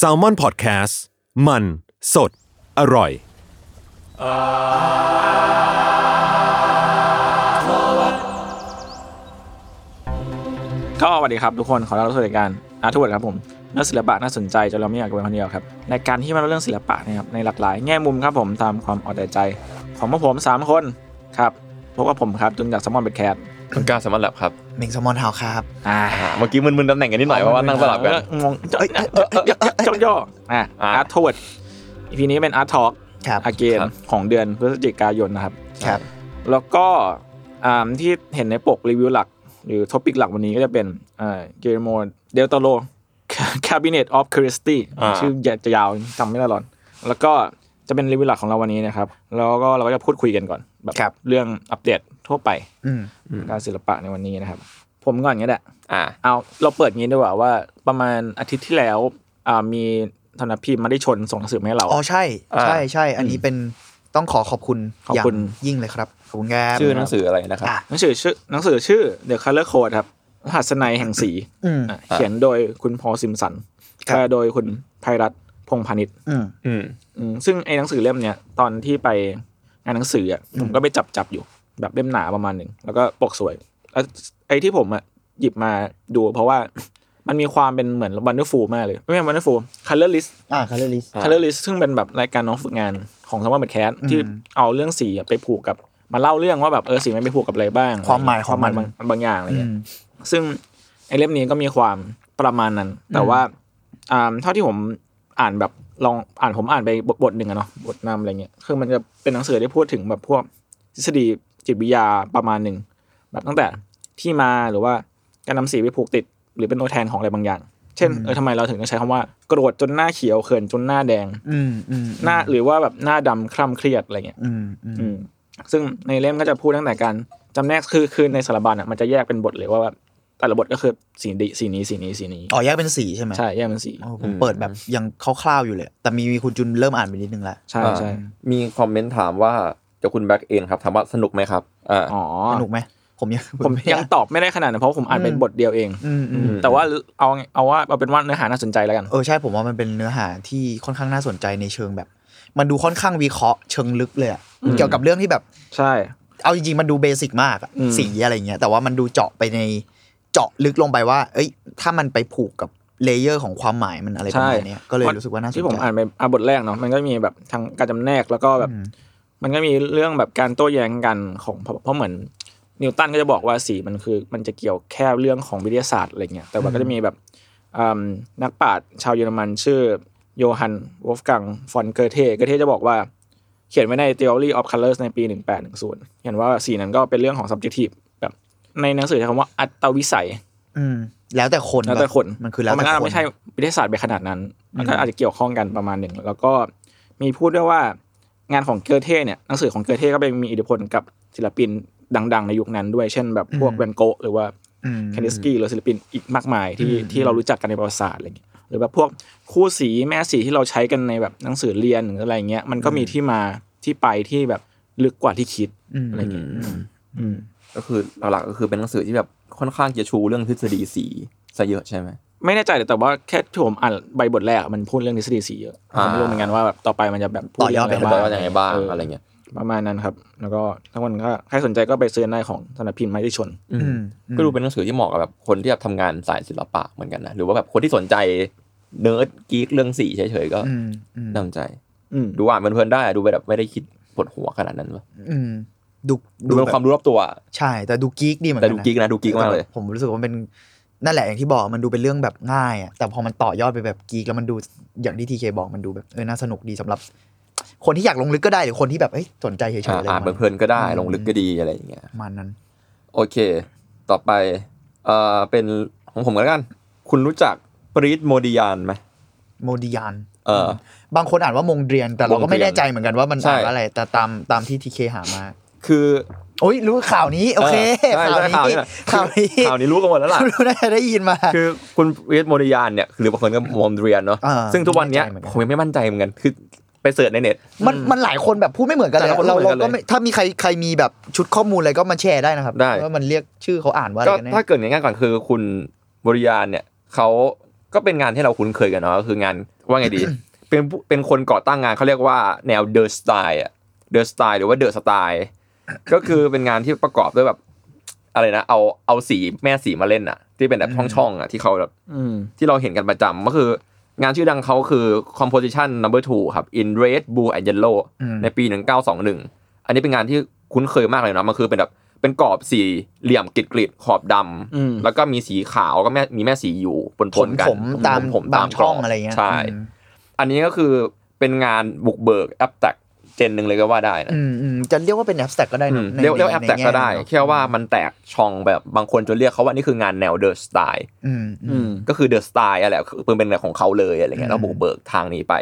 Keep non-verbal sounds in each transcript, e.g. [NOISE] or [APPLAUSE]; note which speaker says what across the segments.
Speaker 1: s a l m o n PODCAST มันสดอร่อย
Speaker 2: ก็สวัสดีครับทุกคนขอต้อนรับเข้าสู่รายการอาร์ทเวิร์ดครับผมเรื่องศิลปะน่าสนใจจนเราไม่อยากเป็นคนเดียวครับรายการที่มาเล่าเรื่องศิลปะนะครับในหลากหลายแง่มุมครับผมตามความเอาแต่ใจ ของพวกผมสามคนครับพบกับผมครับจุนจากสมอนเบ็ดแคท
Speaker 3: คุณก้าวสามารถแลบครับ
Speaker 4: เมงสมอนเฮาครับ
Speaker 2: อ่า
Speaker 3: อ่าเมื่อกี้มึนๆตำแหน่งกันนิดหน่อยเพราะว่านั่งสลับกัน
Speaker 2: งงจ้อยจ้องย่ออ่าอาร์ทเวิร์ดอีพีนี้เป็นอาร์ททอล์ก
Speaker 4: ครับ
Speaker 2: อาเกนของเดือนพฤศจิกายนนะครับ
Speaker 4: ครับ
Speaker 2: แล้วก็อ่าที่เห็นในปกรีวิวหลัก หรือท็อปิกหลักวันนี้ก็จะเป็นเกรโมเดลตาโล [LAUGHS] Cabinet of Curiosity ชื่อจะยาวจำไม่ได้หรอกแล้วก็จะเป็นรีวิวหลักของเราวันนี้นะครับ แล้วก็เราก็จะพูดคุยกันก่อน แบ
Speaker 4: ครับ
Speaker 2: เรื่องอัปเดตทั่วไป
Speaker 4: อืม
Speaker 2: การศิลปะในวันนี้นะครับ ผมก่อนก็ได้
Speaker 3: อ่า
Speaker 2: เอาเราเปิดงี้ดีกว่าว่าประมาณอาทิตย์ที่แล้วอ่ามีธนกพิมพ์มาได้ชนส่งหนังสือมาให้เรา
Speaker 4: อ๋อใช่
Speaker 3: อ่า
Speaker 4: ใช่ใช่ อันนี้เป็นต้องขอขอบคุณ
Speaker 2: ขอบ
Speaker 4: ย่าง
Speaker 2: คุณ
Speaker 4: ยิ่งเลยครับ ขอบคุณครับ
Speaker 3: ชื่อหนังสืออะไรนะครับ
Speaker 4: อ่ะ
Speaker 2: หนังสือชื่อหนังสือชื่อ The Color Code ครับรหัสนัยแห่งสี
Speaker 4: อืม
Speaker 2: อ่ะเขียนโดยคุณพอลซิมสัน
Speaker 4: ครับ
Speaker 2: แปลโดยคุณไพรัตน์พงษ์พาณิชย์
Speaker 4: อืม
Speaker 3: อืม
Speaker 2: อืมซึ่งไอ้หนังสือเล่มเนี้ยตอนที่ไปงานหนังสืออ่ะผมก็ไปจับจับอยู่ แบบเล่มหนาประมาณหนึ่งแล้วก็ปกสวยแล้วไอ้ที่ผมอ่ะหยิบมาดูเพราะว่ามันมีความเป็นเหมือนวันเดอร์ฟูมากเลย ไม่ใช่วันเดอร์ฟูคัลเลอร์ลิส
Speaker 4: อ่าคาร์ลิส
Speaker 3: อ่า
Speaker 2: คัลเลอร์ลิสซึ่งเป็นแบบรายการน้องฝึกงานของสมอร์แคสที่
Speaker 4: อืม
Speaker 2: เอาเรื่องสีอ่ะไปผูกกับมาเล่าเรื่องว่าแบบเออสีมันไปผูกกับอะไรบ้าง
Speaker 4: ความหมายของมัน
Speaker 2: ควบางบางอย่างอะไร
Speaker 4: อื
Speaker 2: เงี้ย
Speaker 4: ม
Speaker 2: ซึ่งไอเล่มนี้ก็มีความประมาณนั้น แต่ว่าอ่าเท่าที่ผมอ่านแบบลองอ่านผมอ่านไปบทบทหนึ่งอะเนาะบทนำอะไรเงี้ยคือมันจะเป็นหนังสือที่พูดถึงแบบพวกทฤษฎีจิตวิทยาประมาณหนึ่งแบบตั้งแต่ที่มาหรือว่าการนำสีไปผูกติด หรือเป็นตัวแทนของอะไรบางอย่าง เช่น
Speaker 4: อืม
Speaker 2: เออทำไมเราถึงต้องใช้คำว่าโกรธจนหน้าเขียวเขินจนหน้าแดง
Speaker 4: อืมอืม
Speaker 2: หน้าหรือว่าแบบหน้าดำคล่ำเครียดอะไรเงี้ย
Speaker 4: อืมอืม
Speaker 2: อืมซึ่งในเล่มก็จะพูดตั้งแต่การจำแนกคือคือในสารบัญอ่ะมันจะแยกเป็นบทเลยว่าแบบแต่ละบทก็คือสีดีสีนี้สีนี้สีนี้
Speaker 4: อ๋อแยกเป็นสีใช่ไหม
Speaker 2: ใช่แยกเป็นสี
Speaker 4: โอ้ผมเปิดแบบยังคร่าวๆอยู่เลย แต่มีมีคุณจุนเริ่มอ่านไปนิดนึงแล้ว
Speaker 2: ใช่ใช่
Speaker 4: อ่า
Speaker 3: มีคอมเมนต์ถามว่าจากคุณแบ็กเองครับถามว่าสนุกไหมครับอ่า
Speaker 2: อ๋อ
Speaker 4: สนุกไหม ผมยัง
Speaker 2: ผม
Speaker 4: ไม่
Speaker 2: ยังตอบไม่ได้ขนาดนั้นเพราะผมอ่านเป็นบทเดียวเอง
Speaker 4: อืมอืม
Speaker 3: อืม
Speaker 2: แต่ว่าเอาเอาว่าเอาเป็นว่าเนื้อหาน่าสนใจแล้วกัน
Speaker 4: เออใช่ผมว่ามันเป็นเนื้อหาที่ค่อนข้างน่าสนใจในเชิงแบบ มันดูค่อนข้างวิเคราะห์เชิงลึกเลยอะ
Speaker 2: อืม
Speaker 4: เกี่ยวกับเรื่องที่แบบ
Speaker 2: ใช่
Speaker 4: เอาจริงๆ มันดูเบสิกมากอะ
Speaker 2: อืม
Speaker 4: สีอะไรเงี้ยแต่ว่ามันดูเจาะไปในเจาะลึกลงไปว่า เอ้ย ถ้ามันไปผูกกับเลเยอร์ของความหมายมันอะไรประ
Speaker 2: ใช่
Speaker 4: มาณเนี้ยก็เลยรู้สึกว่าน่าสนใจ
Speaker 2: ที่ผมอ่านไปอ่ะบทแรกเนาะมันก็มีแบบทางการจำแนกแล้วก็แบบ
Speaker 4: อืม
Speaker 2: มันก็มีเรื่องแบบการโต้แย้งกันของเพราะเพราะเหมือนนิวตันก็จะบอกว่าสีมันคือ มันจะเกี่ยวแค่เรื่องของวิทยาศาสตร์อะไรเงี้ยแต่ว่าก็จะมีแบบอืมนักปราชญ์ชาวเยอรมันชื่อโยฮันวอล์ฟกังฟอนเกอร์เทเกอร์เทจะบอกว่า เขียนไว้ใน Theory of Colors ในปี 1810เขียนว่าสีนั้นก็เป็นเรื่องของ subjective แบบในหนังสือใช้คำว่าอัตวิสัย
Speaker 4: อืมแล้วแต่คน
Speaker 2: แล้วแต่คน
Speaker 4: มันคือแล้ว
Speaker 2: เพราะมัน
Speaker 4: แต่คน
Speaker 2: ก็ไม่ใช่วิทยาศาสตร์ไปขนาดนั้น มันก็อาจจะเกี่ยวข้องกันประมาณหนึ่ง แล้วก็มีพูดด้วยว่างานของเกอร์เท่เนี่ยหนังสือของเกอร์เท่ก็ไปมีอิทธิพลกับศิลปินดัง ๆ ในยุคนั้นด้วย เช่นแบบพวก
Speaker 4: อืม
Speaker 2: แวนโกะหรือว่า
Speaker 4: อืม
Speaker 2: แคนดิสกี้หรือศิลปินอีกมากมายที่
Speaker 4: อืม
Speaker 2: ที่เรารู้จักกันในประวัติศาสตร์อะไรอย่างเงี้ยหรือแบบพวกคู่สีแม่สีที่เราใช้กันในแบบหนังสือเรียนหรืออะไรอย่างเงี้ยมันก็มีที่มาที่ไปที่แบบลึกกว่าที่คิด
Speaker 4: อืม
Speaker 2: อะไรอย่างเงี้ยอืม
Speaker 3: ก็คือหลักๆก็คือเป็นหนังสือที่แบบค่อนข้างจะชูเรื่องทฤษฎีสีซะเยอะใช่ไหม
Speaker 2: ไม่แน่ใจแต่ว่าแค่ที่ผมอ่านใบบทแรกอะมันพูดเรื่องทฤษฎีสีเยอะผ
Speaker 3: อ่า
Speaker 2: มไม่รู้เหมือนกันว่าแบบต่อไปมันจะแบบพูด
Speaker 4: ต่อยอด
Speaker 2: เรื่
Speaker 3: แต่
Speaker 2: งะร
Speaker 3: ว่าอย่างไงบ้าง
Speaker 2: เ
Speaker 3: อะไรเงี้ย
Speaker 2: ประมาณนั้นครับ แล้วก็ถ้าคนก็ใครสนใจก็ไปซื้อได้ของสำนักพิมพ์ไม่ได้ชน
Speaker 3: อื
Speaker 4: อื
Speaker 3: ม
Speaker 4: ม
Speaker 3: ก็ดูเป็นหนังสือที่เหมาะกับแบบคนที่แบบทำงานสายศิลปะเหมือนกันนะหรือว่าแบบคนที่สนใจเนิร์ดกีกเรื่องสีเฉยๆก็
Speaker 4: อืมอืม
Speaker 3: น่าสนใจ
Speaker 2: อืม
Speaker 3: ดูอ่านเพลินๆได้ดูไปแบบไม่ได้คิดปวดหัวขนาดนั้นวะ
Speaker 4: อืมดู
Speaker 3: ดูเป็นความรู้รอบตัว
Speaker 4: ใช่ แต่ดูกิ๊กดีเหมือนกั
Speaker 3: แต่
Speaker 4: น
Speaker 3: ดูกิ๊กนะดูกิ๊กมากเลย
Speaker 4: ผมรู้สึกว่ามันเป็นนั่นแหละอย่างที่บอกมันดูเป็นเรื่องแบบง่ายอะแต่พอมันต่อยอดไปแบบกิ๊กแล้วมันดูอย่างที่ทีเคบอกมันดูแบบเออน่าสนุกดีสำหรับ คนที่อยากลงลึกก็ได้หรือคนที่แบบเอ้ยสนใจเฉยๆ
Speaker 3: อ่า
Speaker 4: อะไร
Speaker 3: อ่าน
Speaker 4: ประมาณ
Speaker 3: เพลินๆก็ได้
Speaker 4: อืม
Speaker 3: ลงลึกก็ดีอะไรอย่างเงี้ย
Speaker 4: ประมาณนั้น
Speaker 3: โอเค ต่อไปเอ่อเป็นของผมก็แล้วกัน คุณรู้จัก ปรีดโมดิยานไหม
Speaker 4: โมดิยาน
Speaker 3: เออ
Speaker 4: บางคนอ่านว่ามงเดียน แต่เราก็ไม่แน่ใจเหมือนกันว่ามัน
Speaker 3: ใช่
Speaker 4: อ่านว่าอะไร แต่ตามตามที่ทีเคหามา
Speaker 3: คือ
Speaker 4: โอ้ยรู้ข่าวนี้ โอเค
Speaker 3: ใช่
Speaker 4: ข่าว
Speaker 3: ใช่
Speaker 4: นี้
Speaker 3: แหละ
Speaker 4: ข่าวนี้
Speaker 3: ข่าวนี้รู้กันหมดแล้วล่ะ
Speaker 4: รู้น่าจะได้ยินมา
Speaker 3: คือคุณเวทโมดิยานเนี่ยหรือบางคนก็มอมเรียนเนาะ
Speaker 4: อ่า
Speaker 3: ซึ่งทุกวันเนี้ย
Speaker 4: ไม่มั่นใจเหมือน
Speaker 3: ผ
Speaker 4: กัน
Speaker 3: มยังไม่มั่นใจเหมือนกัน คือไปเสิร์ชในเน็ต
Speaker 4: มันมันหลายคนแบบพูดไม่เหมือนกันเลย
Speaker 3: แต่ละคน
Speaker 4: เรา
Speaker 3: ไม่เหมือน
Speaker 4: เรา
Speaker 3: กัน
Speaker 4: ก็
Speaker 3: เลย
Speaker 4: ไม่ถ้ามีใครใครมีแบบชุดข้อมูลอะไรก็มาแชร์ได้นะครับ
Speaker 3: ได้
Speaker 4: ว่ามันเรียกชื่อเขาอ่านว่าอะ
Speaker 3: ก็
Speaker 4: ไรกันแน่
Speaker 3: ถ้าเกิดง่ายๆก่อนคือคุณบริยานเนี่ยเขาก็เป็นงานที่เราคุ้นเคยกันเนาะก็คืองานว่า
Speaker 4: [COUGHS]
Speaker 3: ไงดี เป็นผู้เป็นคนก่อตั้งงานเขาเรียกว่าแนวเดอะสไตล์อะเดอะสไตล์หรือว่าเดอะสไตล์ก็คือเป็นงานที่ประกอบด้วยแบบอะไรนะ เอาเอาสีแม่สีมาเล่นอะที่เป็นแบบช่องๆอะที่เขาแบบ
Speaker 2: อืม
Speaker 3: ที่เราเห็นกันประจำก็คืองานชื่อดังเขาคือ composition number two ครับ in red blue and yellow ในปี 1921 อันนี้เป็นงานที่คุ้นเคยมากเลยนะมันคือเป็นแบบเป็นกรอบสี่เหลี่ยมกริดกริดๆขอบดำ
Speaker 2: อืม
Speaker 3: แล้วก็มีสีขาวก็แม่มีแม่สีอยู่ปน
Speaker 4: ผ
Speaker 3: ๆ
Speaker 4: ม
Speaker 3: กัน
Speaker 4: ผมตาม
Speaker 3: ผม
Speaker 4: บางช่อง
Speaker 3: กบ
Speaker 4: อะไรเงี้ย
Speaker 3: ใช่
Speaker 4: อืม
Speaker 3: อันนี้ก็คือเป็นงานบุกเบิกแอปแตกเจนหนึ่งเลยก็ว่าได้นะ
Speaker 4: อืมอืมจะเรียกว่าเป็นแอปสแต็กก็ได้
Speaker 3: อื
Speaker 4: นะ
Speaker 3: ม
Speaker 4: ใน
Speaker 3: เรียกเรียก
Speaker 4: ใน
Speaker 3: แอปแตกก็ได้
Speaker 4: ในแง่นั้นเนอะ
Speaker 3: แค่ว่ามันแตกช่องแบบบางคนจะเรียกเขาว่านี่คืองานแนวเดอะสไตล์
Speaker 4: อืมอื
Speaker 2: อื
Speaker 4: ม
Speaker 2: ม
Speaker 3: ก็คือเดอะสไตล์อะไรคือเป็นแบบของเขาเลยอะไรเงี้ย
Speaker 4: อืม
Speaker 3: แล้วบุกเบิกทางนี้ไป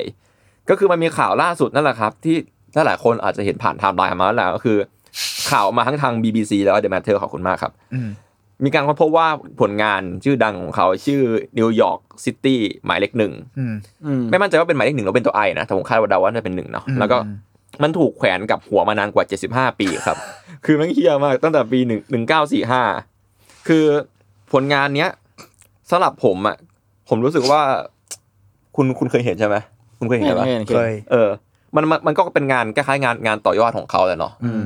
Speaker 3: ก็คือมันมีข่าวล่าสุดนั่นแหละครับ ที่หลายๆคนอาจจะเห็นผ่านไทม์ไลน์มาแล้วแหละก็คือ ข่าวมาทั้งทาง BBC แล้วเดอะแมทเทอร์ขอบคุณมากครับ
Speaker 4: อืม
Speaker 3: มีการค้นพบว่าผลงานชื่อดังของเขาชื่อนิวยอร์กซิตี้หมายเลขหนึ่ง
Speaker 4: อืม
Speaker 2: อืม
Speaker 3: ไม่มั่นใจว่าเป็นหมายเลขหนึ่งหรือเป็นตัวไอนะแต่ผมคาดว่าเดาว่าน่าจะเป็นหนึ่งเนาะ
Speaker 4: อืม
Speaker 3: แล้วก็มันถูกแขวนกับหัวมานานกว่า 75 ปีครับ [LAUGHS] คือมันเฮี้ยมากตั้งแต่ปีหนึ่งหนึ่งเก้าสี่ห้าคือผลงานเนี้ยสำหรับผมอ่ะผมรู้สึกว่า คุณคุณเคยเห็นใช่ไหมคุณเคยเห็น
Speaker 2: ไม่
Speaker 3: ใช่ไหม
Speaker 2: ไม่เห็น
Speaker 4: เคย
Speaker 3: เออมันมันมันก็เป็นงานคล้ายๆงานงานต่อยอดของเขาแหละเนาะ
Speaker 2: อืม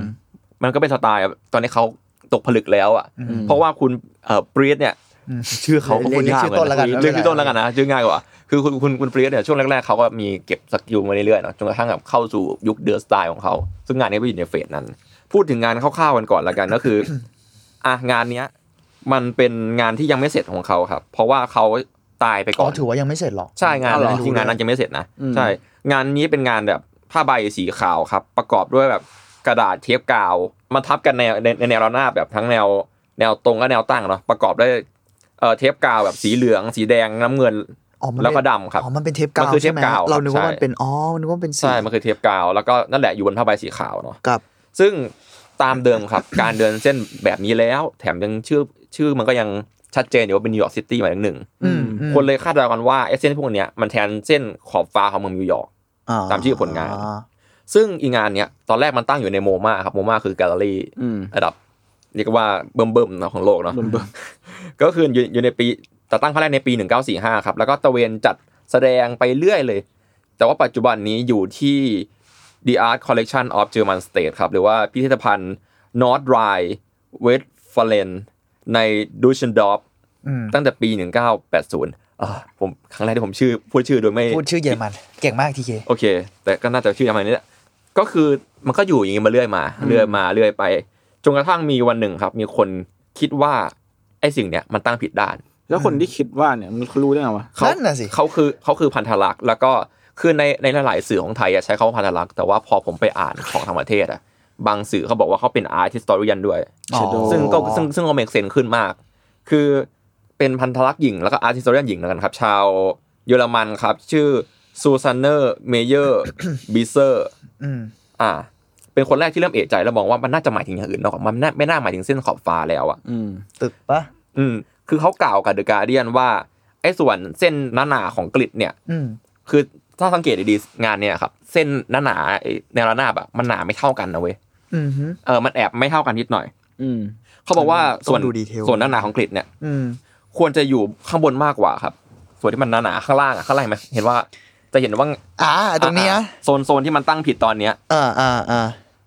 Speaker 3: มันก็เป็นสไตล์แบบตอนนี้เขาตกผลึกแล้วอ่ะ
Speaker 2: อืม
Speaker 3: เพราะว่าคุณเอ่อปรีดเนี่ย
Speaker 4: อืม
Speaker 3: ชื่อเขาก็
Speaker 4: เรีย
Speaker 3: พูด
Speaker 4: ก
Speaker 3: ยาก
Speaker 4: ชื่อต้นแล้วกัน
Speaker 3: เหมือ
Speaker 4: ไม่
Speaker 3: เรียก
Speaker 4: เป็นไร
Speaker 3: ชื่อต้นแล้วกันนะชื่อง่ายกว่า คือคุณคุณคุณปรีดเนี่ยช่วงแรกๆเขาก็มีเก็บสกิลมาเรื่อยๆเนาะจนกระทั่งแบบเข้าสู่ยุคเดอะสไตล์ของเขาซึ่งงานนี้ก็อยู่ในเฟสนั้น พูดถึงงานคร่าวๆกันก่อนละกันก็คือ [COUGHS] อ่ะงานเนี้ยมันเป็นงานที่ยังไม่เสร็จของเขาครับ เพราะว่าเขาตายไป
Speaker 4: อ๋
Speaker 3: ก่
Speaker 4: อ
Speaker 3: อน
Speaker 4: ถือว่ายังไม่เสร็จหรอก
Speaker 3: ใช่งาน
Speaker 2: อ้าวเหรอ
Speaker 3: จริงๆงานนั้นยังไม่เสร็จนะ
Speaker 2: อืม
Speaker 3: ใช่งานนี้เป็นงานแบบผ้าใบสีขาวครับ ประกอบด้วยแบบกระดาษเทปกาวมาทับกันในในในแนวระนาบแบบทั้งแนวแนวตรงและแนวตั้งเนาะประกอบด้วยเอ่อเทปกาวแบบสีเหลือง สีแดงน้ำเงิน
Speaker 4: อ๋อมัน
Speaker 3: แล้วก็
Speaker 4: เป็น
Speaker 3: ดำครับ
Speaker 4: อ๋อมันเป็นเทป
Speaker 3: มั
Speaker 4: กาวน
Speaker 3: คือ
Speaker 4: ใช่ไหม
Speaker 3: เทปกาว
Speaker 4: เรานึกว่า
Speaker 3: ใช่
Speaker 4: มันเป็นอ๋อนึกว่าเป็นสี
Speaker 3: ใช่มันคือเทปกาว แล้วก็นั่นแหละอยู่บนผ้าใบสีขาวเนาะ
Speaker 4: กับ
Speaker 3: ซึ่งตามเดิมครับ การเดินเส้นแบบนี้แล้ว แถมยังชื่อชื่อมันก็ยังชัดเจนอยู่ว่าเป็นนิวยอร์กซิตี้หมายเลขหนึ่ง
Speaker 4: อืมอืม
Speaker 3: คนเลยคาดเดากันว่าไอ้เส้นพวกเนี้ยมันแทนเส้นขอบฟ้าของเมืองนิวยอร์ก ตามชื่อผลงาน ซึ่งอีงานเนี้ยตอนแรกมันตั้งอยู่ในโมมาครับโมมาคือแกลเลอรี่
Speaker 2: อืม
Speaker 3: ระดับเรียกว่าเบิ่มๆเบิ่มนาะของโลกเนาะ
Speaker 2: เบิ่มเบิ่ม
Speaker 3: [LAUGHS] ก็คืออยู่อยู่ในปีแต่ตั้งครั้งแรกในปี 1945 ครับแล้วก็ตระเวนจัดแสดงไปเรื่อยเลย แต่ว่าปัจจุบันนี้อยู่ที่ The Art Collection of German State ครับ หรือว่าพิพิธภัณฑ์ North Rhine Westphalen ในดูช e นดอฟ
Speaker 4: อืม
Speaker 3: ตั้งแต่ปี 1980อ่าผมครั้งแรกที่ผมชื่อพูดชื่อโดยไม่
Speaker 4: พูดชื่อเยอรมัน เก่งมากทีเค
Speaker 3: โอเค แต่ก็น่าจะชื่อประมาณนี้แหละก็คือมันก็อยู่อย่างนี้มาเรื่อยมาเรื่อยมาเรื่อยไปจนกระทั่งมีวันหนึ่งครับ มีคนคิดว่าไอ้สิ่งเนี้ยมันตั้งผิดด้าน
Speaker 2: แล้วคนที่คิดว่าเนี่ยมันเขารู้ได้ไงวะ
Speaker 3: เขา
Speaker 4: นั่นน่ะสิ
Speaker 3: เขาคือเขาคือพันธลักษณ์แล้วก็คือในในหลายๆสื่อของไทยอะใช้คำว่าพันธลักษณ์แต่ว่าพอผมไปอ่านของทางประเทศอะบางสื่อเขาบอกว่าเขาเป็นอาร์ติสตอรีนด้วย
Speaker 4: อ๋อ
Speaker 2: Shadow
Speaker 3: ซึ่งก็ซึ่งซึ่งก็เมกเซนขึ้นมาก คือเป็นพันธลักษณ์หญิง แล้วก็อาร์ติสตอรีนหญิงแล้วกันครับ ชาวเยอรมันครับ ชื่อซูซานเนอร์เมเยอร์บีเซอร์
Speaker 4: อืม
Speaker 3: อ่า เป็นคนแรกที่เริ่มเอะใจแล้วมองว่ามันน่าจะหมายถึงอย่างอื่นนอกจากมันน่าไม่น่าหมายถึงเส้นขอบฟ้าแล้วอ่ะ
Speaker 2: อืม
Speaker 4: ตึกปะ
Speaker 3: อืม คือเขากล่าวกับเดอะการเดียนว่าไอ้ส่วนเส้นหนาๆของกริดเนี่ย
Speaker 4: อืม
Speaker 3: คือถ้าสังเกตดีๆงานเนี่ยครับ เส้นหนาๆไอ้แนวระนาบอ่ะมันหนาไม่เท่ากันนะเว้ย
Speaker 4: อืมฮึ
Speaker 3: เออ มันแอบไม่เท่ากันนิดหน่อย
Speaker 2: อืม
Speaker 3: เขาบอกว่า
Speaker 4: ต้อง
Speaker 3: ส่วน
Speaker 4: ดูดีเทล
Speaker 3: ส่วนหนาๆของกริดเนี่ย
Speaker 4: อืม
Speaker 3: ควรจะอยู่ข้างบนมากกว่าครับ ส่วนที่มันหนาๆข้างล่างอ่ะข้างล่างเห็นไหมเห็นว่าจะเห็นว่า
Speaker 4: อ่าตรงเนี้ย
Speaker 3: อ่าโซนโซนที่มันตั้งผิดตอนเนี้ย
Speaker 4: อ่าอ่าอ่า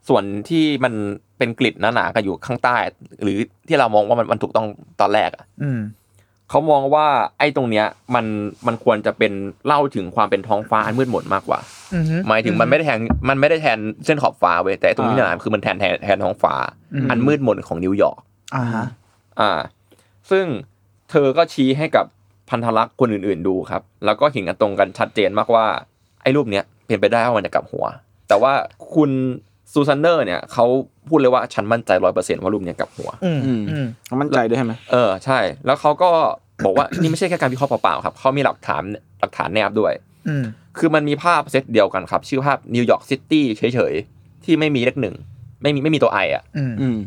Speaker 3: ส่วนที่มันเป็นกริดหนาๆก็อยู่ข้างใต้ หรือที่เรามองว่ามันมันถูกต้องตอนแรกอะ
Speaker 4: อืม
Speaker 3: เขามองว่าไอ้ตรงเนี้ยมันมันควรจะเป็นเล่าถึงความเป็นท้องฟ้าอันมืดมนมากกว่า
Speaker 4: อืมฮึ
Speaker 3: หมายถึงมันไม่ได้แทนมันไม่ได้แทนเส้นขอบฟ้าเว้ยแต่ตรงนี้ห
Speaker 2: อ่า
Speaker 3: นาๆคือมันแทนแทนแทนท้องฟ้า
Speaker 4: อืม
Speaker 3: อันมืดมนของนิวยอร์ก
Speaker 4: อ่าฮะ
Speaker 3: อ่า ซึ่งเธอก็ชี้ให้กับพันธลักษณ์คนอื่นๆดูครับ แล้วก็เห็นกันตรงกันชัดเจนมากว่า ไอ้รูปเนี้ยเป็นไปได้ว่ามันจะกลับหัว แต่ว่าคุณซูซันเนอร์เนี่ยเขาพูดเลยว่าฉันมั่นใจร้อยเปอร์เซ็นต์ว่ารูปเนี้ยกลับหัว
Speaker 4: อืม
Speaker 2: อืม
Speaker 4: อืม
Speaker 2: เขามั่นใจด้วยใช่ไหม
Speaker 3: เออใช่ แล้วเขาก็ บอกว่า [COUGHS] นี่ไม่ใช่แค่การวิเคราะห์เปล่าๆครับเขามีหลักฐานหลักฐานแนบด้วย
Speaker 4: อืม
Speaker 3: คือมันมีภาพเซตเดียวกันครับ ชื่อภาพนิวยอร์กซิตี้เฉยๆ ที่ไม่มีเลขหนึ่ง ไม่มีไม่มีตัวไออ่ะ
Speaker 4: อืม
Speaker 2: อืม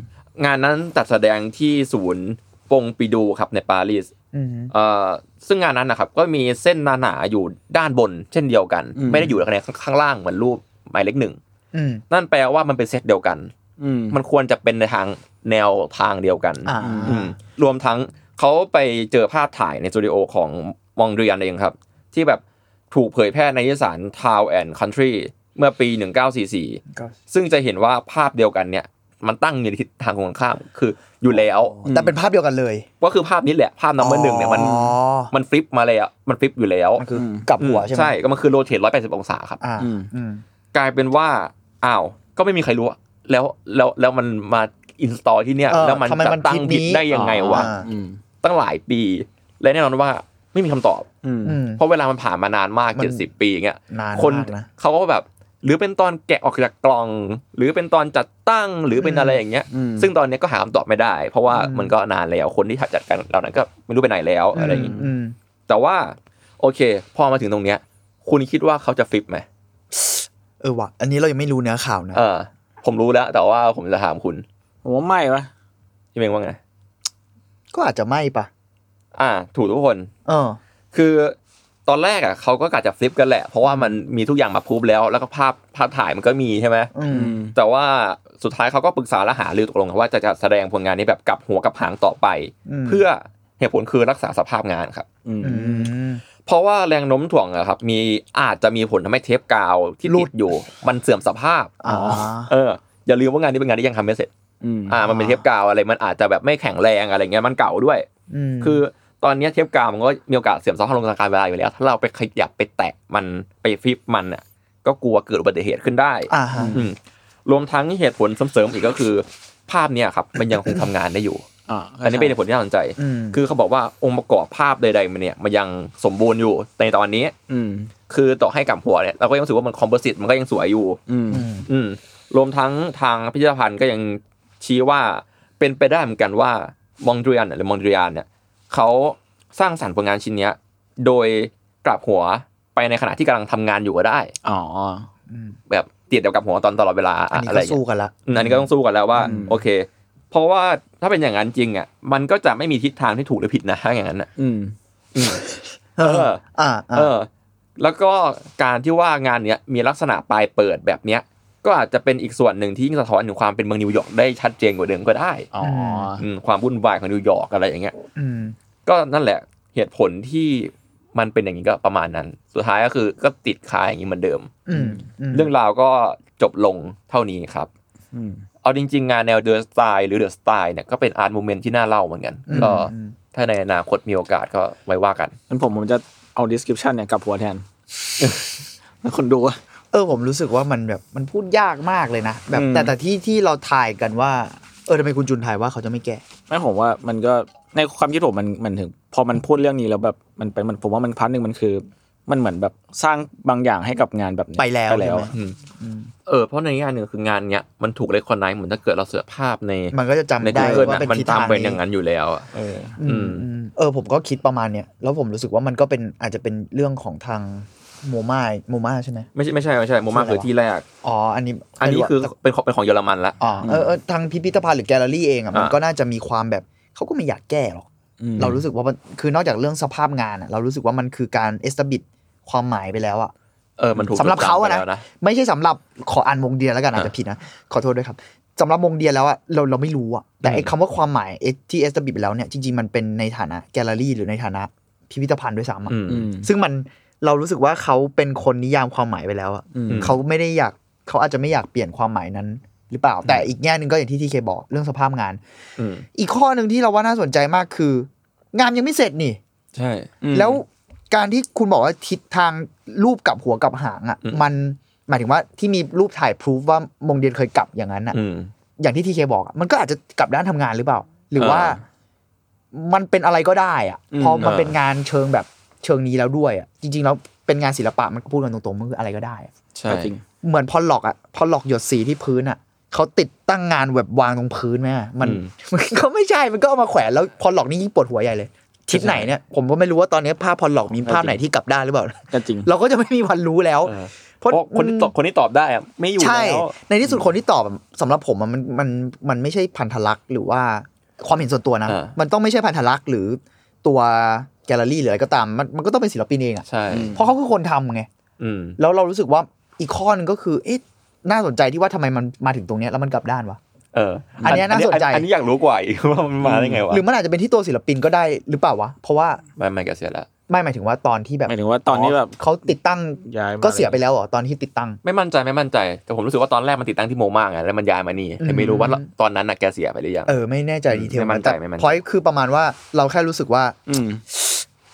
Speaker 3: งานนั้นจัดแสดงที่ศูนย์ปงปิดูครับในปารีส
Speaker 4: อืม
Speaker 3: เอ่อซึ่งงานนั้นนะครับก็มีเส้นหนาๆอยู่ด้านบน เช่นเดียวกัน
Speaker 2: อืม
Speaker 3: ไม่ได้อยู่ในข้างล่างเหมือนรูปหมายเลขหนึ่ง
Speaker 4: อืม
Speaker 3: นั่นแปลว่ามันเป็นเซตเดียวกัน
Speaker 2: อืม
Speaker 3: มันควรจะเป็นในทางแนวทางเดียวกัน
Speaker 4: อ่า
Speaker 3: อืมรวมทั้งเขาไปเจอภาพถ่ายในสตูดิโอของมองเรียนเองครับ ที่แบบถูกเผยแพร่ในนิตยสาร Town and Country เมื่อปี 1944 ซึ่งจะเห็นว่าภาพเดียวกันเนี่ย มันตั้งอยู่ในทิศทางตรงกันข้ามคืออยู่แล้ว
Speaker 4: แต่เป็นภาพเดียวกันเลย
Speaker 3: ก็คือภาพนี้แหละ ภาพนัมเบอร์หนึ่งเนี่ยมัน
Speaker 4: อ๋อ
Speaker 3: มันฟลิปมาแล้วมันฟลิปอยู่แล้ว
Speaker 4: มันคืออ
Speaker 2: ม
Speaker 4: กลับหัวใช่ไหม
Speaker 3: ใช่ก็มันคือโรเทต180 องศาครับ
Speaker 4: อ่า
Speaker 2: อืม
Speaker 4: อืม
Speaker 3: กลายเป็นว่าอ้าวก็ไม่มีใครรู้อะแล้วแล้วแล้วมันมาอินสตอลที่เนี่ย
Speaker 4: เออ
Speaker 3: แล้วมัน
Speaker 4: ทำไ
Speaker 3: จะตั้งผิดได้ยังไงวะ
Speaker 4: อ่า
Speaker 2: อืม
Speaker 3: ตั้งหลายปี และแน่นอนว่าไม่มีคำตอบ
Speaker 2: อืม
Speaker 4: อืม
Speaker 3: เพราะเวลามันผ่านมานานมาก
Speaker 4: มัน
Speaker 3: เจ็ดสิบปีอย่างเงี้ย
Speaker 4: นาน
Speaker 3: คน
Speaker 4: มากนะ
Speaker 3: เขาก็แบบ หรือเป็นตอนแกะออกจากกล่อง หรือเป็นตอนจัดตั้งหรือเป็น
Speaker 4: อืม
Speaker 3: อะไรอย่างเงี้ย
Speaker 2: อืม
Speaker 3: ซึ่งตอนเนี้ยก็หาคำตอบไม่ได้ เพราะว่ามันก็นานแล้วคนที่จัดการเหล่านั้นก็ไม่รู้ไปไหนแล้วอะไรอย่างงี้
Speaker 4: อืม
Speaker 3: แต่ว่าโอเค พอมาถึงตรงเนี้ย คุณคิดว่าเขาจะฟลิปไหม
Speaker 4: เออว่ะอันนี้เรายังไม่รู้เนื้อข่าวนะ
Speaker 3: เออ ผมรู้แล้ว แต่ว่าผมจะถามคุณ
Speaker 2: ผมว่าไม่วะ
Speaker 3: พี่เมงว่าไง
Speaker 4: ก็อาจจะไม่ปะ
Speaker 3: อ่า ถูกทุกคน
Speaker 4: เออ
Speaker 3: คือตอนแรกอ่ะเขาก็กะจะฟลิปกันแหละ เพราะว่ามันมีทุกอย่างมาพรูฟแล้ว แล้วก็ภาพภาพถ่ายมันก็มีใช่ไหม
Speaker 4: อืม
Speaker 3: แต่ว่าสุดท้ายเขาก็ปรึกษาและหารือตกลงกันว่าจะจะแสดงผลงานนี้แบบกลับหัวกลับหางต่อไป
Speaker 4: อืม
Speaker 3: เพื่อเหตุผลคือรักษาสภาพงานครับ
Speaker 2: อืม
Speaker 4: อืม
Speaker 3: เพราะว่าแรงโน้มถ่วงอะครับ มีอาจจะมีผลทำให้เทปกาวที่
Speaker 4: หลุ
Speaker 3: ติด
Speaker 4: ด
Speaker 3: อยู่ มันเสื่อมสภาพ
Speaker 4: อ่า
Speaker 3: เอออย่าลืมว่างานนี้เป็นงานที่ยังทำไม่เสร็จ
Speaker 2: อืม
Speaker 3: อ่ามันเป็นเทปกาวอะไรมันอาจจะแบบไม่แข็งแรงอะไรเงี้ยมันเก่าด้วย
Speaker 4: ม
Speaker 3: คือตอนเนี้ยเทปกาวมันก็มีโอกาสเสื่อมสภาพลงทางการเวลาอยู่แล้ว ถ้าเราไปขยับไปแตะมันไปฟิบมันอ่ะก็กลัวเกิดอุบัติเหตุขึ้นได้
Speaker 4: อ่าฮะ
Speaker 3: อืมรวมทั้งเหตุผลเสริมๆอีกก็คือ ภาพเนี่ยครับ มันยังคงทำงานได้อยู่
Speaker 2: อ่า
Speaker 3: อันนี้เป็นเหตุผลที่น่าสนใจ
Speaker 4: อืม
Speaker 3: คือเขาบอกว่าองค์ประกอบภาพใดๆมันเนี่ยมันยังสมบูรณ์อยู่ในตอนนี้
Speaker 2: อืม
Speaker 3: คือต่อให้กลับหัวเนี่ยเราก็ยังรู้สึกว่ามันคอมโพสิตมันก็ยังสวยอยู่
Speaker 2: อืม
Speaker 4: อืม
Speaker 3: อืมรวมทั้งทางพิพิธภัณฑ์ก็ยังชี้ว่าเป็นไปได้เหมือนกันว่ามองเรียนหรือมองเรียนเนี่ยเขาสร้างสรรค์ผลงานชิ้นเนี้ย โดยกลับหัวไปในขณะที่กำลังทำงานอยู่ก็ได้
Speaker 2: อ๋อ
Speaker 4: อืม
Speaker 3: แบบเตียดเดียวกับหัวตอนตลอดเวลา
Speaker 4: อั
Speaker 3: อะ
Speaker 4: นนี้
Speaker 3: อะไร
Speaker 4: ก็
Speaker 3: อย่าง
Speaker 4: สู้
Speaker 3: เงี้ย
Speaker 4: กันละ
Speaker 3: อืมอันนี้ก็ต้องสู้กันแล้วว่า
Speaker 2: อืม
Speaker 3: โอเค เพราะว่าถ้าเป็นอย่างนั้นจริงอ่ะมันก็จะไม่มีทิศทางที่ถูกหรือผิดนะถ้าอย่างนั้นอ่ะ
Speaker 2: อืม
Speaker 3: เออ
Speaker 4: อ่าอ่า
Speaker 3: เออแล้วก็การที่ว่างานเนี้ยมีลักษณะปลายเปิดแบบเนี้ยก็อาจจะเป็นอีกส่วนหนึ่งที่ยิ่งสะท้อนถึงความเป็นเมืองนิวยอร์กได้ชัดเจนกว่าเดิมก็ได้
Speaker 2: อ๋อ
Speaker 3: อืมความวุ่นวายของนิวยอร์กอะไรอย่างเงี้ย
Speaker 4: อืม
Speaker 3: ก็นั่นแหละเหตุผลที่มันเป็นอย่างนี้ก็ประมาณนั้น สุดท้ายก็คือก็ติดคาอย่างนี้เหมือนเดิม
Speaker 4: อืมม
Speaker 3: เรื่องราวก็จบลงเท่านี้ครับ
Speaker 2: อืม
Speaker 3: เอาจริง ๆ งานแนวเดอะสไตล์หรือเดอะสไตล์เนี่ยก็เป็นอาร์ตโมเมนต์ที่น่าเล่าเหมือนกัน
Speaker 4: อืม
Speaker 3: ก็
Speaker 4: อืม
Speaker 3: ถ้าในอนาคตมีโอกาสก็ไว้ว่ากัน
Speaker 2: งั้นผมผมจะเอา description เนี่ยกลับหัวแทน แล้วคนดูอะ
Speaker 4: เออผมรู้สึกว่ามันแบบมันพูดยากมากเลยนะแบบ
Speaker 2: อืม
Speaker 4: แต่แต่ที่ที่เราถ่ายกันว่า เออทำไมคุณจุนถ่ายว่าเขาจะไม่แก่
Speaker 2: ไม่ผมว่ามันก็ในความคิดผมมันมันถึง พอมันพูดเรื่องนี้แล้วแบบมันเป็นมันผมว่ามันพาร์ทหนึ่งมันคือ มันเหมือนแบบสร้างบางอย่างให้กับงานแบบเนี้ย
Speaker 4: ไปแล้ว
Speaker 2: ไปแล้ว
Speaker 4: ใช่
Speaker 2: อะ
Speaker 4: ไหมอืม
Speaker 3: เออเพราะในงานหนึ่งคืองานเนี้ยมันถูกเลคคอนไนเหมือนถ้าเกิดเราเสือภาพใน
Speaker 4: มันก็จะจำ
Speaker 3: ใน
Speaker 4: ได้
Speaker 3: กูเกิล
Speaker 4: ว่า
Speaker 3: น่ะ
Speaker 4: เป็น
Speaker 3: มัน
Speaker 4: ทิศ
Speaker 3: ตาม
Speaker 4: ทาง
Speaker 3: เป็นอ
Speaker 4: นี้
Speaker 3: ย่างนั้นอยู่แล้วอะ
Speaker 2: เออ
Speaker 4: อืมอืมเออผมก็คิดประมาณเนี้ยแล้วผมรู้สึกว่ามันก็เป็นอาจจะเป็นเรื่องของทางโมมาโมมาใช่ไหม
Speaker 3: ไม่ใช่ไม่ใช่ไม่ใช่โมมา
Speaker 4: คือ
Speaker 3: คื
Speaker 4: อะไรวะ
Speaker 3: อที่แรก
Speaker 4: อ๋ออันนี้
Speaker 3: อันนี้
Speaker 4: ไม่รู้ะ
Speaker 3: คือ
Speaker 4: แต่
Speaker 3: เป็นของเป็นของเยอรมันละ
Speaker 4: อ๋อเออเออทางพิพิธภัณฑ์หรือแกลเลอรี่เองอ่ะมัน
Speaker 3: อ่า
Speaker 4: ก็น่าจะมีความแบบเขาก็ไม่อยากแก้หรอก
Speaker 2: อืม
Speaker 4: เรารู้สึกว่ามันคือนอกจากเรื่องสภาพงานอะเรารู้สึกว่ามันคือการเอสตบิดความหมายไปแล้วอะ
Speaker 3: เออมันถูก
Speaker 4: สำหรับเขาอะ
Speaker 3: จำ
Speaker 4: นะ
Speaker 3: ไปแล้ว
Speaker 4: ไม่ใช่สำหรับขออ่านวงเดียแล้วกันอาจจะผิดนะ ขอโทษด้วยครับสำหรับวงเดียแล้วอะเราเราไม่รู้อะแต่ไอ้
Speaker 3: อืม
Speaker 4: คำว่าความหมายเอสที่เอสตบิดไปแล้วเนี่ยจริงๆมันเป็นในฐานะแกลเลอรี่หรือในฐานะพิพิธภัณฑ์ด้วยซ้ำอะ
Speaker 3: อืม
Speaker 2: อืม
Speaker 4: ซึ่งมันเรารู้สึกว่าเขาเป็นคนนิยามความหมายไปแล้วอะ
Speaker 2: อืม
Speaker 4: เขาไม่ได้อยากเขาอาจจะไม่อยากเปลี่ยนความหมายนั้น หรือเปล่า แต่อีกแง่หนึ่งก็อย่างที่ทีเคบอกเรื่องสภาพงาน
Speaker 3: อืม
Speaker 4: อีกข้อหนึ่งที่เราว่าน่าสนใจมากคือ งานยังไม่เสร็จนี่
Speaker 3: ใช่
Speaker 4: แล้วการที่คุณบอกว่าทิศทางรูปกลับหัวกลับหางอ่ะ
Speaker 3: อืม
Speaker 4: มันหมายถึงว่าที่มีรูปถ่ายพรูฟว่ามงเดียนเคยกลับอย่างนั้นอ่ะ
Speaker 3: อืม
Speaker 4: อย่างที่ทีเคบอกอะมันก็อาจจะกลับด้านทำงานหรือเปล่า หรือว่า
Speaker 3: เออ
Speaker 4: มันเป็นอะไรก็ได้อ่ะ
Speaker 2: อืม
Speaker 4: พอมัน
Speaker 3: เออ
Speaker 4: เป็นงานเชิงแบบเชิงนี้แล้วด้วยอ่ะจริงๆแล้วเป็นงานศิลปะมันก็พูดกันตรงๆมันคืออะไรก็ได้อะ
Speaker 3: ใช่
Speaker 2: ก็จริง
Speaker 4: เหมือนพอลล็อกอ่ะพอลล็อกหยดสีที่พื้นอ่ะเขาติดตั้งง [LAUGHS] านแบบวางตรงพื้นไหมอะมันมันก็ไม่ใช่มันก็เอามาแขวนแล้วพอลล็อกนี่ยิ่งปวดหัวใหญ่เลย ชิดไหนเนี่ยผมก็ไม่รู้ว่าตอนนี้ภาพพอหลอกมีภาพไหนที่กลับด้านหรือเปล่า
Speaker 2: ก็จริง
Speaker 4: เราก็จะไม่มีวันรู้แล้ว
Speaker 3: เออ
Speaker 4: เพราะ
Speaker 3: เพราะคนที่ตอบคนที่ตอบได้อะไม่อยู่
Speaker 4: ใช่
Speaker 3: แล้ว
Speaker 4: ในที่สุดคนที่ตอบสำหรับผมอะมันมันมันไม่ใช่พันธลักษณ์หรือว่าความเห็นส่วนตัวนะ มันต้องไม่ใช่พันธลักษณ์หรือตัวแกลเลอรี่หรืออะไรก็ตามมันมันก็ต้องเป็นศิลปินเองอะ
Speaker 3: ใช่
Speaker 2: อืม
Speaker 4: เพราะเขาคือคนทำไง
Speaker 3: อืม
Speaker 4: แล้วเรารู้สึกว่าอีกข้อหนึงก็คือ เอ๊ะ น่าสนใจที่ว่าทำไมมันมาถึงตรงเนี้ยแล้วมันกลับด้านวะ
Speaker 3: เออ
Speaker 4: อั
Speaker 3: อั
Speaker 4: นเนี้ยน่าสนใจ
Speaker 3: อันนี้อยากรู้กว่าอีกว่ามันมาได้ไงวะ
Speaker 4: หรือมันอาจจะเป็นที่ตัวศิลปินก็ได้หรือเปล่าวะ เพราะว่า
Speaker 3: ไม่ไม่แกเสียละ
Speaker 4: ไม่หมายถึงว่าตอนที่แบบ
Speaker 2: หมายถึงว่าตอนนี้แบบ
Speaker 4: เขาติดตั้ง
Speaker 2: ย้ายมา
Speaker 4: ก็เสียไปแล้วเหรอตอนที่ติดตั้ง
Speaker 3: ไม่มั่นใจไม่มั่นใจ แต่ผมรู้สึกว่าตอนแรกมันติดตั้งที่โมมากไงแล้วมันย้ายมานี่แต่ไม่รู้ว่าตอนนั้นน่ะแกเสียไปหรือยัง
Speaker 4: เออไม่แน่ใจ
Speaker 3: อืม
Speaker 4: ดีเทล
Speaker 3: ไม่มั่นใจ
Speaker 4: แต่
Speaker 3: ไม่มั่นใจ
Speaker 4: พอยคือประมาณว่าเราแค่รู้สึกว่า
Speaker 2: อืม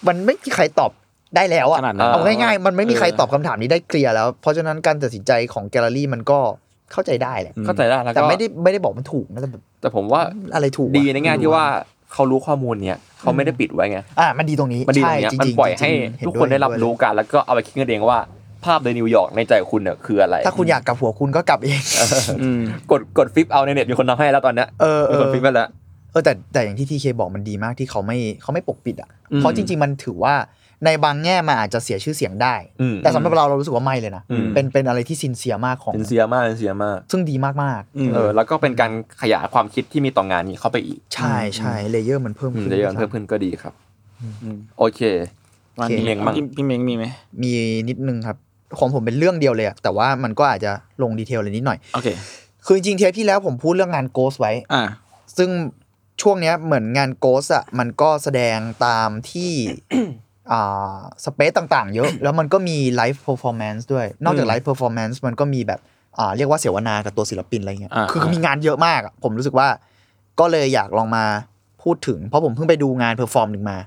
Speaker 4: มันไม่มีใครตอบได้แล้วอะ
Speaker 2: ขนาดนั้น
Speaker 4: เอาง่ายๆ มันไม่มีใครตอบคำถามนี้ได้เคลียร์แล้ว เพราะฉะนั้นการตัดสินใจของแกลเลอรี่มันก็เข้าใจได้แหละ
Speaker 3: เข้าใจได้แล้ว
Speaker 4: แต่
Speaker 3: ก็
Speaker 4: ไม่ได้ไม่ได้บอกมันถูกนะแต่แบบ
Speaker 3: แต่ผมว่า
Speaker 4: อะไรถูกวะ
Speaker 3: ดีในแง่ที่ว่าเขารู้ข้อมูลเนี้ยเขาไม่ได้ปิดไว้ไง
Speaker 4: อ่ะมันดีตรงนี้
Speaker 3: มันดีตร
Speaker 4: ใช่
Speaker 3: งเนี้ย
Speaker 4: จริงๆ
Speaker 3: มันปล่อยให้
Speaker 4: จงๆเ
Speaker 3: ทุกคน
Speaker 4: วย
Speaker 3: ได้รับ
Speaker 4: เห็
Speaker 3: รู้
Speaker 4: ด้วย
Speaker 3: กันแล้วก็เอาไปคิดกันเองว่า ภาพในนิวยอร์กในใจคุณเนี่ยคืออะไร
Speaker 4: ถ้าคุณอยากกลับหัวคุณก็กลับเอง
Speaker 2: อืม
Speaker 3: กดกดฟิปเอาในเน็ตมีคนทำให้แล้วตอนเนี้ย
Speaker 4: เออเอ
Speaker 3: มี
Speaker 4: อ
Speaker 3: คนฟิปไปแล้ว
Speaker 4: เออแต่แต่อย่างที่ทีเคบอกมันดีมากที่เขาไม่เขาไม่ปกปิดอ่ะ
Speaker 3: อืม
Speaker 4: เพราะจริง ๆ มันถือว่าในบางแง่มันอาจจะเสียชื่อเสียงได้
Speaker 3: อืม
Speaker 4: แต่สำหรับเราเรารู้สึกว่าไม่เลยนะ
Speaker 3: อืม
Speaker 4: เป็นเป็นอะไรที่ซินเซียมากของ
Speaker 3: เป็นเสียมากเป็นเสียมาก
Speaker 4: ซึ่งดีมาก
Speaker 2: อืม
Speaker 4: ๆ
Speaker 3: เออแล้วก็เป็นการขยายความคิดที่มีต่องานนี้เข้าไปอีก
Speaker 4: ใช่ใช่เลเยอร์มันเพิ่ม
Speaker 3: อืม
Speaker 4: ขึ้น
Speaker 3: เดี๋ยวย้อน
Speaker 4: ครับ
Speaker 3: เพิ่มขึ้นก็ดีครับ
Speaker 2: อืม
Speaker 3: โอเค
Speaker 2: วัน
Speaker 3: พี่
Speaker 2: นี้
Speaker 3: เม้งบ้าง
Speaker 2: พี่พี่เม้งมีไหม
Speaker 4: มีนิดนึงครับ ของผมเป็นเรื่องเดียวเลยอะแต่ว่ามันก็อาจจะลงดีเทลเลยนิดหน่อย
Speaker 2: โอเค
Speaker 4: คือจริงๆเทปที่แล้วผมพูดเรื่องงานโกสไว้
Speaker 2: อ่า
Speaker 4: ซึ่งช่วงเนี้ยเหมือนงานโกสอะมันก็แสดงตาม
Speaker 2: [COUGHS]
Speaker 4: ที่ อ่าสเปซต่างๆ เยอะ แล้วมันก็มีไลฟ์เพอร์ฟอร์แมนซ์ด้วย นอกจากไลฟ์เพอร์ฟอร์แมนซ์มันก็มีแบบอ่าเรียกว่าเสวนากับตัวศิลปินอะไรเงี้ย
Speaker 2: อ่า
Speaker 4: คือคือมีงานเยอะมากอะผมรู้สึกว่า ก็เลยอยากลองมาพูดถึง เพราะผมเพิ่งไปดูงานเพอร์ฟอร์มหนึ่งมา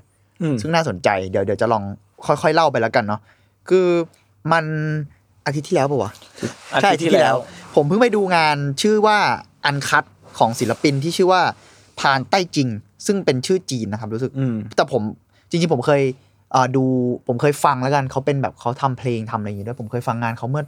Speaker 2: อืม
Speaker 4: ซึ่งน่าสนใจเดี๋ยวเดี๋ยวจะลองค่อยๆเล่าไปแล้วกันเนาะคือมันอาทิตย์ที่แล้วปะวะ
Speaker 2: อา
Speaker 4: ใช่
Speaker 2: ทิตย์ที่แล้ว
Speaker 4: ผมเพิ่งไปดูงานชื่อว่าอันคัดของศิลปินที่ชื่อว่าพานใต้จริง ซึ่งเป็นชื่อจีนนะครับรู้สึก
Speaker 2: อืม
Speaker 4: แต่ผมจริงๆ ผมเคยเอ่อดูผมเคยฟังแล้วกันเขาเป็นแบบเขาทำเพลงทำอะไรอย่างงี้ด้วยผมเคยฟังงานเขาเมื่อ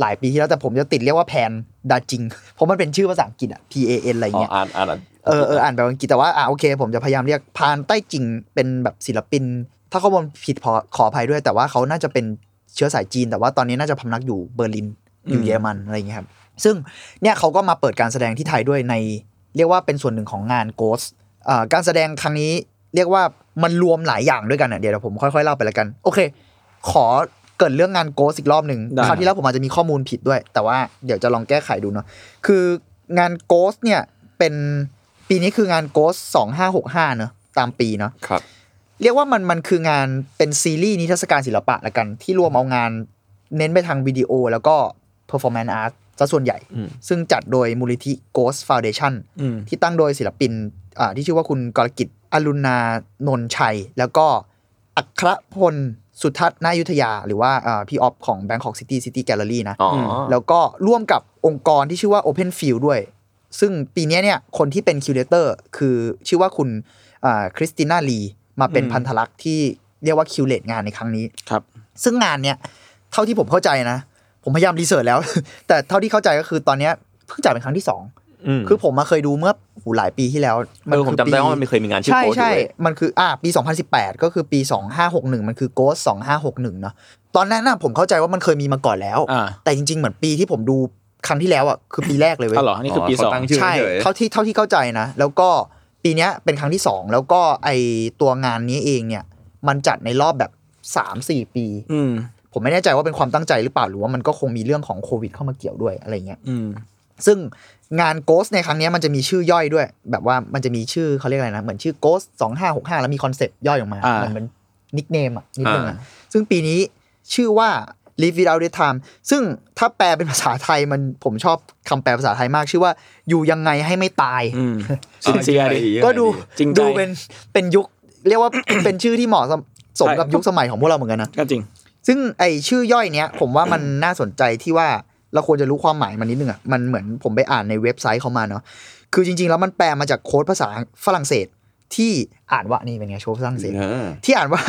Speaker 4: หลายปีที่แล้วแต่ผมจะติดเรียกว่าแพนดาจิง [LAUGHS] เพราะมันเป็นชื่อภาษาอังกฤษอะ P A N อะไร
Speaker 3: อ๋อ
Speaker 4: เงี้ย
Speaker 3: อ่านอ่านอ่าน
Speaker 4: เออเอออ่านแบบอังกฤษแต่ว่าอ่ะโอเค ผมจะพยายามเรียกพานใต้จริงเป็นแบบศิลปิน ถ้าข้อมูลผิดขอขออภัยด้วย แต่ว่าเขาน่าจะเป็นเชื้อสายจีน แต่ว่าตอนนี้น่าจะพำนักอยู่เบอร์ลินอยู่
Speaker 2: อืม
Speaker 4: เยอรมันอะไรอย่างเงี้ยครับ ซึ่งเนี่ยเขาก็มาเปิดการแสดงที่ไทยด้วยใน เรียกว่าเป็นส่วนหนึ่งของงานโกสการแสดงครั้งนี้เรียกว่ามันรวมหลายอย่างด้วยกันอ่ะเดี๋ยวเดี๋ยวผมค่อยๆเล่าไปแล้วกัน โอเค ขอเกิดเรื่องงานโกสอีกรอบหนึ่ง
Speaker 2: ได้
Speaker 4: คราวที่แล้วผมอาจจะมีข้อมูลผิดด้วย แต่ว่าเดี๋ยวจะลองแก้ไขดูเนาะ คืองานโกสเนี่ยเป็นปีนี้คืองานโกสสองห้าหกห้าเนอะตามปีเนาะ
Speaker 3: ครับ
Speaker 4: เรียกว่ามันมันคืองานเป็นซีรีส์นิทรรศการศิลปะละกัน ที่รวมเอางานเน้นไปทางวิดีโอแล้วก็ performance art ซะส่วนใหญ่
Speaker 3: อืม
Speaker 4: ซึ่งจัดโดยมูลนิธิ Ghost Foundation
Speaker 2: อืม
Speaker 4: ที่ตั้งโดยศิลปินอ่าที่ชื่อว่าคุณกรกิจอรุณานนท์ชัย แล้วก็อัครพลสุทัศน์นายุทธยา หรือว่าอ่าพี่ออฟของ Bangkok City City Gallery นะ
Speaker 3: อ๋ออ
Speaker 2: ม
Speaker 4: แล้วก็ร่วมกับองค์กรที่ชื่อว่า Open Field ด้วย ซึ่งปีเนี้ยเนี่ยคนที่เป็นคิวเ t เตอร์คือชื่อว่าคุณคริสติน่าลีมาเป็น
Speaker 2: อืม
Speaker 4: พันธลักษณ์ที่เรียกว่าคิวเลตงานในครั้งนี้
Speaker 2: ครับ
Speaker 4: ซึ่งงานเนี่ยเท่าที่ผมเข้าใจนะ ผมพยายามรีเสิร์ชแล้ว [LAUGHS] แต่เท่าที่เข้าใจก็คือตอนเนี้ยเพิ่งจ่ายเป็นครั้งที่สอง
Speaker 3: อืม
Speaker 4: คือผมมาเคยดูเมื่อโหหลายปีที่แล้ว
Speaker 3: เออผมจำได้ว่ามัน
Speaker 4: ปี
Speaker 3: เคยมีงานชื่อ
Speaker 4: ใช่
Speaker 3: โพสต์อยู่
Speaker 4: ใช่
Speaker 3: เว้ย
Speaker 4: มันคืออ่าปี 2018 ก็คือปี 2561 มันคือโกส2561 เนาะ ตอนนั้นน่ะผมเข้าใจว่ามันเคยมีมาก่อนแล้ว
Speaker 2: อ่า
Speaker 4: แต่จริง ๆ เหมือนปีที่ผมดูครั้งที่แล้วอ่ะคือปีแรกเลยเว้ย
Speaker 2: อ๋อเหรอ นี่คือปี
Speaker 3: เขา
Speaker 2: สอง
Speaker 3: ตั้งชื่อ
Speaker 4: ใช่
Speaker 3: เฉย
Speaker 4: เท่าที่เท่าที่เข้าใจนะ แล้วก็ปีเนี้ยเป็นครั้งที่ 2 แล้วก็ไอตัวงานนี้เองเนี่ย มันจัดในรอบแบบ 3-4 ปี
Speaker 2: อืม
Speaker 4: ผมไม่แน่ใจว่าเป็นความตั้งใจหรือเปล่าหรือว่ามันก็คงมีเรื่องของโควิดเข้ามาเกี่ยวด้วยอะไรเงี้ย
Speaker 2: อืม
Speaker 4: ซึ่งงาน Ghost ในครั้งเนี้ยมันจะมีชื่อย่อยด้วย แบบว่ามันจะมีชื่อเขาเรียกอะไรนะ เหมือนชื่อ Ghost 2565 แล้วมีคอนเซปต์ย่อยออกมา
Speaker 2: อ่า
Speaker 4: เหมันเหมือนนิกเนมอ่ะนิดนึง
Speaker 3: อ่า
Speaker 4: อ่ะ ซึ่งปีนี้ชื่อว่า Live Without the Time ซึ่งถ้าแปลเป็นภาษาไทยมันผมชอบคำแปลภาษาไทยมากชื่อว่าอยู่ยังไงให้ไม่ตาย
Speaker 2: อืมซินเซียดิ
Speaker 4: ก็ดู
Speaker 2: จริงใจ
Speaker 4: ดูเป็นเป็นยุค เรียกว่า [COUGHS] เป็นชื่อที่เหมาะสมสมกับยุคสมัยของพวกเราเหมือนกันนะ
Speaker 2: ก็จริง
Speaker 4: ซึ่งไอชื่อย่อยเนี้ยผมว่ามัน น่าสนใจที่ว่าเราควรจะรู้ความหมายมันนิดนึงอ่ะมันเหมือนผมไปอ่านในเว็บไซต์เขามาเนาะคือจริง ๆ แล้วมันแปลมาจากโค้ดภาษาฝรั่งเศสที่อ่านว่านี่เป็นไงโชว์ฝรั่งเศส
Speaker 3: เออ
Speaker 4: ที่อ่านว่า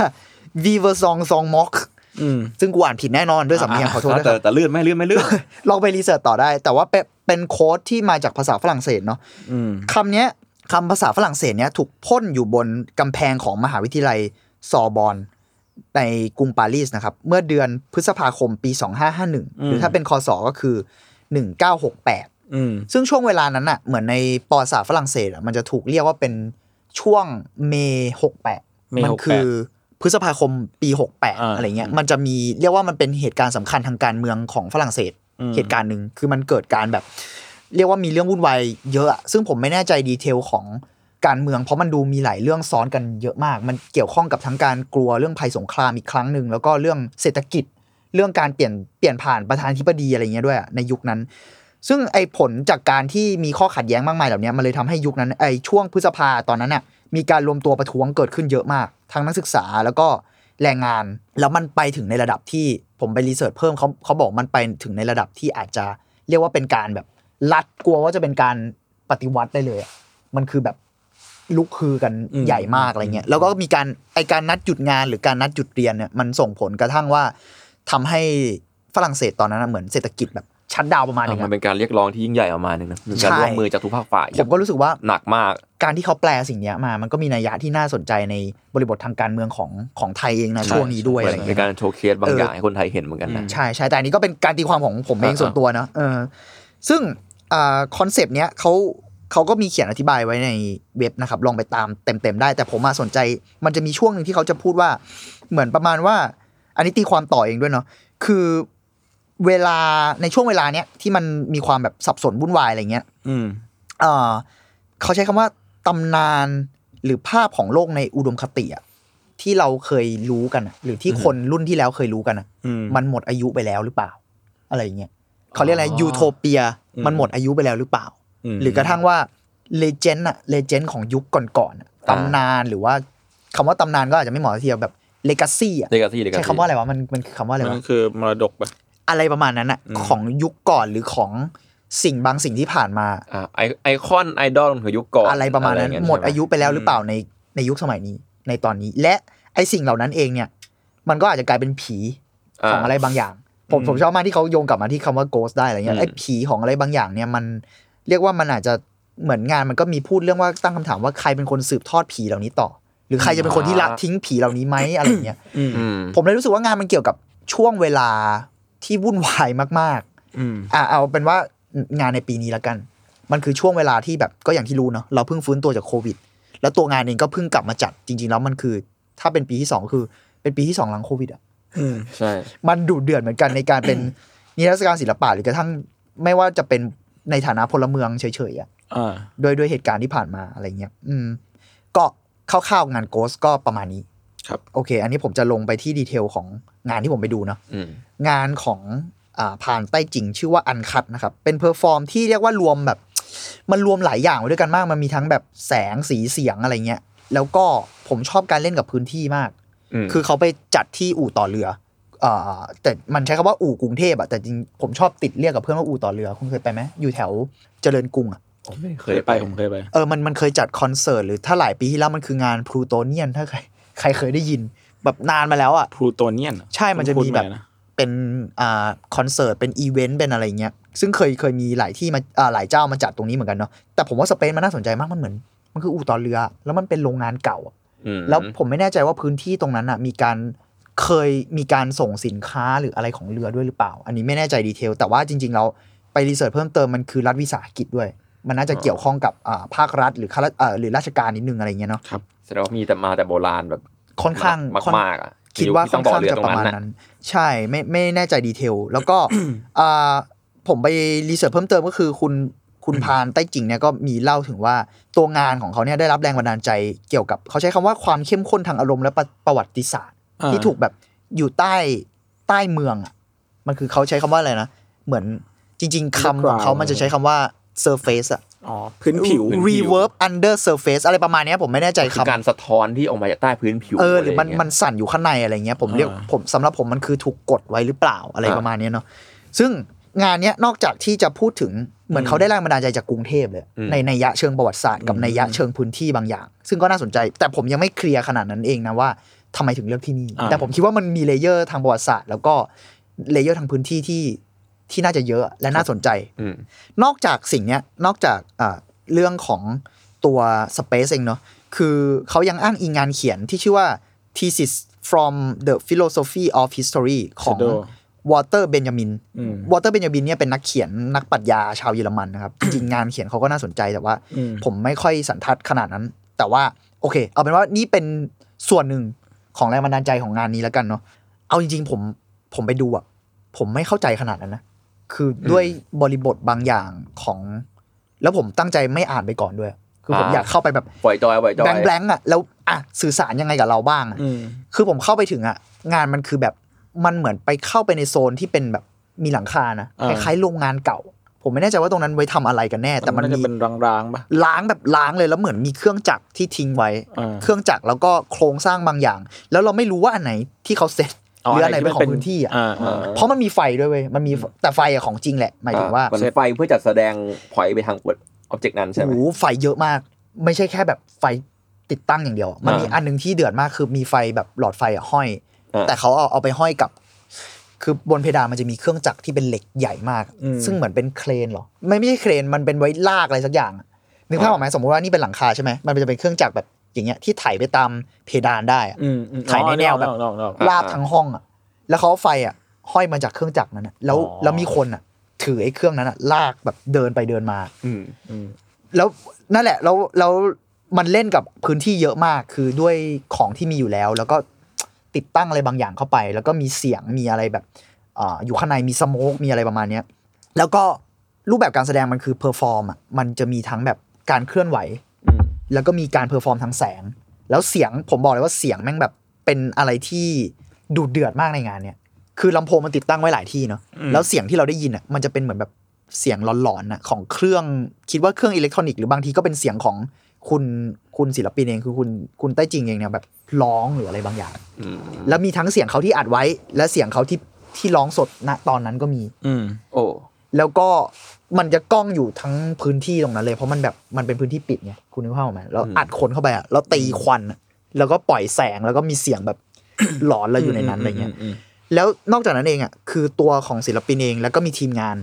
Speaker 4: v i v e r s o n g song mock
Speaker 2: อืม
Speaker 4: ซึ่งกูอ่านผิดแน่นอนด้วยสำเนียงขอโทษด้วยค
Speaker 3: แต่
Speaker 4: รับ
Speaker 3: แต่เลื่อนไหม่เลื่อนไหม่เลื่อน
Speaker 4: ลองไปรีเสิร์ชต่อได้ แต่ว่าเป็นเป็นโค้ดที่มาจากภาษาฝรั่งเศสเนาะ
Speaker 2: อืม
Speaker 4: คำเนี้ย คำภาษาฝรั่งเศสเนี่ยถูกพ่นอยู่บนกำแพงของมหาวิทยาลัยซอร์บอนในกรุงปารีสนะครับ เมื่อเดือนพฤษภาคมปี 2551 หรือถ้าเป็นคศก็คือ 1968
Speaker 2: อืม
Speaker 4: ซึ่งช่วงเวลานั้นอะเหมือนในประวัติศาสตร์ฝรั่งเศสอะมันจะถูกเรียกว่าเป็นช่วงเมหกแปด
Speaker 2: เม68
Speaker 4: มัคือพฤษภาคมปีหกแปด
Speaker 2: อ่า
Speaker 4: อะไรเงี้ยมันจะมีเรียกว่ามันเป็นเหตุการณ์สำคัญทางการเมืองของฝรั่งเศส
Speaker 2: อืม
Speaker 4: เหตุการณ์หนึ่งคือมันเกิดการแบบ เรียกว่ามีเรื่องวุ่นวายเยอะอะซึ่งผมไม่แน่ใจดีเทลของการเมืองเพราะมันดูมีหลายเรื่องซ้อนกันเยอะมาก มันเกี่ยวข้องกับทั้งการกลัวเรื่องภัยสงครามอีกครั้งหนึ่งแล้วก็เรื่องเศรษฐกิจ เรื่องการเปลี่ยนเปลี่ยนผ่านประธานาธิบดีอะไรเงี้ยด้วยอะในยุคนั้น ซึ่งไอ้ผลจากการที่มีข้อขัดแย้งมากมายเหล่านี้มันเลยทำให้ยุคนั้นไอ้ช่วงพฤษภาตอนนั้นน่ะมีการรวมตัวประท้วงเกิดขึ้นเยอะมาก ทั้งนักศึกษาแล้วก็แรงงาน แล้วมันไปถึงในระดับที่ผมไปรีเสิร์ชเพิ่มเขาเขาบอกมันไปถึงในระดับที่อาจจะเรียกว่าเป็นการแบบรัดกลัวว่าจะเป็นการปฏิวัติได้เลยอะมันคือแบบลุกคือกัน
Speaker 2: อืม
Speaker 4: ใหญ่มากอะไรเงี้ยแล้วก็มีการไอการนัดหยุดงานหรือการนัดหยุดเรียนเนี่ยมันส่งผลกระทั่งว่าทำให้ฝรั่งเศสตอนนั้นนะเหมือนเศรษฐกิจแบบชัดดาวน์ประมาณหนึง
Speaker 3: มั
Speaker 4: อะ
Speaker 3: นเป็นการเรียกร้องที่ยิ่งใหญ่ออกมาหนึ่งนะเป็นการ
Speaker 4: ใช่
Speaker 3: ร่วมมือจากทุกภาคฝ่าย
Speaker 4: ผมก็รู้สึกว่า
Speaker 3: หนักมาก
Speaker 4: การที่เขาแปลสิ่งเนี้ยมา มันก็มีนัยยะที่น่าสนใจในบริบททางการเมืองของของไทยเองนะช่วงนี้ด้วย
Speaker 3: เหมื
Speaker 4: อะ
Speaker 3: อ
Speaker 4: ไร
Speaker 3: นเป็น
Speaker 4: เงี้ย
Speaker 3: การโชว์เคสบาง
Speaker 4: เอออ
Speaker 3: อย่างให้คนไทยเห็นเหมือนกันนะ
Speaker 4: ใช่ใช่แต่อันนี้ก็เป็นการตีความของผมเอง
Speaker 3: อ่า
Speaker 4: ส่วนตัวเนอะเออซึ่งคอนเซปต์เนี้ยเขาเขาก็มีเขียนอธิบายไว้ในเว็บนะครับ ลองไปตามเต็มๆได้ แต่ผมมาสนใจมันจะมีช่วงหนึ่งที่เขาจะพูดว่า เหมือนประมาณว่า อันนี้ตีความต่อเองด้วยเนาะคือเวลาในช่วงเวลาเนี้ยที่มันมีความแบบสับสนวุ่นวายอะไรเงี้ย
Speaker 2: อืม
Speaker 4: เอ่อเขาใช้คำว่าตำนานหรือภาพของโลกในอุดมคติอะที่เราเคยรู้กันอะหรือที่คนรุ่นที่แล้วเคยรู้กันอะ
Speaker 2: อืม
Speaker 4: มันหมดอายุไปแล้วหรือเปล่า อะไรอย่างเงี้ยเขาเรียกอะไรยูโทเปีย
Speaker 2: อืม
Speaker 4: มันหมดอายุไปแล้วหรือเปล่า
Speaker 2: ม
Speaker 4: หรือกระทั่งว่าเลเจนด์อะเลเจนด์ของยุคก่อนๆอะ
Speaker 3: อ่า
Speaker 4: ตำนานหรือว่าคำว่าตำนานก็อาจจะไม่เหมาะทีเดียวแบบเลกาซี่อะ
Speaker 3: เลกาซี่เลกา
Speaker 4: ใช้
Speaker 3: ซี่
Speaker 4: คำว่าอะไรวะมันมันคือคำว่าอะไร
Speaker 2: มั
Speaker 4: วะ
Speaker 2: นคือมรดกปะ
Speaker 4: อะไรประมาณนั้นอะ
Speaker 2: อืม
Speaker 4: ของยุคก่อนหรือของสิ่งบางสิ่งที่ผ่านมา
Speaker 3: อ่าไอไอคอนไอดอลของยุคก่อน
Speaker 4: อะไรประมาณนั้น
Speaker 3: เงี้
Speaker 4: หมดอายุ
Speaker 3: ใช่ไ
Speaker 4: ไปแล้วหรือเปล่าในในยุคสมัยนี้ในตอนนี้ และไอสิ่งเหล่านั้นเองเนี่ย มันก็อาจจะกลายเป็นผีของอะไรบางอย่าง ผม
Speaker 2: อืม
Speaker 4: ผมชอบมากที่เขาโยงกลับมาที่คำว่า ghost ได้อะไรเงี้
Speaker 3: อื
Speaker 4: ย
Speaker 3: ม
Speaker 4: ไอผีของอะไรบางอย่างเนี่ยมันเรียกว่ามันอาจจะเหมือนงานมันก็มีพูดเรื่องว่าตั้งคำถามว่าใครเป็นคนสืบทอดผีเหล่านี้ต่อ หรือใครจะเป็นคนที่ละทิ้งผีเหล่านี้ไหมอะไรเงี้ย
Speaker 2: อืม
Speaker 3: อืม
Speaker 4: ผมเลยรู้สึกว่างานมันเกี่ยวกับช่วงเวลาที่วุ่นวายมาก ๆ
Speaker 2: อืม
Speaker 4: อ่ะเอาเป็นว่างานในปีนี้แล้วกัน มันคือช่วงเวลาที่แบบก็อย่างที่รู้เนาะเราเพิ่งฟื้นตัวจากโควิด แล้วตัวงานเองก็เพิ่งกลับมาจัดจริง ๆ แล้วมันคือ ถ้าเป็นปีที่สองคือเป็นปีที่สองหลังโควิดอ่ะ
Speaker 2: อืม
Speaker 3: ใช่
Speaker 4: มันดุเดือดเหมือนกันในการเป็น [COUGHS] นิทรรศการศิลปะหรือกระทั่งไม่ว่าจะเป็นในฐานะพลเมืองเฉยๆอ่ะ
Speaker 2: อ่า
Speaker 4: ด้วยด้วยเหตุการณ์ที่ผ่านมาอะไรเงี้ยอืม ก็คร่าวๆงานโกสก็ประมาณนี้
Speaker 2: ครับ
Speaker 4: โอเค อันนี้ผมจะลงไปที่ดีเทลของงานที่ผมไปดูเนาะ
Speaker 3: อืม
Speaker 4: งานของอ่าผ่านใต้จริง ชื่อว่าอันคัดนะครับ เป็นเพอร์ฟอร์มที่เรียกว่ารวมแบบ มันรวมหลายอย่างไว้ด้วยกันมาก มันมีทั้งแบบแสงสีเสียงอะไรเงี้ย แล้วก็ผมชอบการเล่นกับพื้นที่มาก
Speaker 3: อืม
Speaker 4: คือเขาไปจัดที่อู่ต่อเรืออ่าแต่มันใช้คำว่าอู่กรุงเทพอะแต่จริงผมชอบติดเรียกกับเพื่อนว่าอู่ต่อเรือคุณเคยไปไหมอยู่แถวเจริญกรุงอะ
Speaker 3: ไม่เค
Speaker 2: เค
Speaker 3: ย
Speaker 2: ย
Speaker 3: ไป
Speaker 2: ไปผมเคยไป
Speaker 4: เออ มันมันเคยจัดคอนเสิร์ตหรือถ้าหลายปีที่แล้วมันคืองานพลูโตเนียนถ้าใครใครเคยได้ยินแบบนานมาแล้วอะ
Speaker 2: พลูโตเนียนเหรอ
Speaker 4: ใช่มันจะมีแบบ
Speaker 2: คุ้นๆานะ
Speaker 4: เป็นอ่าคอนเสิร์ต เป็นอีเวนต์ เป็นอะไรเงี้ย ซึ่งเคยเคยมีหลายที่มาอ่าหลายเจ้ามาจัดตรงนี้เหมือนกันเนาะ แต่ผมว่าสเปนมันน่าสนใจมาก มันเหมือน มันคืออู่ต่อเรือ แล้วมันเป็นโรงงานเก่าอะ
Speaker 3: อืม
Speaker 4: แล้วผมไม่แน่ใจว่าพื้นที่ตรงนั้นอ่ะ มีการเคยมีการส่งสินค้าหรืออะไรของเรือด้วยหรือเปล่า อันนี้ไม่แน่ใจดีเทล แต่ว่าจริงๆเราไปรีเสิร์ชเพิ่มเติมมันคือรัฐวิสาหกิจด้วย มันน่าจะเกี่ยวข้องกับอ่าภาครัฐหรือข้าราชเอ่อหรือราชการนิดนึงอะไรเงี้ยเนาะ
Speaker 3: แสดงว่ามีแต่มาแต่โบราณแบบ
Speaker 4: ค่อนข้าง
Speaker 3: มาก
Speaker 4: ค่อน
Speaker 3: มากๆอ่ะ
Speaker 4: คิดว่า
Speaker 3: ที่
Speaker 4: ค่
Speaker 3: ต้
Speaker 4: อ
Speaker 3: อน งต่อ
Speaker 4: ข้าง
Speaker 3: เรือ
Speaker 4: จะ
Speaker 3: ตร
Speaker 4: ป
Speaker 3: งนั้
Speaker 4: ระ
Speaker 3: น
Speaker 4: มาณ
Speaker 3: นะ
Speaker 4: นั้น ใช่ไม่ไม่แน่ใจดีเทล แล้ว
Speaker 3: [COUGHS]
Speaker 4: ก็ อ่าผมไปรีเสิร์ชเพิ่มเติมก็คือคุณคุณพานใต้จริงเนี่ยก็มีเล่าถึงว่าตัวงานของเขาเนี่ยได้รับแรงบันดาลใจเกี่ยวกับ เขาใช้คำว่าความเข้มข้นทางอารมณ์และประประวัติศาสตร์
Speaker 2: อ่า
Speaker 4: ที่ถูกแบบอยู่ใต้ใต้เมืองอ่ะมันคือเขาใช้คำว่าอะไรนะ เหมือนจริง ๆคำของเขามันจะใช้คำว่า surface อะ
Speaker 2: อ๋อพื้นผิว
Speaker 4: reverb under surface อะไรประมาณเนี้ยผมไม่แน่ใจ
Speaker 3: คือ
Speaker 4: คำ
Speaker 3: การสะท้อนที่ออกมาจากใต้พื้นผิว
Speaker 4: เออหรือมัน
Speaker 3: อะไรย่างเงี้ย
Speaker 4: มันสั่นอยู่ข้างในอะไรเงี้ยผมเรียก
Speaker 2: อ่า
Speaker 4: ผมสำหรับผมมันคือถูกกดไว้หรือเปล่าอะไร
Speaker 3: อ่า
Speaker 4: ประมาณเนี้ยเนาะซึ่งงานเนี้ยนอกจากที่จะพูดถึงเหมือนเขาได้แรงบันดาลใจจากกรุงเทพเลยในในยะเชิงประวัติศาสตร์กับในยะเชิงพื้นที่บางอย่าง ซึ่งก็น่าสนใจ แต่ผมยังไม่เคลียร์ขนาดนั้นเองนะว่าทำไมถึงเลือกที่นี่ แต่ผมคิดว่ามันมีเลเยอร์ทางประวัติศาสตร์ แล้วก็เลเยอร์ทางพื้นที่ที่ที่น่าจะเยอะและน่าสนใจ
Speaker 3: อืม
Speaker 4: นอกจากสิ่งเนี้ยนอกจากอ่าเรื่องของ ตัวสเปซเองเนาะคือเขายังอ้างอิงงานเขียนที่ชื่อว่า thesis from the philosophy of history ของ
Speaker 2: Shadow
Speaker 4: วอเตอร์เบนจามิน
Speaker 2: อืม
Speaker 4: วอเตอร์เบนจามินเนี่ยเป็นนักเขียนนักปรัชญาชาวเยอรมันนะครับ [COUGHS] จริงๆงานเขียนเขาก็น่าสนใจแต่ว่า
Speaker 2: อืม
Speaker 4: ผมไม่ค่อยสันทัดขนาดนั้น แต่ว่าโอเค เอาเป็นว่านี่เป็นส่วนหนึ่งของแรงบันดาลใจของงานนี้แล้วกันเนาะเอาจริง ๆ ผมผมไปดูอะผมไม่เข้าใจขนาดนั้นนะ คือด้วยบริบทบางอย่างของ แล้วผมตั้งใจไม่อ่านไปก่อนด้วย คือผม
Speaker 3: อ่า
Speaker 4: อยากเข้าไปแบบ
Speaker 3: ปล่อยจอยปล่อยจอย
Speaker 4: แบงแบงอะแล้วอ่ะสื่อสารยังไงกับเราบ้างอะ
Speaker 2: อืม
Speaker 4: คือผมเข้าไปถึงอะงานมันคือแบบมันเหมือนไปเข้าไปในโซนที่เป็นแบบมีหลังคานะ
Speaker 2: อ่า
Speaker 4: คล้ายๆโรงงานเก่า ผมไม่แน่ใจว่าตรงนั้นไว้ทำอะไรกันแน่ แต่มัน
Speaker 2: นาจะ
Speaker 4: มี
Speaker 2: เป็นร้างๆปะ
Speaker 4: ล้างแบบล้างเลยแล้วเหมือนมีเครื่องจักรที่ทิ้งไว้
Speaker 2: อ่า
Speaker 4: เครื่องจักรแล้วก็โครงสร้างบางอย่าง แล้วเราไม่รู้ว่าอันไหนที่เขาเซ็ตหรืออันไหนเป็นของพื้นที่อะ
Speaker 2: า
Speaker 3: อ่า
Speaker 4: เพราะมันมีไฟด้วยเว้ยมันมีแต่ไฟอะของจริงแหละหมายถึงว่า
Speaker 3: อ่นไฟเพื่อจัดแสดงพอยไปทางออบเจกต์นั้นใช่ไหม
Speaker 4: โอ้โหไฟเยอะมาก ไม่ใช่แค่แบบไฟติดตั้งอย่างเดียว มันมี
Speaker 3: อ่า
Speaker 4: อันหนึ่งที่เดือดมากคือมีไฟแบบหลอดไฟอะห้อย
Speaker 3: อ่า
Speaker 4: แต่เขาเอาเอาไปห้อยกับ คือบนเพดานมันจะมีเครื่องจักรที่เป็นเหล็กใหญ่มาก
Speaker 2: อืม
Speaker 4: ซึ่งเหมือนเป็นเครนเหรอ ไม่ไม่ใช่เครนมันเป็นไว้ลากอะไรสักอย่างอะนึกภาพออกไหมสมมติว่านี่เป็นหลังคาใช่ไหมมันจะเป็นเครื่องจักรแบบอย่างเงี้ยที่ไถไปตามเพดานได้อะ
Speaker 2: อืมอืม
Speaker 4: ขายในแนวแบบ
Speaker 2: อ๋อนอกนอกนอก
Speaker 4: ลาบทั้งห้องอ่ะ แล้วเขาเอาไฟอ่ะ ห้อยมาจากเครื่องจักรนั้นอะแล้วแล้วมีคนอ่ะ ถือไอ้เครื่องนั้นอ่ะลากแบบเดินไปเดินมา
Speaker 3: อืม
Speaker 2: อืม
Speaker 4: แล้วนั่นแหละแล้วแล้วมันเล่นกับพื้นที่เยอะมากคือด้วยของที่มีอยู่แล้ว แล้วก็ติดตั้งอะไรบางอย่างเข้าไป แล้วก็มีเสียงมีอะไรแบบอ่าอยู่ข้างในมีสโมกมีอะไรประมาณเนี้ยแล้วก็รูปแบบการแสดงมันคือเพอร์ฟอร์มอ่ะมันจะมีทั้งแบบการเคลื่อนไหว
Speaker 2: อืม
Speaker 4: แล้วก็มีการเพอร์ฟอร์มทางแสง แล้วเสียงผมบอกเลยว่าเสียงแม่งแบบเป็นอะไรที่ดูเดือดมากในงานเนี่ย คือลำโพงมันติดตั้งไว้หลายที่เนาะ
Speaker 2: อืม
Speaker 4: แล้วเสียงที่เราได้ยินอ่ะมันจะเป็นเหมือนแบบเสียงหลอนๆน่ะของเครื่องคิดว่าเครื่องอิเล็กทรอนิกส์หรือบางทีก็เป็นเสียงของคุณคุณศิลปินเองคือคุณคุณใต้จริงเองเนี่ยแบบร้องหรืออะไรบางอย่าง
Speaker 3: อืม
Speaker 4: แล้วมีทั้งเสียงเขาที่อัดไว้ และเสียงเขาที่ที่ร้องสดณตอนนั้นก็มี
Speaker 2: อืม
Speaker 3: โอ้
Speaker 4: แล้วก็มันจะกล้องอยู่ทั้งพื้นที่ตรงนั้นเลย เพราะมันแบบมันเป็นพื้นที่ปิดไงคุณนึกภาพออกไหมแล้วอัดคนเข้าไปอ่ะแล้วตีควันอะแล้วก็ปล่อยแสงแล้วก็มีเสียงแบบ [COUGHS] หลอนเราอยู่ในนั้นอะไรเงี้ย
Speaker 2: อืมอืม
Speaker 4: แล้วนอกจากนั้นเองอ่ะคือตัวของศิลปินเองแล้วก็มีทีมงาน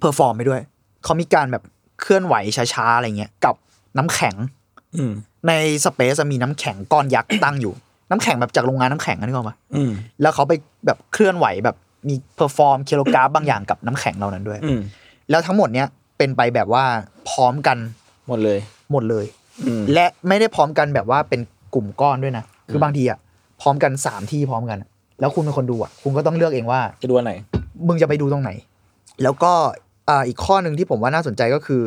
Speaker 4: เพอร์ฟอร์มไปด้วยเขามีการแบบเคลื่อนไหวช้าๆอะไรเงี้ยกับน้ำแข็ง
Speaker 2: อืม
Speaker 4: ในสเปซอะมีน้ำแข็งก้อนยักษ์ ตั้งอยู่น้ำแข็งแบบจากโรงงานน้ำแข็งอะนึกออกปะ
Speaker 2: อืม
Speaker 4: แล้วเขาไปแบบเคลื่อนไหวแบบมีเพอร์ฟอร์มเคโลกราฟบางอย่างกับน้ำแข็งเหล่านั้นด้วย
Speaker 2: อืม
Speaker 4: แล้วทั้งหมดเนี้ยเป็นไปแบบว่าพร้อมกัน
Speaker 2: หมดเลย
Speaker 4: หมดเลย
Speaker 2: อืม
Speaker 4: และไม่ได้พร้อมกันแบบว่าเป็นกลุ่มก้อนด้วยนะ คือบางทีอ่ะพร้อมกันสามที่พร้อมกันอะแล้วคุณเป็นคนดูอ่ะคุณก็ต้องเลือกเองว่า
Speaker 2: จะดูอันไหน
Speaker 4: มึงจะไปดูตรงไหน แล้วก็อ่าอีกข้อหนึ่งที่ผมว่าน่าสนใจก็คือ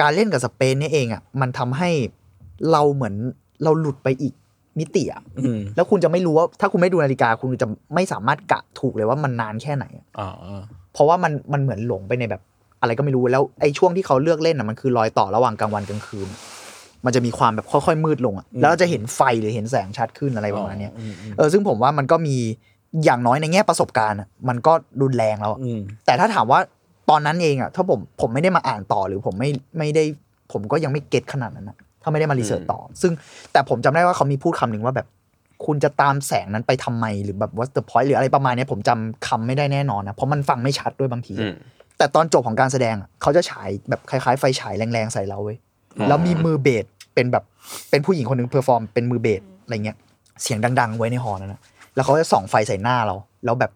Speaker 4: การเล่นกับสเปนเนี่ยเองอ่ะมันทำให้เราเหมือนเราหลุดไปอีกมิติอ่ะ
Speaker 2: อืม
Speaker 4: แล้วคุณจะไม่รู้ว่าถ้าคุณไม่ดูนาฬิกาคุณจะไม่สามารถกะถูกเลยว่ามันนานแค่ไหนอะ
Speaker 2: อ๋อ
Speaker 4: เพราะว่ามันมันเหมือนหลงไปในแบบ อะไรก็ไม่รู้แล้วไอ้ช่วงที่เขาเลือกเล่นน่ะมันคือรอยต่อระหว่างกลางวันกลางคืน มันจะมีความแบบค่อยๆมืดลงอะแล้วเราจะเห็นไฟหรือเห็นแสงชัดขึ้นอะไรประมาณเนี้ย
Speaker 2: อืมอืม
Speaker 4: เออซึ่งผมว่ามันก็มีอย่างน้อยในแง่ประสบการณ์อะมันก็รุนแรงแล้วอะ
Speaker 2: อืม
Speaker 4: แต่ถ้าถามว่าตอนนั้นเองอะถ้าผมผมไม่ได้มาอ่านต่อหรือผมไม่ไม่ได้ผมก็ยังไม่เก็ตขนาดนั้นนะถ้าไม่ได้มารีเสิร์ชต่อ ซึ่งแต่ผมจำได้ว่าเขามีพูดคำหนึ่งว่าแบบ คุณจะตามแสงนั้นไปทำไมหรือแบบ what's the point หรืออะไรประมาณเนี้ยผมจำคำไม่ได้แน่นอนนะเพราะมันฟังไม่ชัดด้วยบางที
Speaker 3: อืม
Speaker 4: แต่ตอนจบของการแสดงอะเขาจะฉายแบบคล้ายๆ ไฟฉายแรงๆใส่เราเว้ย
Speaker 3: อืม
Speaker 4: แล้วมีมือเบสเป็นแบบเป็นผู้หญิงคนหนึ่งเพอร์ฟอร์มเป็นมือเบสอะไรเงี้ยเสียงดัง ๆ ไว้ในหอนั่นนะแล้วเขาจะส่องไฟใส่หน้าเรา แล้วแบบ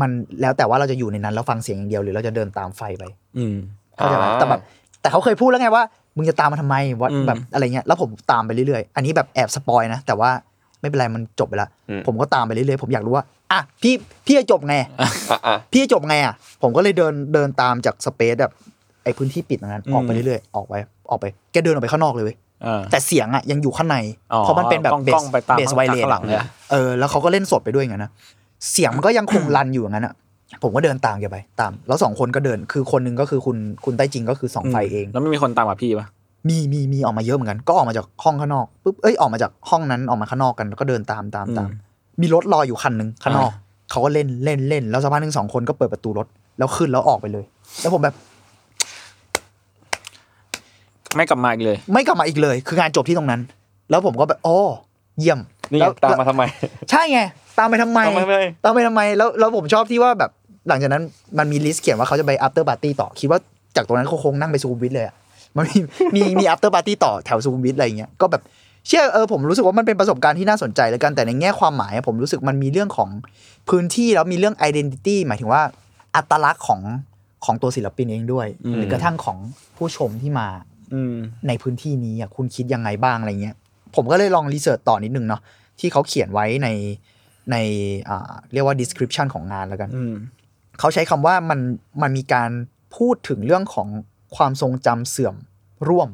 Speaker 4: มันแล้วแต่ว่าเราจะอยู่ในนั้นแล้วฟังเสียงอย่างเดียวหรือเราจะเดินตามไฟไป
Speaker 2: อืม
Speaker 4: เข้าใจไหม
Speaker 3: อ่า
Speaker 4: แต่แบบแต่เขาเคยพูดแล้วไงว่ามึงจะตามมาทำไมวะ
Speaker 2: อืม
Speaker 4: แบบอะไรเงี้ยแล้วผมตามไปเรื่อยๆ อันนี้แบบแอบสปอยนะแต่ว่าไม่เป็นไรมันจบไปแล้วผมก็ตามไปเรื่อยๆผมอยากรู้ว่าอ่ะพี่พี่จะจบไง
Speaker 3: อ่ะอ่ะ
Speaker 4: พี่จะจบไงอ่ะ ผมก็เลยเดินเดินตามจากสเปซแบบไอ้พื้นที่ปิดตรงนั้น
Speaker 2: อืม
Speaker 4: ออกไปเรื่อยๆ ออกไปออกไป แกเดินออกไปข้างนอกเลยเว้ย
Speaker 2: อ่า
Speaker 4: แต่เสียงอ่ะยังอยู่ข้างใน
Speaker 2: อ๋อ
Speaker 4: เพราะมันเป็นแบบ
Speaker 2: กล้อง
Speaker 4: เบ
Speaker 2: กล้องไป
Speaker 4: ส
Speaker 2: ตาม
Speaker 4: เบสไวเลส
Speaker 2: ข้างหลังเลยอะ
Speaker 4: เออแล้วเขาก็เล่นสดไปด้วยอย่างนั้นนะเสียงมันก็ยังคง รันอยู่อย่างนั้นอ่ะ ผมก็เดินตามแกไปตาม แล้วสองคนก็เดินคือคนหนึงก็คือคุณคุณใต้จริงก็คือสองไฟเอง
Speaker 2: แล้วไม่มีคนตามมาพี่ปะ
Speaker 4: มีมีมีออกมาเยอะเหมือนกัน ก็ออกมาจากห้องข้างนอกปุ๊บเอ้ยออกมาจากห้องนั้นออกมาข้างนอกกันแล้วก็เดินตามตามตาม มีรถรออยู่คันหนึ่งข้างนอกเขาก็เล่นเล่นเล่น แล้วสักพักหนึ่งสองคนก็เปิดประตูรถ แล้วขึ้นแล้วออกไปเลย แล้วผมแบบ
Speaker 2: ไม่กลับมาอีกเลย
Speaker 4: ไม่กลับมาอีกเลย คืองานจบที่ตรงนั้น แล้วผมก็แบบอ๋อเยี่ยม
Speaker 3: นี่ไง
Speaker 4: แล้ว
Speaker 3: ตามมาทำไม
Speaker 4: ใช่ไงตามไปทำไม
Speaker 3: ตามไปทำไม
Speaker 4: ตามไปทำไมแล้วแล้วผมชอบที่ว่าแบบหลังจากนั้นมันมีลิสต์เขียนว่าเขาจะไป after party ต่อคิดว่าจากตรงนั้นเขาคงนั่งไปซูวิทเลยอะ มันมีมีมี after party ต่อแถวสุขุมวิทอะไรอย่างเงี้ยก็แบบเชื่อเออผมรู้สึกว่ามันเป็นประสบการณ์ที่น่าสนใจแล้วกันแต่ในแง่ความหมายอะผมรู้สึกมันมีเรื่องของพื้นที่แล้วมีเรื่อง identity หมายถึงว่า อัตลักษณ์ของของตัวศิลปินเองด้วย
Speaker 2: อืม
Speaker 4: หรือกระทั่งของผู้ชมที่มา
Speaker 2: อืม
Speaker 4: ในพื้นที่นี้อ่ะคุณคิดยังไงบ้างอะไรเงี้ย ผมก็เลยลองรีเสิร์ชต่อนิดนึงเนาะที่เขาเขียนไว้ในในอ่าเรียกว่า description ของงานแล้วกัน
Speaker 2: อืม
Speaker 4: เขาใช้คำว่ามันมันมีการพูดถึงเรื่องของความทรงจำเสื่อมร่วม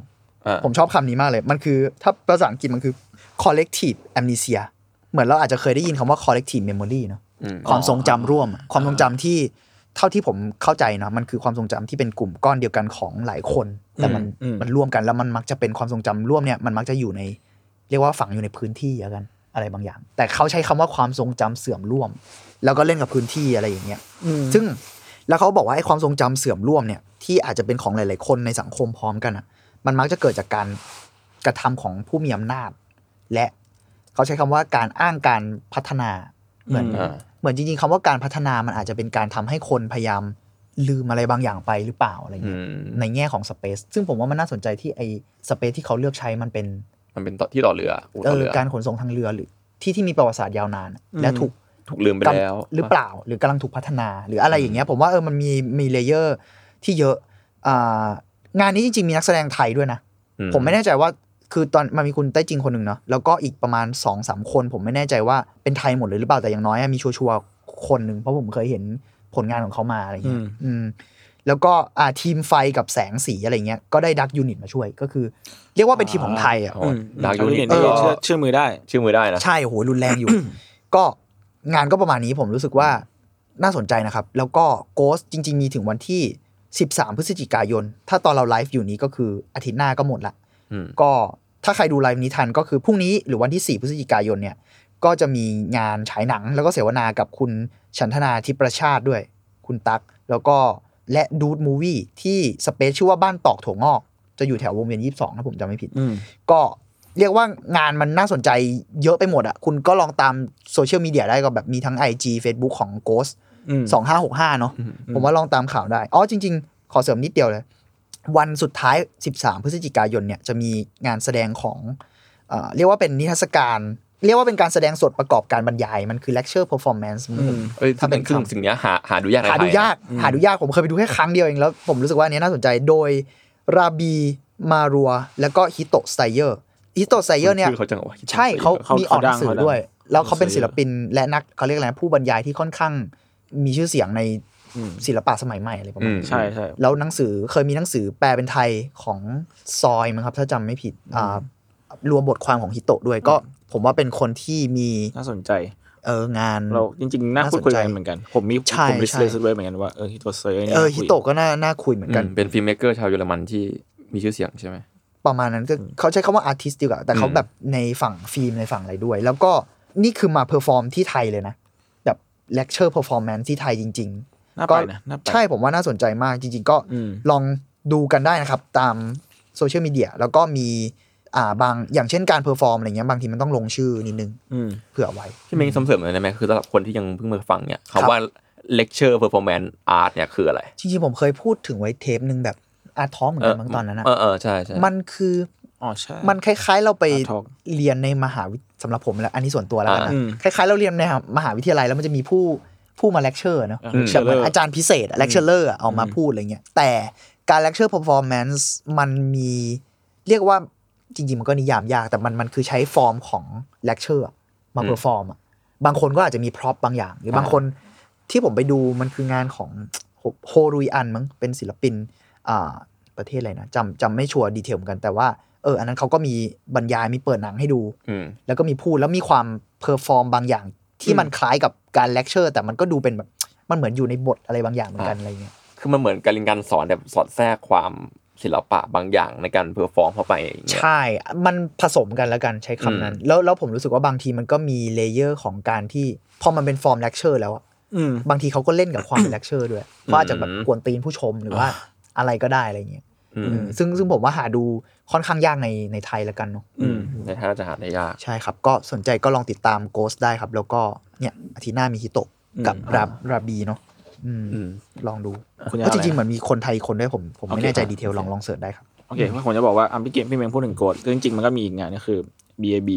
Speaker 3: อ่า
Speaker 4: ผมชอบคำนี้มากเลย มันคือถ้าภาษาอังกฤษมันคือ collective amnesia เหมือนเราอาจจะเคยได้ยินคำว่า collective memory เนาะ
Speaker 3: อืม
Speaker 4: ความทรงจำร่วมอะความทรงจำที่เท่าที่ผมเข้าใจนะมันคือความทรงจำที่เป็นกลุ่มก้อนเดียวกันของหลายคน แต่มัน
Speaker 2: อืม
Speaker 4: มันร่วมกันแล้วมันมักจะเป็นความทรงจำร่วมเนี่ยมันมักจะอยู่ใน เรียกว่าฝังอยู่ในพื้นที่แล้วกันอะไรบางอย่าง แต่เขาใช้คำว่าความทรงจำเสื่อมร่วม แล้วก็เล่นกับพื้นที่อะไรอย่างเงี้ย
Speaker 2: อืม
Speaker 4: ซึ่งแล้วเขาบอกว่าไอ้ความทรงจำเสื่อมร่วมเนี่ยที่อาจจะเป็นของหลาย ๆ คนในสังคมพร้อมกันอ่ะ มันมักจะเกิดจากการกระทำของผู้มีอำนาจ และเขาใช้คำว่าการอ้างการพัฒนาเหมือน
Speaker 2: อืม
Speaker 4: เหมือนจริง ๆคำว่าการพัฒนามันอาจจะเป็นการทำให้คนพยายามลืมอะไรบางอย่างไปหรือเปล่าอะไรอย่างเงี้ย
Speaker 3: อืม
Speaker 4: ในแง่ของสเปซซึ่งผมว่ามันน่าสนใจที่ไอ้สเปซที่เขาเลือกใช้มันเป็น
Speaker 3: มันเป็นต่อที่ต่อเรืออู่
Speaker 4: เอ
Speaker 3: ต่อ
Speaker 4: อ
Speaker 3: เรือ
Speaker 4: การขนส่งทางเรือหรือที่ที่มีประวัติศาสตร์ยาวนาน
Speaker 2: อืม
Speaker 4: และถูก
Speaker 3: ถูกลืมไปแล้ว
Speaker 4: หรือเปล่าหรือกำลังถูกพัฒนาหรืออะไรอย่างเงี้ยผมว่าเออมันมีมีเลเยอร์ที่เยอะอ่างานนี้จริงๆ มีนักแสดงไทยด้วยนะ
Speaker 3: อืม
Speaker 4: ผมไม่แน่ใจว่าคือตอนมันมีคุณใต้จริงคนหนึ่งเนาะแล้วก็อีกประมาณ2อสามคน ผมไม่แน่ใจว่าเป็นไทยหมดเลยหรือเปล่าแต่อย่างน้อยอะมีชัวร์ๆคนหนึ่งเพราะผมเคยเห็นผลงานของเขามาอะไรอย่างเงี้ย
Speaker 2: อืม
Speaker 4: อืมแล้วก็อ่าทีมไฟกับแสงสีอะไรเงี้ยก็ได้ดักยูนิตมาช่วยก็คือ เรียกว่าเป็นทีมของไทยอ่ะ
Speaker 3: อ๋อ Dark
Speaker 2: อืม
Speaker 3: Unit
Speaker 2: เออ
Speaker 3: ก็
Speaker 2: เชื่อเชื่อมือได้
Speaker 3: ชื่อมือได้นะ
Speaker 4: ใช่โหรุนแรงอยู่ ก็งานก็ประมาณนี้ผมรู้สึกว่าน่าสนใจนะครับ แล้วก็โกสจริง ๆ มีถึงวันที่ 13 พฤศจิกายน ถ้าตอนเราไลฟ์อยู่นี้ก็คืออาทิตย์หน้าก็หมดละ
Speaker 3: อืม
Speaker 4: ก็ถ้าใครดูไลฟ์นี้ทันก็คือพรุ่งนี้หรือวันที่ 4 พฤศจิกายนเนี่ย ก็จะมีงานฉายหนัง แล้วก็เสวนากับคุณฉันทนาทิพประชาติด้วย คุณตั๊กแล้วก็และดูดมูวี่ที่สเปซชื่อว่าบ้านตอกโถงอก จะอยู่แถววงเวียน22นะผมจำไม่ผิด
Speaker 2: อืม
Speaker 4: ก็เรียกว่างานมันน่าสนใจเยอะไปหมดอะคุณก็ลองตามโซเชียลมีเดียได้ก็แบบมีทั้ง IG Facebook ของ Ghost
Speaker 2: อืม
Speaker 4: 2565 เนอะ
Speaker 2: อืม
Speaker 4: ผมว่าลองตามข่าวได้ อ๋อจริง ๆ ขอเสริมนิดเดียวเลย วันสุดท้าย 13 พฤศจิกายนเนี่ยจะมีงานแสดงของเอ่อเรียกว่าเป็นนิทรรศการ เรียกว่าเป็นการแสดงสดประกอบการบรรยาย มันคือ lecture performance มั้ง
Speaker 2: อื
Speaker 4: ผม ม
Speaker 3: เอ้ย
Speaker 4: ถ้า
Speaker 3: ถ้า
Speaker 4: เป็
Speaker 3: เป็น นซึ่ง
Speaker 4: คำ
Speaker 3: สิ่งเนี้ยหาหาดูยากใน
Speaker 4: หา
Speaker 3: ไท
Speaker 4: ดู
Speaker 3: ย
Speaker 4: ยากหาดูยากผมเคยไปดูแค่ครั้งเดียวเองแล้ว ผมรู้สึกว่าอันเนี้ยน่าสนใจโดยราบีมารัวแล้วก็ฮิโตะไซเยอร์ฮิโตะไซเยอร์เนี่ย
Speaker 3: ชื่อเขาจังหวะ
Speaker 4: ใช่เขา
Speaker 2: เขา
Speaker 4: มีออกหนังสือ
Speaker 2: เขาดัง
Speaker 4: ด้วย แล้วเขาเป็น
Speaker 3: เขาดัง
Speaker 4: ศิลปินและนักเขาเรียกอะไรนะผู้บรรยายที่ค่อนข้างมีชื่อเสียงในศิลปะสมัยใหม่อะไรประมาณ
Speaker 3: อืม
Speaker 4: นี้
Speaker 2: ใช่ใช่
Speaker 4: แล้วหนังสือเคยมีหนังสือแปลเป็นไทยของซอยมั้งครับ ถ้าจำไม่ผิดอ่ารวมบทความของฮิโตะด้วยก็ ผมว่าเป็นคนที่มี
Speaker 2: น่าสนใจ
Speaker 4: เอองาน
Speaker 2: เราจริงๆน่า
Speaker 4: น่า
Speaker 2: พูดคุย
Speaker 4: สนใจ
Speaker 2: กันเหมือนกัน ผมมี
Speaker 4: ใช่
Speaker 2: ผมริส
Speaker 4: ใช่
Speaker 2: เลสด้วยเหมือนกันว่าเออฮิโตเซย์
Speaker 4: เออฮิโตะก็น่าน่าคุยเหมือน
Speaker 3: กั
Speaker 4: กัน น
Speaker 3: เป็นฟิล์มเมกเกอร์ชาวเยอรมันที่มีชื่อเสียงใช่ไหม
Speaker 4: ประมาณนั้นก็เขาใช้คำว่าอาร์ติสต์ดีกว่าแต่เขา
Speaker 3: อืม
Speaker 4: แบบในฝั่งฟิล์มในฝั่งอะไรด้วย แล้วก็นี่คือมาเพอร์ฟอร์มที่ไทยเลยนะ แบบเลคเชอร์เพอร์ฟอร์แมนซ์ที่ไทยจริง ๆ
Speaker 2: น่า
Speaker 4: ก็
Speaker 2: ไปนะน่าไป
Speaker 4: ใช่ผมว่าน่าสนใจมากจริง ๆ ก็
Speaker 2: อืม
Speaker 4: ลองดูกันได้นะครับ ตามโซเชียลมีเดียแล้วก็มีอ่าบางอย่างเช่นการเพอร์ฟอร์มอะไรเงี้ยบางทีมันต้องลงชื่อนิดนึง
Speaker 2: อืม
Speaker 4: เผื่อไว้
Speaker 3: พี่เม้งเสริมหน่อยได้ไหมคือสำหรับคนที่ยังเพิ่งมาฟังเนี่ย
Speaker 4: ครับ
Speaker 3: คำว่า lecture performance art เนี่ยคืออะไร
Speaker 4: จริง ๆ ผมเคยพูดถึงไว้เทปหนึ่งแบบอาท้อมเหมือนกันบางตอนนั้นอะ
Speaker 3: เออเออใช่ใช่
Speaker 4: มันคือ
Speaker 2: อ๋อใช่
Speaker 4: มันคล้าย ๆ เราไป
Speaker 2: Art Talk
Speaker 4: เรียนในมหาวิสำหรับผมแล้วอันนี้ส่วนตัวแล้วกันนะ
Speaker 2: อ่าอืม
Speaker 4: คล้ายๆ เราเรียนในมหาวิทยาลัยแล้วมันจะมีผู้ผู้มาเลคเชอร์เนาะ
Speaker 2: อ่า
Speaker 4: แบบเหมือน
Speaker 2: lecturer
Speaker 4: อาจารย์พิเศษเลคเชอร์ออกมาพูดอะไรเงี้ยแต่การเลคเชอร์ performance มันมีเรียกว่าจริง ๆ มันก็นิยามยาก แต่มันมันคือใช้ฟอร์มของเลคเชอร์มาเพอร์ฟอร์มอะบางคนก็อาจจะมีพร็อพบางอย่าง หรือบางคนที่ผมไปดูมันคืองานของโฮรุยอันมั้งเป็นศิลปิน อ่าประเทศอะไรนะจำจำไม่ชัวร์ดีเทลเหมือนกันแต่ว่าเอออันนั้นเขาก็มีบรรยายมีเปิดหนังให้ดู
Speaker 3: อืม
Speaker 4: แล้วก็มีพูดแล้วมีความเพอร์ฟอร์มบางอย่าง ที่มันคล้ายกับการเลคเชอร์ แต่มันก็ดูเป็นแบบ มันเหมือนอยู่ในบทอะไรบางอย่างเหมือนกันอะไรเงี้ย
Speaker 3: คือมันเหมือนการเรียนการสอนแบบสอดแทรกความศิลปะบางอย่างในการเพอร์ฟอร์มเข้าไปอย่างเงี้ย
Speaker 4: ใช่มันผสมกันแล้วกันใช้คำนั้น แล้วแล้วผมรู้สึกว่าบางทีมันก็มีเลเยอร์ของการที่พอมันเป็นฟอร์มเลคเชอร์แล้วอะ
Speaker 2: อืม
Speaker 4: บางทีเขาก็เล่นกับความ เลคเชอร์ด้วยว่าอาจจะแบบกวนตีนผู้ชมหรือว่าอะไรก็ได้อะไรเงี้ย
Speaker 3: อื
Speaker 4: อื
Speaker 3: ม
Speaker 4: มซึ่งซึ่งผมว่าหาดูค่อนข้างยากในในไทยแล้วกันเนาะ
Speaker 2: อืม
Speaker 3: ในไทยน่าจะหาได้ยาก
Speaker 4: ใช่ครับ ก็สนใจก็ลองติดตาม Ghost ได้ครับ แล้วก็เนี่ยอาทิตย์หน้ามีฮิโตะกับ
Speaker 2: อืม
Speaker 4: ราบราบีเนาะอืม
Speaker 3: อืม
Speaker 4: ลองดู
Speaker 2: คุณจะ
Speaker 4: ก็จริงๆ
Speaker 2: อะไรนะ
Speaker 4: เหมือนมีคนไทยคนด้วยผมผม
Speaker 3: โอ
Speaker 4: ไม่
Speaker 3: เค
Speaker 4: แน่ใจ
Speaker 3: ครับ
Speaker 4: ดีเทลลองลองเสิร์ชได้ครับ
Speaker 2: โอเคผมจะบอกว่าอ่ะพี่เกมพี่เมงพูดถึงโกดจริงๆมันก็มีอีกงานก็คือ BAB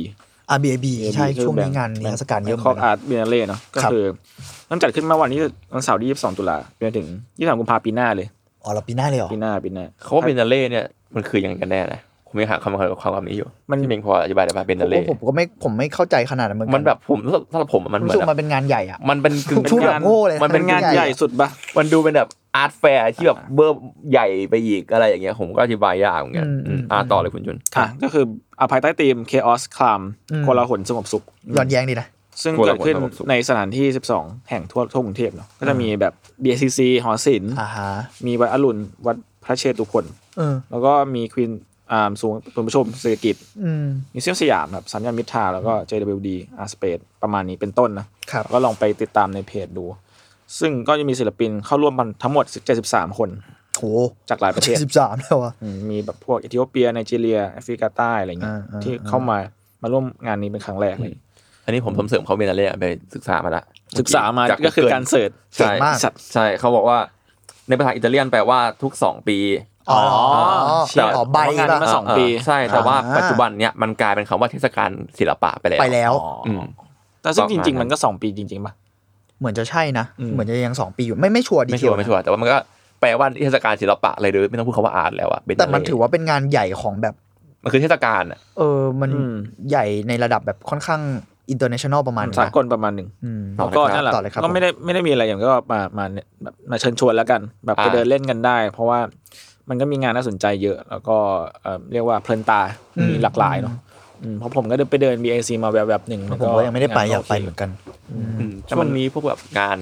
Speaker 4: RBAB ใช่ช่วงนี้งานนิทรรศการเยอะ
Speaker 2: คอ
Speaker 4: มากนะ
Speaker 2: อาร์ตเบียนเล่เนาะก็
Speaker 4: ครับ
Speaker 2: คือมันจัดขึ้นเมื่อวันนี้วันเสาร์ที่ 22 ตุลาไปจนถึง 23 กุมภาพันธ์ปีหน้าเลย
Speaker 4: อ๋อเราปีหน้าเลยเหรอ
Speaker 2: ปีหน้าปีหน้า
Speaker 3: เขาว่าเบนเดเล่เนี่ยมันคือยังไงกันแน่นะผมยังหาคำความความนี้อยู่
Speaker 2: มัน
Speaker 3: พี่เมงพออธิบายได้ป่ะเบนเด
Speaker 4: ผม
Speaker 3: เล่
Speaker 4: ผมก็ไม่ผมไม่เข้าใจขนาดนั้นเหมือนกัน
Speaker 3: มันแบบผมสำหรับผมอะมันเห
Speaker 4: รู้
Speaker 3: มือ
Speaker 4: สึก
Speaker 3: นแบ
Speaker 4: มั
Speaker 3: บ
Speaker 4: นเป็นงานใหญ่อะ
Speaker 3: มันเป็นกึ่ง
Speaker 4: พูดแบบโง่เลยะ
Speaker 3: มันเป็น
Speaker 2: งานใหญ่สุดปะ
Speaker 3: มันดูเป็นแบบอาร์ตแฟร์ที่แบบเบอร์ใหญ่ไปอีกอะไรอย่างเงี้ยผมก็อธิบายยากเหมือนกัน
Speaker 4: อืม
Speaker 3: อืม
Speaker 4: อืม
Speaker 3: อ่าต่อเลยคุณจุน
Speaker 2: อ่ะก็คืออาภายใต้ธีม Chaos Calm
Speaker 4: อืม
Speaker 2: โกลาหลสงบสุข
Speaker 4: ย้อนแย้งดีนะ
Speaker 2: ซึ่ง
Speaker 3: โกลาหล
Speaker 2: เกิดขึ้น
Speaker 3: สงบสุข
Speaker 2: ในสถานที่ 12 แห่งทั่วทั่วกรุงเทพเนาะก็จะมีแบบ BCC หอศิลป์
Speaker 4: อ่าฮะ
Speaker 2: มีวัดอรุณ วัดพระเชตุพน
Speaker 4: เออ
Speaker 2: แล้วก็มีควีนอ่าสูงคุณผู้ชมเศรษฐกิจ
Speaker 4: อืม
Speaker 2: มิวเซียมสยามครับสัญญาณมิตรทาวน์แล้วก็ JWD Art Space ประมาณนี้เป็นต้นนะครับ แล้วก็ลองไปติดตามในเพจดู ซึ่งก็จะมีศิลปินเข้าร่วมกันทั้งหมด 73 คน
Speaker 4: โห
Speaker 2: จากหลายประเท
Speaker 4: เจ็ด
Speaker 2: ศ
Speaker 4: สิบสามแล้วอะ
Speaker 2: อืมมีแบบพวกเอธิโอเปียไนจีเรียแอฟริกาใต้อะไรเงี้ย
Speaker 4: อ่าอ่า
Speaker 2: ที่เข้ามามาร่วมงานนี้เป็นครั้งแรกเลย
Speaker 3: อันนี้ผมเสริมเขาเบนเดเล่ไปศึกษามาละ
Speaker 2: ศึกษามา
Speaker 3: จ
Speaker 2: ก็คือการ
Speaker 3: Google
Speaker 2: เสิร์ช
Speaker 3: ใช่
Speaker 4: เก่งมาก
Speaker 2: สัตว์
Speaker 3: ใช่เขาบอกว่าในภาษาอิตาเลียนแปลว่าทุกสองปี
Speaker 4: อ๋อ
Speaker 3: ใช่
Speaker 4: อ๋อใบ
Speaker 2: เพราะงาน
Speaker 4: แบบ
Speaker 2: มัน สองปี
Speaker 3: ใช่แต่ว่า
Speaker 4: อ่า
Speaker 3: ปัจจุบันเนี่ยมันกลายเป็นคำว่าเทศกาลศิลปะไปแล้ว
Speaker 4: ไปแล้ว
Speaker 3: อืม
Speaker 2: แต่ซึ่ง
Speaker 3: ป
Speaker 2: จ
Speaker 3: ระมาณ
Speaker 2: ริงๆ
Speaker 3: นั้น
Speaker 2: มันก็สองปีจริง ๆ ป่ะ
Speaker 4: เหมือนจะใช่นะ
Speaker 2: อืม
Speaker 4: เหมือนจะยังสองปีอยู่ ไม่ไม่ชัวร์ดี
Speaker 3: ไม่
Speaker 4: เท
Speaker 3: ชัว
Speaker 4: ล
Speaker 3: ร์ไม่ชัวร์แต่ว่ามันก็แปลว่าเทศกาลศิลปะเลยโดยไม่ต้องพูดคำว่าอาร์ตแล้วอะเป็น
Speaker 4: แต่มันถือว่าเป็นงานใหญ่ของแบบ
Speaker 3: มันคือเทศกาลอะ
Speaker 4: เออ มัน
Speaker 2: อืม
Speaker 4: ใหญ่ในระดับแบบค่อนข้างอินเตอร์เนชั่นแนลประมาณ
Speaker 2: สา
Speaker 4: นะ
Speaker 2: กลประมาณหนึ่ง
Speaker 4: อืม
Speaker 2: แล้วก็นั่นแหละ
Speaker 4: ต่อเลยครับ
Speaker 2: ก็ไม่ได้ไม่ได้มีอะไรอย่างก็มามาเนี่ยแบบมาเชิญชวนแล้วกัน แบบไปเดินเล่นกันได้ เพราะว่ามันก็มีงานน่าสนใจเยอะ แล้วก็เอ่อเรียกว่าเพลินตา มีหลากหลายเนาะอืมเพราะผมก็ได้ไปเดิน BAC มาแวบๆหนึ่งแล้ว
Speaker 4: ผมก็ยังไม่ได้ไปอยากไปเหมือนกัน
Speaker 3: แต่มันมีพวกแบบงาน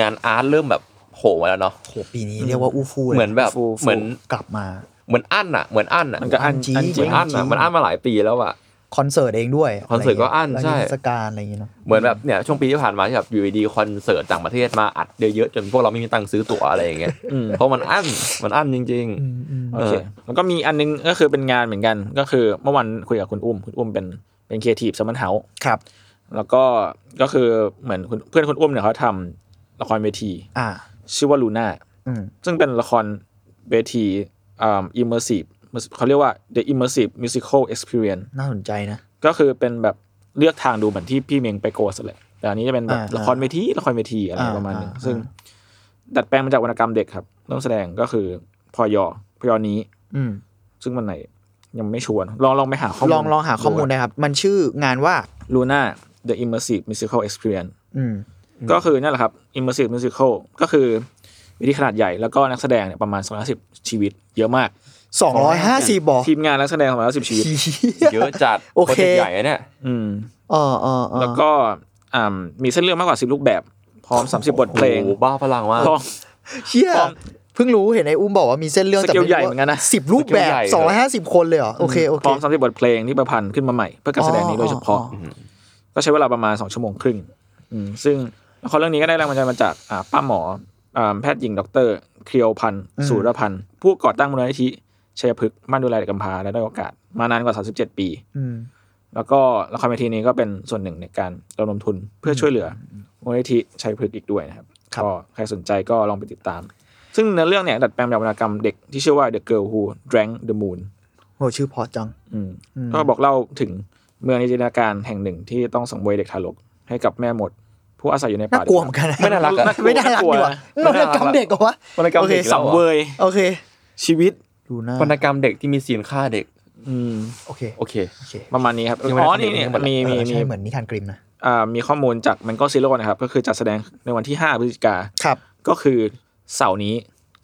Speaker 3: งานอาร์ตเริ่มแบบโผล่มาแล้วเนาะ
Speaker 4: โหปีนี้เรียกว่าอู้ฟู่ลย
Speaker 3: เหมือนแบบเหมือน
Speaker 4: กลับมา
Speaker 3: เหมือนอั้นอะเหมือนอั้นอะ
Speaker 2: มันก็อัน
Speaker 4: จริง
Speaker 2: อัน
Speaker 3: เห
Speaker 2: จริ
Speaker 3: มือง นอั้นอะมันอั้นมาหลายปีแล้วอะ
Speaker 4: คอนเสิร์ตเองด้วย
Speaker 3: คอนเสิร์ตก็อั้นใช่
Speaker 4: เทศกาลอะไรอย่างเงี้ยเนาะ
Speaker 3: เหมือนแบบเนี่ยช่วงปีที่ผ่านมาที่แบบอยู่ดีๆคอนเสิร์ตต่างประเทศมาอัดเยอะๆจนพวกเราไม่มีตังค์ซื้อตั๋วอะไรอย่างเงี้ยเพราะมันอั้นมันอั้นจริง ๆ
Speaker 2: โอเคแล้วก็มีอันนึงก็คือเป็นงานเหมือนกัน ก็คือเมื่อวันคุยกับคุณอุ้มคุณอุ้มเป็นเป็นครีเอทีฟสมันเฮา
Speaker 4: ครับ
Speaker 2: แล้วก็ก็คือเหมือนคุณเพื่อนคุณอุ้มเนี่ยเขาทำละครเวที
Speaker 4: อ่า
Speaker 2: ชื่อว่าลูน่า
Speaker 4: อืม
Speaker 2: ซึ่งเป็นละครเวทีอ่า immersive เขาเรียกว่า the immersive musical experience
Speaker 4: น่าสนใจนะ
Speaker 2: ก็คือเป็นแบบเลือกทางดูเหมือนที่พี่เมงไปโกสแหละแต่อันนี้จะเป็นแบบ
Speaker 4: อ่า
Speaker 2: ละครเวทีละครเวทีอะไร
Speaker 4: อ่า
Speaker 2: ประมาณหนึง
Speaker 4: อ่า
Speaker 2: ซึ่งดัดแปลงมาจากวรรณกรรมเด็กครับเริ่มแสดงก็คือพอยอพอยอนี้
Speaker 4: อืม
Speaker 2: ซึ่งมันไหนยังไม่ชวน ลองลองไปหาข้อมูล
Speaker 4: ลองลองหาข้อมูลนะครับ มันชื่องานว่า
Speaker 2: ลูน่า the immersive musical experience
Speaker 4: อืม
Speaker 2: ก็คือนั่นแหละครับ immersive musical ก็คือเวิธีขนาดใหญ่แล้วก็นักแสดงเนี่ยประมาณ250 ชีวิต เยอะมาก
Speaker 4: สองร้อยห้าสิบบอ
Speaker 2: ทีมงานนักแสดง250ชีวิต
Speaker 3: เยอะจัด
Speaker 4: โอ
Speaker 3: โปร
Speaker 4: เค
Speaker 3: เจกต์ใหญ่อะเนี่ย
Speaker 2: อืม
Speaker 4: เออเออเออ
Speaker 2: แล้วก็อ่ามีเส้นเรื่องมากกว่า 10 รูปแบบ พร้อม 30 บทเพลง
Speaker 3: โอ้โหบ้าพลังมาก
Speaker 2: พร้อม
Speaker 4: เชี่ย
Speaker 2: พร้อม
Speaker 4: เพิ่งรู้เห็นไอ้อุ้มบอกว่ามีเส้นเรื่อง
Speaker 2: สเกลใหญ่เหมือนกันนะ
Speaker 4: สิบรูปแบ
Speaker 3: สเกล
Speaker 4: บ
Speaker 3: ใหญ่เลย
Speaker 4: สองร้อยห้าสิบคนเลยเหรอ โอเค โอเค
Speaker 2: พร้อม 30 บทเพลงที่ประพันธ์ขึ้นมาใหม่ เพื่อการแสดงนี้โดยเฉพาะ
Speaker 4: อ๋ออ๋อ
Speaker 2: ก็ใช้เวลาประมาณ 2 ชั่วโมงครึ่งอืมซึ่งละครเรื่องนี้ก็ได้แรงบันดาลใจมาจากอ่าป้าหมออ่าแพทย์หญิงดอกเตอรเครียวพันธ์สูรพันธ์ผู้ก่อตั้งมูลนิธิชัยพฤกษ์บ้านดูแลเด็กกำพร้าและด้อยโอกาสมานานกว่า 37 ปี
Speaker 4: อืม
Speaker 2: แล้วก็ละครเวทีนี้ก็เป็นส่วนหนึ่งในการระดมทุนเพื่อช่วยเหลือมูลนิธิชัยพฤกษ์อีกด้วยนะครับ
Speaker 4: ครับ
Speaker 2: ก็ใครสนใจก็ลองไปติดตาม ซึ่งเนื้อเรื่องเนี่ยดัดแปลงจากวรรณกรรมเด็กที่ชื่อว่า The Girl Who Drank the Moon
Speaker 4: โหชื่อเพอจัง
Speaker 2: อืม
Speaker 4: อืม
Speaker 2: ก็บอกเล่าถึงเมืองในจินตนาการแห่งหนึ่งที่ต้องสังเวยเด็กทารกให้กับแม่หมด ผู้อาศัยอยู่ใน
Speaker 4: น่า
Speaker 2: ป่าก
Speaker 4: ลัวเหมือนกันนะ
Speaker 3: ไม่น่ารักอะ
Speaker 4: ไม่น่ารักดีกว่ามันเป็นกรรมเด็กเหรอวะ
Speaker 3: วรรณกรรม
Speaker 4: โอเค
Speaker 3: เด็ก
Speaker 2: สั
Speaker 3: แล้ว
Speaker 2: ง
Speaker 3: เหร
Speaker 2: เว
Speaker 3: อย
Speaker 4: โอเค
Speaker 2: ชีวิต
Speaker 4: ดูหน้าว
Speaker 3: รรณกรรมเด็กที่มีซีนฆ่าเด็ก
Speaker 2: อืม
Speaker 4: โอเค
Speaker 3: โอเค
Speaker 4: โอเค
Speaker 2: ประมาณนี้ครับ
Speaker 3: ยังไม่
Speaker 2: อ๋อ
Speaker 3: ได้
Speaker 2: นี่เนี่ย
Speaker 3: ข้อมูลทั้
Speaker 2: มีมี
Speaker 3: งหมด
Speaker 4: เออ
Speaker 2: มี
Speaker 4: ใช่เหมือนนิทานกริมนะ
Speaker 2: อ่ามีข้อมูลจากมันก็ซิโร่นะครับ ก็คือจัดแสดงในวันที่ 5พฤศจิกา
Speaker 4: ครับ
Speaker 2: ก็คือเสาร์นี้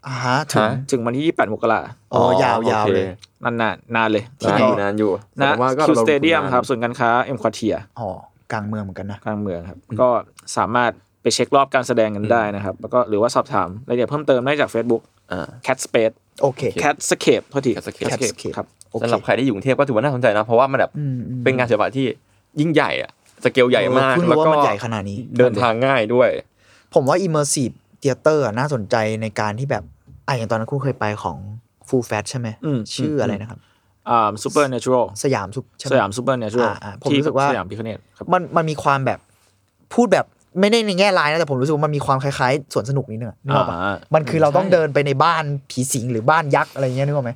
Speaker 4: อ่าฮะถึง
Speaker 3: ฮะ
Speaker 2: ถึงวันที่ 28 มกรา
Speaker 4: อ๋อยาวยาวๆเลย
Speaker 2: นานนานๆนานเลย
Speaker 4: ที่ไห
Speaker 3: นานอยู่นาน
Speaker 2: นะ
Speaker 3: อยู่แต่ว่าก็
Speaker 2: คือ
Speaker 3: รา
Speaker 2: สเตเดียม
Speaker 3: ง
Speaker 2: ครับส่วนย์การค้าเอ็มควอเทีย
Speaker 4: อ๋อกลางเมืองเหมือนกันนะ
Speaker 2: กลางเมืองครับ ก็สามารถไปเช็ครอบการแสดงกันได้นะครับ แล้วก็หรือว่าสอบถามรายละเอียดเพิ่มเติมได้จาก Facebook
Speaker 3: อ่า
Speaker 2: Cat Space
Speaker 4: โอเค
Speaker 2: Cat Scape โทษที
Speaker 3: Catscape
Speaker 4: Catscape
Speaker 2: ครับ
Speaker 4: โอเค
Speaker 3: สำหรับใครที่อยู่กรุงเทพก็ถือว่าน่าสนใจนะเพราะว่ามันแบบ
Speaker 4: อืมอืม
Speaker 3: เป็นงานศิลปะที่ยิ่งใหญ่อะสเกลใหญ่มาก
Speaker 4: เออเพิ่ง
Speaker 3: แล้ว
Speaker 4: รู้ว่า
Speaker 3: ก็
Speaker 4: มันใหญ่ขนาดนี้
Speaker 3: เดินทางง่ายด้วย
Speaker 4: ผมว่า immersive theater อะน่าสนใจในการที่แบบอ่ะอย่างตอนนั้นคุณเคยไปของ full fat ใช่ไหม
Speaker 2: อืม
Speaker 4: ชื่อ
Speaker 2: ม
Speaker 4: อะไรนะครับ
Speaker 2: อ่า Supernatural
Speaker 4: สยามซุปใช่ไห
Speaker 2: สยาม Supernatural
Speaker 4: อ่าอ่าผม
Speaker 2: ที่
Speaker 4: รู้สึกว่า
Speaker 2: สยามพิคเนตครับ
Speaker 4: มันมันมีความแบบพูดแบบ ไม่ได้ในแง่ร้ายนะแต่ผมรู้สึกว่ามันมีความคล้ายๆสวนสนุกนิดนึงอะนึกออกปะ
Speaker 3: อ่ามั
Speaker 4: มันคือเราต้องเดินไปในบ้านผีสิงหรือบ้านยักษ์อะไรเงี้ยนึกออกไหม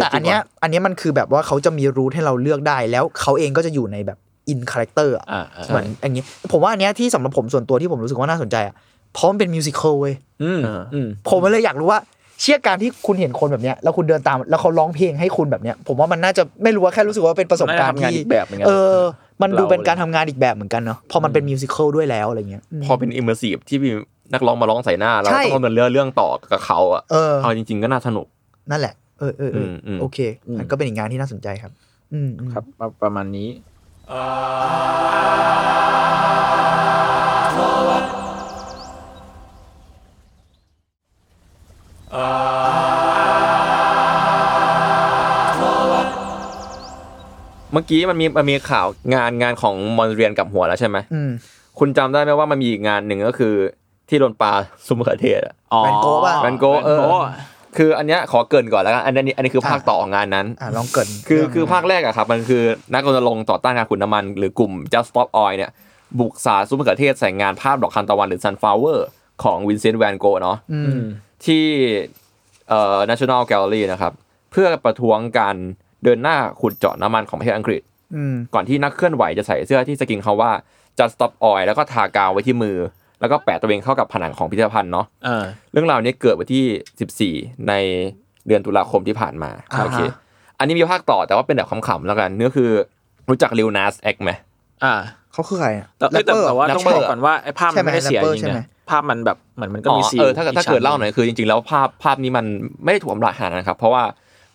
Speaker 4: แต่อันเนี้ยอันเนี้ยมันคือแบบว่าเขาจะมีรูทให้เราเลือกได้ แล้วเขาเองก็จะอยู่ในแบบอินคาแรคเตอร์อะ
Speaker 3: อ่าอ่า
Speaker 4: เหมือนอย่างงี้ผมว่าอันเนี้ยที่สำหรับผมส่วนตัวที่ผมรู้สึกว่าน่าสนใจอะเพราะมันเป็นมิวสิควลเว้ย
Speaker 2: อืม
Speaker 3: อ่า
Speaker 2: อืม
Speaker 4: ผมเลยอยากรู้ว่าเชื่อการที่คุณเห็นคนแบบเนี้ยแล้วคุณเดินตามแล้วเขาร้องเพลงให้คุณแบบเนี้ย ผมว่ามันน่าจะไม่รู้ว่าแค่รู้สึกว่าเป็นประสบการณ์
Speaker 2: มันน่าจะทำงาน
Speaker 4: ที่
Speaker 2: อีกแบบเหมือนกัน
Speaker 4: เออ มันดู
Speaker 3: เรา
Speaker 4: เป็นการทำงานอีกแบบเหมือนกันเนาะพอมันเป็นมิวสิควลด้วยแล้วอะไรเงี้ย
Speaker 3: พอเป็นอิมเมอร์ซีฟที่มีนักร้องมาร้องใส่หน้าแล้ว
Speaker 4: ใช่
Speaker 3: ต้องมาเดินเรื่องเรื่องต่อกับเขาอ่ะ
Speaker 4: เออ
Speaker 3: เอาจริง ๆก็น่าสนุก
Speaker 4: นั่นแหละเออเออเอออ
Speaker 3: มอืม
Speaker 4: โอเคมันก็เป็นอีกงานที่น่าสนใจครับ อืมอืม
Speaker 2: ครับประประมาณนี้
Speaker 3: เมื่อกี้มันมีมันมีข่าวงานงานของมอนเรียนกับหัวแล้วใช่ไหม
Speaker 4: อืม
Speaker 3: คุณจำได้ไหมว่ามันมีอีกงานหนึ่งก็คือที่โดนปลาซุมมะเขือเทศอะ
Speaker 4: แวนโก๊ะป่ะ
Speaker 3: แวนโก๊ะเออ
Speaker 2: แวนโก๊ะ
Speaker 3: คืออันเนี้ยขอเกรินก่อนแล้วกันอันนี้อันนี้คือภาคต่อของงานนั้น
Speaker 4: อ่ะลองเกริน
Speaker 3: คือ
Speaker 4: เรื่ง
Speaker 3: คือภาคแรกอะครับ มันคือนักรณรงค์ต่อต้านการขุดน้ำมัน หรือกลุ่ม just stop oil เนี่ย บุกสาดซุปมะเขือเทศใส่งานภาพดอกคันตะวันหรือ sunflower ของวินเซนต์แวนโกะเนาะ
Speaker 4: อืม
Speaker 3: ที่เอ่อ national gallery นะครับ เพื่อประท้วงการเดินหน้าขุดเจาะน้ำมันของประเทศอังกฤษ
Speaker 4: อืม
Speaker 3: ก่อนที่นักเคลื่อนไหวจะใส่เสื้อที่สกินเขาว่า just stop oil แล้วก็ทากาวไว้ที่มือ แล้วก็แปะตัวเองเข้ากับผนังของพิพิธภัณฑ์เนาะ
Speaker 2: อ่า
Speaker 3: เรื่องราวนี้เกิดวันที่ 14 ในเดือนตุลาคมที่ผ่านมาโอเค อันนี้มีภาคต่อแต่ว่าเป็นแบบขำๆแล้วกันเนื้อคือรู้จักริวนาสแอกไหม
Speaker 2: อ่า
Speaker 4: เขาคือใครอ่ะ
Speaker 2: แต่เอ้ยแต่
Speaker 4: รปเปอร์
Speaker 2: แต่ว่าต้อง
Speaker 3: แรป
Speaker 2: บ
Speaker 3: เปอร์
Speaker 2: อกก่อนว่าไอ้ภาพ
Speaker 4: ใช่
Speaker 2: มัน
Speaker 4: ไห
Speaker 2: ไม่
Speaker 4: ม
Speaker 2: ได้เสีย
Speaker 4: แรปเปอร์
Speaker 2: จริง
Speaker 4: ใช่ไหม
Speaker 2: นะภาพมันแบบเหมือนมันก็มีซีล
Speaker 3: เออถ้าเกิดถ้าเกิดเล่าหน่อยคือจริงๆ แล้วภาพภาพนี้มันไม่ได้ถูกอำลาหารนะครับ เพราะว่า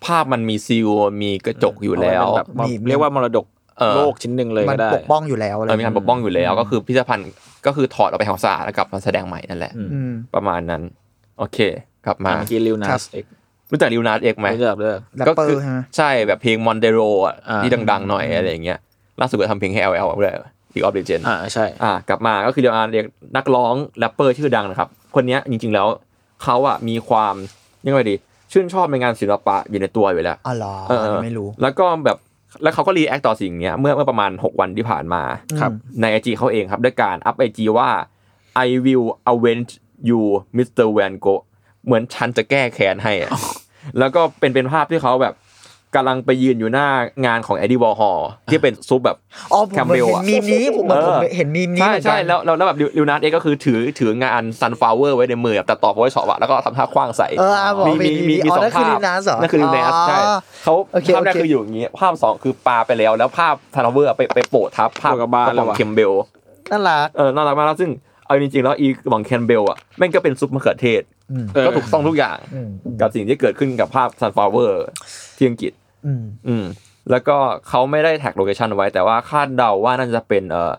Speaker 3: ภาพมันมีซีลมีกระจกอยู่แล้ว
Speaker 2: มันแบบว่าเรียกว่ามรดก
Speaker 3: เออ
Speaker 2: โลกชิ้นหนึ่งเลย
Speaker 4: มัน
Speaker 2: ก็ได้
Speaker 4: ปกป้องอยู่แล้วอะไร
Speaker 3: เออมีการปกป้องอยู่แล้ว ก็คือพิพิธภัณฑ์ก็คือถอดออกไปของสะอาดแล้วกลับมาแสดงใหม่นั่นแหละ
Speaker 2: อืม
Speaker 4: อืม
Speaker 3: ประมาณนั้น โอเคกลับมา
Speaker 2: อ่ะเมื่อกี้ลิวนา
Speaker 4: ครับ
Speaker 2: สเอก
Speaker 3: รู้จักริวนาสเอกไหม
Speaker 2: ไม่เลือกเลือก
Speaker 4: แรปเปอร์ใช่ไหม
Speaker 3: ใช่แบบเพลงมอนเดโรอ่ะ
Speaker 2: อ่า
Speaker 3: ที่ดังๆหน่อยอะไรอย่างเงี้ยล่าสุดก็ทำเพลงให้ LL ด้วย The of Legend
Speaker 2: อ่าใช่
Speaker 3: อ่ากลับมาก็คือเรียกว่าเรียกนักร้องแรปเปอร์ชื่อดังนะครับ คนเนี้ยจริงๆแล้วเขาอ่ะมีความยังไงดี ชื่นชอบในงานศิลปะอยู่ในตัวอยู่แล้ว
Speaker 4: อ๋อเหรอ
Speaker 3: เออ
Speaker 4: ไม่รู้
Speaker 3: แล้วก็แบบแล้วเขาก็รีแอคต่อสิ่งเนี้ยเมื่อเมื่อประมาณ 6 วันที่ผ่านมา
Speaker 4: ครับ
Speaker 3: ในไอจีเขาเองครับ ด้วยการอัพไอจีว่า I will avenge you Mr. Van Gogh เหมือนฉันจะแก้แค้นให้อะแล้วก็เป็นเป็นภาพที่เขาแบบกำลังไปยืนอยู่หน้างานของแอดดี้วอร์ฮอที่เป็นซุปแบบ
Speaker 4: อ๋อผมเหมือน
Speaker 3: Campbell
Speaker 4: เห็น
Speaker 3: อะ
Speaker 4: มีมนี้ผมเหมือนผม
Speaker 3: เออ
Speaker 4: เห็นมีมนี้
Speaker 3: ใช่
Speaker 4: เหมือนกั
Speaker 3: ใช่
Speaker 4: น
Speaker 3: แล้วแล้วแล้วแบบลิวนาร์ดเองก็คือถือถืองานซันฟลาวเวอร์ไว้ในมือแบบตัดต่อโพสช็อปอะแล้วก็ทำท่าคว้างใส่
Speaker 4: เอออ่ะบอก
Speaker 3: มีมี
Speaker 4: มี
Speaker 3: มี
Speaker 4: มี
Speaker 3: มีสอง
Speaker 4: อ๋อนั่นคือ
Speaker 3: ภาพ
Speaker 4: Lunas เหรอ
Speaker 3: นั่นคือลิวนาร์ด
Speaker 4: อ๋อ
Speaker 3: ใช่เขา
Speaker 4: โอเค
Speaker 3: ภาพแรก
Speaker 4: โอเค
Speaker 3: คืออยู่อย่างงี้ภาพสองคือปาไปแล้วแล้วภาพซันฟลาวเวอร์ไปไปโปะทับภาพ
Speaker 2: โปะกับบ้าน
Speaker 3: กระป๋
Speaker 2: แล้
Speaker 3: อง
Speaker 2: วอะ
Speaker 3: เคมเบล
Speaker 4: น่ารัก
Speaker 3: เออน่ารักมากแล้วซึ่งเอาจริงๆแล้วอีกระป๋องเคมเบลอะแม่งก็เป็นซุปมะเขือเทศ
Speaker 4: อืม
Speaker 2: เออ
Speaker 3: ก็ถูกต้องทุกอย่าง
Speaker 4: อืม
Speaker 3: กับสิ่งที่เกิดขึ้นกับภาพซันฟลาวเวอร์ที่อังกฤษ
Speaker 4: อืม
Speaker 3: อืมแล้วก็เขาไม่ได้แท็กโลเคชันไว้แต่ว่าคาดเดาว่าน่าจะเป็นเอ่อ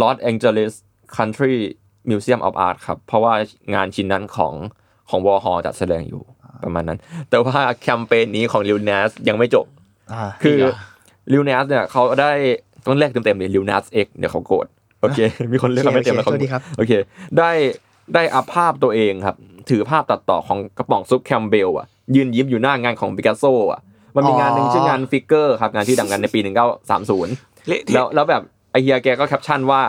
Speaker 3: Los Angeles Country Museum of Art ครับ เพราะว่างานชิ้นนั้นของของวอฮอจัดแสดงอยู่ประมาณนั้น แต่ว่าแคมเปญนี้ของลิวนัสยังไม่จบ
Speaker 4: อ่า
Speaker 3: คือลิวนัสเนี่ยเขาได้ต้องเรียกเต็มๆเลยลิวนัสเอ็กเดี๋ยวเขาโกรธโอเค มีคนเรียกเขาไม่เต็มแล้วเขา
Speaker 4: โอเคโทษทีครับ
Speaker 3: โอเค ได้ได้อัพภาพตัวเองครับ ถือภาพตัดต่อของกระป๋องซุปแคมเบลอ่ะ ยืนยิ้มอยู่หน้างานของปิกัสโซอ่ะ มันมีงานหนึ่งชื่องานฟิกเกอร์ครับ งานที่ดังกันในปี 1930
Speaker 2: เละเทะ
Speaker 3: แล้วแล้วแบบไอเฮียแกก็แคปชั่นว่า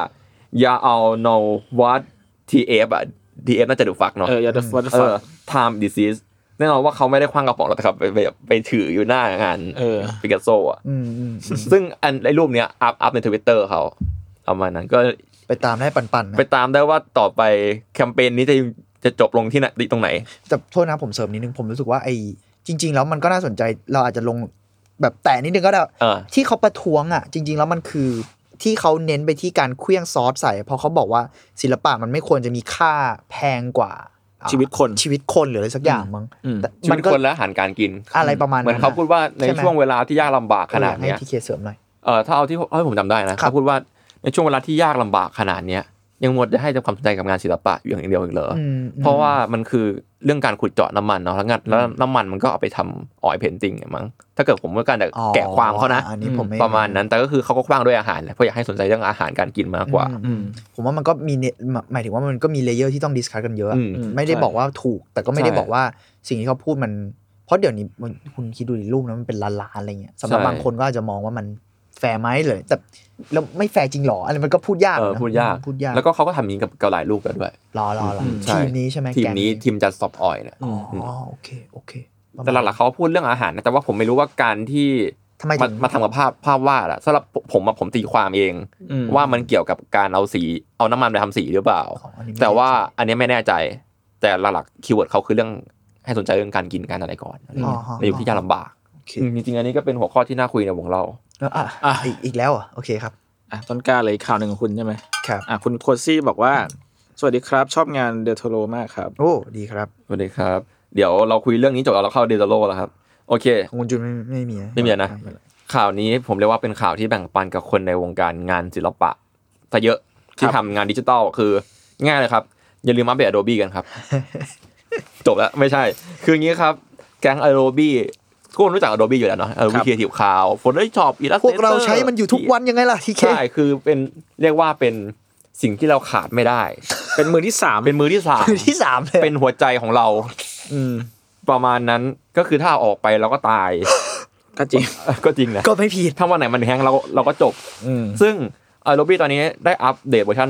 Speaker 3: อย่าเอา no what tf อ่ะ tf น่าจะดูฟักเนาะ
Speaker 2: เออ yeah, the what the
Speaker 3: เอ
Speaker 2: fuck
Speaker 3: อ time disease แน่นอนว่าเขาไม่ได้คว้างกระป๋องหรอกแต่ครับไปไปไปถืออยู่หน้างาน
Speaker 2: เออ
Speaker 3: ปิกัสโซอ่ะ
Speaker 4: อืมอืมอืม
Speaker 3: ซึ่งอันไอรูปเนี้ยอัพอัพในทวิตเตอร์เขาเอามานั้นก็
Speaker 4: ไปตามได้ปันปันๆนะ
Speaker 3: ไปตามได้ว่าต่อไปแคมเปญนี้จะจะจบลงที่ไหนตรงไหน
Speaker 4: แต่โทษนะผมเสริมนิดนึง ผมรู้สึกว่าไอ้จริง ๆ แล้วมันก็น่าสนใจเราอาจจะลงแบบแต่นิดนึงก็ได้
Speaker 3: เออ
Speaker 4: ที่เขาประท้วงอ่ะ จริง ๆ แล้วมันคือที่เขาเน้นไปที่การเคลื่องซอสใส่ เพราะเขาบอกว่าศิลปะมันไม่ควรจะมีค่าแพงกว่าอ่า
Speaker 2: ชีวิตคน
Speaker 4: ชีวิตคนหรืออะไรสักอย่างมั้ง
Speaker 2: อืม
Speaker 4: แต่
Speaker 3: ชี
Speaker 4: มั
Speaker 3: วิ
Speaker 4: น
Speaker 3: ต
Speaker 4: ก็
Speaker 3: คนและอาหารการกิน
Speaker 4: อะไรประมาณนั้น
Speaker 3: เหมือนเขาพูดว่าใน
Speaker 4: ใช่ไหม
Speaker 3: ช่วงเวลาที่ยากลำบากขนาด
Speaker 4: เออ
Speaker 3: เนี้
Speaker 4: อย ยากให้พี่เคเสริมหน่อย
Speaker 3: เออถ้าเอาที่เอาที่ผมจำได้นะครับ เขาพูดว่าในช่วงเวลาที่ยากลำบากขนาดเนี้ยยังหมดจะให้ความสนใจกับงานศิลปะอยู่อย่างเดียวอีกเหรออ
Speaker 4: อืมอืม
Speaker 3: เพราะว่ามันคือเรื่องการขุดเจาะน้ำมันเนาะแล้วงานแล้วน้ำมันมันก็เอาไปทำออยเพนติงมั้งถ้าเกิดผมต้องการจะ
Speaker 4: อ๋อ
Speaker 3: แกะความเขานะ
Speaker 4: อันนี้ผมไ
Speaker 3: ประมาณนั้นแต่ก็คือเขาก็คว้างด้วยอาหารแหละเพราะอยากให้สนใจเรื่องอาหารการกินมากกว่า
Speaker 4: อืม
Speaker 2: อืม
Speaker 4: ผมว่ามันก็มีเนหมายหมายถึงว่ามันก็มีเลเยอร์ที่ต้องดิสคัสกันเยอะ
Speaker 3: อืม
Speaker 4: ไม่ได้
Speaker 2: ใช่
Speaker 4: บอกว่าถูก แต่ก็ไม่ได้
Speaker 3: ใช่
Speaker 4: บอกว่าสิ่งที่เขาพูดมัน เพราะเดี๋ยวนี้มันคุณคิดดูดิรูปนะมันเป็นล้านๆอะไรเงี้ยสำหรับ
Speaker 3: ใช่
Speaker 4: บางคนก็อาจจะมองว่ามัน แฟร์ไหมเลย แต่แล้วไม่แฟร์จริงหรออะไรมันก็พูดยาก
Speaker 3: เออ
Speaker 4: นะ
Speaker 3: พูดยาก
Speaker 4: พูดยาก
Speaker 3: แล้วก็เขาก็ทำอย่างนี้กับเกาหลายลูกแล้วด้วย
Speaker 4: รอรอรอ
Speaker 3: อืมใช่
Speaker 4: ทีมนี้ใช่ไหม
Speaker 3: ทีม
Speaker 4: แก
Speaker 3: นี้ทีมจัดสอบออยเนี่ย
Speaker 4: อ๋อโอเคโอเคประมาณ
Speaker 3: แต่หลักๆเขาพูดเรื่องอาหารนะแต่ว่าผมไม่รู้ว่าการที่
Speaker 4: ทำไม
Speaker 3: มา
Speaker 4: ถึง
Speaker 3: มาทำกับภาพภาพวาดอะสำหรับผมอะผมตีความเอง
Speaker 2: อืม
Speaker 3: ว่ามันเกี่ยวกับการเอาสีเอาน้ำมันไปทำสีหรือเปล่า
Speaker 4: ของอนิเมะ
Speaker 3: แต่ว่าอันนี้ไม่แน่ใจ แต่หลักๆคีย์เวิร์ดเขาคือเรื่องให้สนใจเรื่องการกินการอะไรก่อนอะไร
Speaker 4: อ๋
Speaker 3: เงี้ย
Speaker 4: ฮะ
Speaker 3: ในยุคที่ยากลำบาก
Speaker 4: โอเค
Speaker 3: อืมจริงๆอันนี้ก็เป็นหัวข้อที่น่าคุยในวงเรา
Speaker 4: แล้วอ่ะอีกอีกแล้วเหรอ่ะโอเคครับ
Speaker 2: อ่ะต้นกล้าเลยข่าวหนึ่งของคุณใช่ไหม
Speaker 4: ครับ
Speaker 2: อ่ะคุณโคซี่บอกว่า สวัสดีครับชอบงานเดโทโรมากครับ
Speaker 4: โอ้ดีครับ
Speaker 3: สวัสดีครับ เดี๋ยวเราคุยเรื่องนี้จบแล้วเราเข้าเดลโลแล้วครับ โอเค
Speaker 4: ของคุณจุนไม่ไม่มีนะ
Speaker 3: ไม่มีนะ ข่าวนี้ผมเรียกว่าเป็นข่าวที่แบ่งปันกับคนในวงการงานศิลปะซะเยอะที่ทำงานดิจิตัลคือง่ายเลยครับ อย่าลืมอัปเดต Adobe กันครับ [LAUGHS] จบแล้วไม่ใช่ คืออย่างนี้ครับ แก๊ง Adobe ทุกคนรู้จัก Adobe อยู่แล้วเนาะ
Speaker 2: ครั
Speaker 3: Adobe
Speaker 2: บ
Speaker 3: Creative Cloud Photoshop Illustrator
Speaker 4: พวกเราใช้มันอยู่ทุกวันยังไงล่ะทีเค
Speaker 3: ใช่คือเป็นเรียกว่าเป็นสิ่งที่เราขาดไม่ได้
Speaker 2: เป็นมือที่สาม
Speaker 3: เป็นมือที่สาม
Speaker 4: คือที่สามเลย
Speaker 3: [LAUGHS] เป็นหัวใจของเรา
Speaker 2: อืม
Speaker 3: ประมาณนั้นก็คือถ้าเอาออกไปเราก็ตาย [LAUGHS]
Speaker 2: ก็จริง
Speaker 3: ก็จริงนะ
Speaker 4: ก็ไม่ผิด
Speaker 3: ถ้าวันไหนมันแฮงก์เราเราก็จบ
Speaker 2: อืม
Speaker 3: ซึ่งอ d o b e ตอนนี้ได้อัปเดตเวอร์ชัน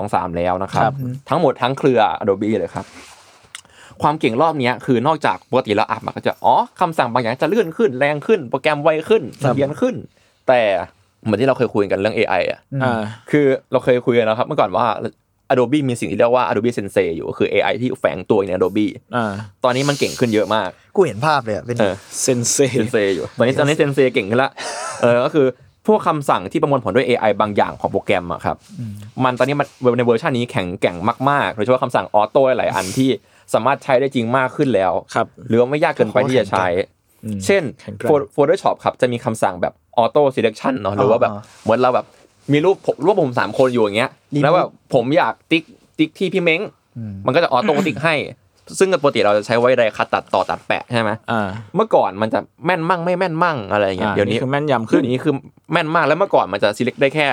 Speaker 3: 2023 แล้วนะครั
Speaker 2: ครับ บ
Speaker 3: ทั้งหมดทั้งเครือ Adobe เลยครับ ความเก่งรอบเนี้ยคือนอกจากปกติเราอัพมันก็จะ อ๋อคำสั่งบางอย่างจะเลื่อนขึ้น แรงขึ้น โปรแกรมไวขึ้นเสถียรขึ้น แต่เหมือนที่เราเคยคุยกันเรื่อง AI อ่ะ
Speaker 4: อืม
Speaker 2: อ่า
Speaker 3: คือเราเคยคุยกันนะครับ เมื่อก่อนว่า Adobe มีสิ่งที่เรียกว่า Adobe Sensei อยู่ก็คือ AI ที่แฝงตัวอยู่ใน Adobe
Speaker 2: อ่า
Speaker 3: ตอนนี้มันเก่งขึ้นเยอะมาก
Speaker 4: กูเห็นภาพเลยอะเป็น
Speaker 3: เออ
Speaker 2: เซนเซ
Speaker 3: เซนเซอยู่ตอนนี้ตอนนี้เซนเซเก่งขึ้นละเออก็คือพวกคำสั่งที่ประมวลผลด้วย AI บางอย่างของโปรแกรมอะครับมันตอนนี้มันในเวอร์ชันนี้แข็งแกร่งมากๆโดยเฉพาะคำสั่งออโต้หลายอันที่สามารถใช้ได้จริงมากขึ้นแล้ว
Speaker 2: ครับ
Speaker 3: หรือว่าไม่ยากเกินไปที่จะใช้ เช่น
Speaker 2: แข็งแกร่ง
Speaker 3: Photo- Photoshop ครับจะมีคำสั่งแบบออโต้ selection เนาะหรือว่าแบบเหมือนเราแบบมีรูปผมรูปผมสามคนอยู่อย่างเงี้ยแล้วแบบผมอยากติ๊กติ๊กที่พี่เม้งมันก็จะออโต้ [LAUGHS] ติ๊กให้ ซึ่งปกติเราจะใช้ไว้ไรคัดตัดต่อตัดแปะใช่ไหม
Speaker 2: อ่า
Speaker 3: เมื่อก่อนมันจะแม่นมั่งไม่แม่นมั่งอะไรอย่างเงี้ย
Speaker 2: อ่า
Speaker 3: เดี๋ยวนี้
Speaker 2: นี่คือแม่นยำขึ้น
Speaker 3: เดี๋ยวนี้คือแม่นมากแล้วเมื่อก่อนมันจะ select ได้แค่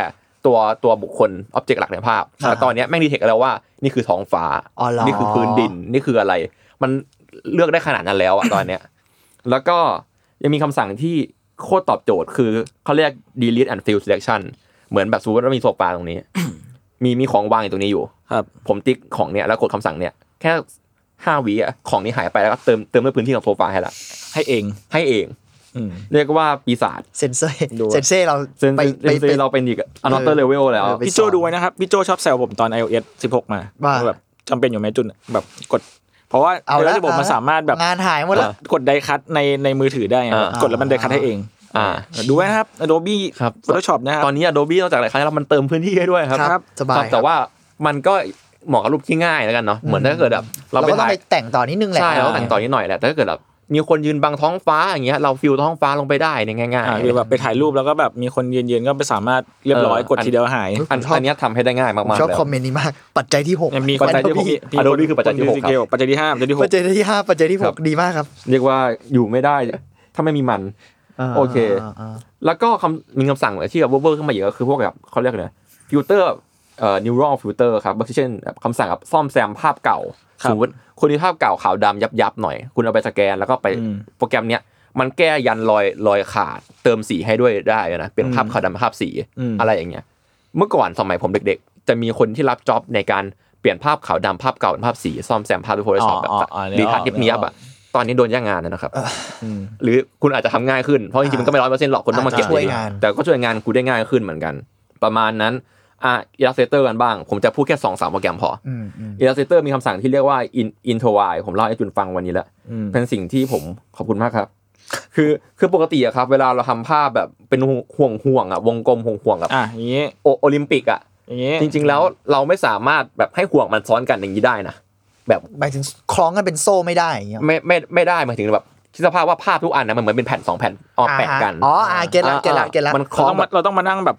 Speaker 3: ตัวตัวบุคคล object หลักในภาพแต่ตอนเนี้ยแม่งดีเทคแล้วว่านี่คือท้องฟ้า
Speaker 4: อ๋อเหรอ
Speaker 3: นี่คือพื้นดินนี่คืออะไร มันเลือกได้ขนาดนั้นแล้วอะตอนเนี้ย แล้วก็ยังมีคำสั่งที่โคตรตอบโจทย์คือเขาเรียก delete and fill selection เหมือนแบบสมมติว่ามีโซฟาตรงนี้ มีมีของวางอยู่ตรงนี้อยู่
Speaker 2: ครับ
Speaker 3: ผมติ๊กของเนี่ยแล้วกดคำสั่งเนี่ยแค่ห้าวิอะของนี้หายไปแล้วก็เติมเติมด้วยพื้นที่ของโซฟาให้ละ
Speaker 2: ให้เอง
Speaker 3: ให้เอง
Speaker 2: อืม
Speaker 3: เรียกว่าปีศาจ
Speaker 4: เซนเซอร์
Speaker 2: ดูอะ
Speaker 4: เซนเซอร์เรา
Speaker 3: เซน
Speaker 4: ไป
Speaker 3: เซนเซ
Speaker 4: ไป
Speaker 3: เราเป็นอีกอันนอตเตอร์เลเวลแล้ว
Speaker 4: เออไป
Speaker 2: พี่โจดูไว้นะครับ พี่โจชอบแซวผมตอน iOS 16 มา
Speaker 4: ว่า
Speaker 2: แบบจำเป็นอยู่ไหมจุนแบบกด เพราะว่า
Speaker 4: เอาละ
Speaker 2: ระบบมันสามารถแบบ
Speaker 4: งานหายหมดละ
Speaker 3: อ่ะ
Speaker 2: กดไดคัตในในมือถือได้ไง
Speaker 3: อ่าก
Speaker 2: ดแล้วมันไดคัตให้เอง
Speaker 3: อ่า
Speaker 2: ดูไว้นะครับ Adobe
Speaker 3: ครับ
Speaker 2: Photoshop นะครับ
Speaker 3: ตอนนี้ Adobe นอกจากอะไรครั้งแล้วมันเติมพื้นที่ให้ด้วยครับ
Speaker 4: ครับสบาย
Speaker 3: ครับแต่ว่ามันก็เหมาะกับรูปที่ง่ายแล้วกันเนาะเหมือนถ้าเกิดแบบ
Speaker 4: เรา
Speaker 3: เรา
Speaker 4: ก็
Speaker 3: ไป
Speaker 4: ต้อง
Speaker 3: ถ่าย
Speaker 4: ไปแต่งต่อนิดนึงแหละ
Speaker 3: ใช่เราแต่งต่อนิดหน่อยแหละแต่ถ้าเกิดแบบมีคนยืนบังท้องฟ้าอย่างเงี้ยเราฟิลท้องฟ้าลงไปได้เนี่ยง่าย
Speaker 2: อ่า
Speaker 3: ๆ
Speaker 2: หรือแบบไปถ่ายรูปแล้วก็แบบมีคนยืนๆก็ไปสามารถเรียบร้อย
Speaker 3: เออ
Speaker 2: กดทีเดียวหาย
Speaker 3: อันอันเนี้ยทำให้ได้ง่ายมากๆ
Speaker 4: ชอบ
Speaker 3: แล้ว
Speaker 4: คอมเมนต์นี้มาก ปัจจัยที่หก
Speaker 2: ยังมี
Speaker 3: ปัจจัยที่หก
Speaker 2: มี
Speaker 3: Adobe คือปัจจัยที่หกครับ
Speaker 2: ปัจจัยที่ห้าปัจจัยที่ห
Speaker 4: ปั
Speaker 2: ก
Speaker 4: จจัยที่ห้าปัจจัยที่ห
Speaker 3: ครั
Speaker 4: ก
Speaker 3: บ
Speaker 4: ดีมากครับ
Speaker 3: เรียกว่าอยู่ไม่ได้ถ้าไม่มีมัน
Speaker 4: า
Speaker 3: โอเค
Speaker 4: าอ่า
Speaker 3: แล้วก็คำมีคำสั่งที่แบบเวอร์ๆขึ้นมาเยอะก็คือพวกแบบเขาเรียกอะไรฟิลเตอร์เอ่อ neural filter ครับก็คือเช่นแบบคำสั่งแบบซ่อมแซมภาพเก่าสมมติคุณมีภาพเก่าขาวดำยับยับๆหน่อย คุณเอาไปสแกนแล้วก็ไปโปรแกรมเนี้ยมันแก้ยันรอยรอยขาด เติมสีให้ด้วยได้นะเป็นภาพขาวดำเป็นภาพสีอะไรอย่างเงี้ย เมื่อก่อนสมัยผมเด็กๆ จะมีคนที่รับจ็อบในการเปลี่ยนภาพขาวดำภาพเก่าเป็นภาพสีซ่อมแซมภาพด้วยโทรศัพท์แบบ
Speaker 2: อ๋ออ๋อนึกออก
Speaker 3: ดีทัชเนียบ
Speaker 2: นึกออ
Speaker 3: อะ
Speaker 2: ก
Speaker 3: ตอนนี้โดนย่างงานแล้วนะครับ
Speaker 2: ม
Speaker 3: หรือคุณอาจจะทำง่ายขึ้น เพราะจริงๆ มันก็ไม่ร้อยเปอร์เซ็นต์หรอกคนต้องมาเก็บ
Speaker 4: าจจะช่วย
Speaker 3: เอง
Speaker 4: งาน
Speaker 3: แต่ก็ช่วยงานกูได้ง่ายขึ้นเหมือนกัน ประมาณนั้นอ่ะ Illustrator กันบ้าง ผมจะพูดแค่2อสามโปรแกรมพออ
Speaker 4: อืมอืม
Speaker 3: Illustrator มีคำสั่งที่เรียกว่า in introvine ผมเล่าให้จุนฟังวันนี้แล้ว
Speaker 2: อืม
Speaker 3: เป็นสิ่งที่ผมขอบคุณมากครับ คือคือปกติอะครับ เวลาเราทำภาพแบบเป็นห่วงห่วงๆอะวงกลมห่วงห่วงๆกับ
Speaker 2: อ่ะอย่างงี้
Speaker 3: โอโอลิมปิกอะ
Speaker 2: อย่างงี้
Speaker 3: จริง ๆ แล้วเราไม่สามารถแบบให้ห่วงมันซ้อนกันอย่างนี้ได้นะแบบ
Speaker 4: หมายถึงคล้องกันเป็นโซ่ไม่ได้อย่างเงี้ย
Speaker 3: ไม่ไม่ไม่ได้หมายถึงแบบคิดสภาพว่าภาพทุกอันนะมันเหมือนเป็นแผ่นสองแผ่นเออแปะกัน
Speaker 4: อ๋ออ่าเก็ตละเก็ตละเก็ตละ
Speaker 3: มันค
Speaker 2: เรา
Speaker 3: ล้อ
Speaker 2: ต้อง
Speaker 3: ง
Speaker 2: มา
Speaker 3: แบบ
Speaker 2: เราต้องมานั่งแบบ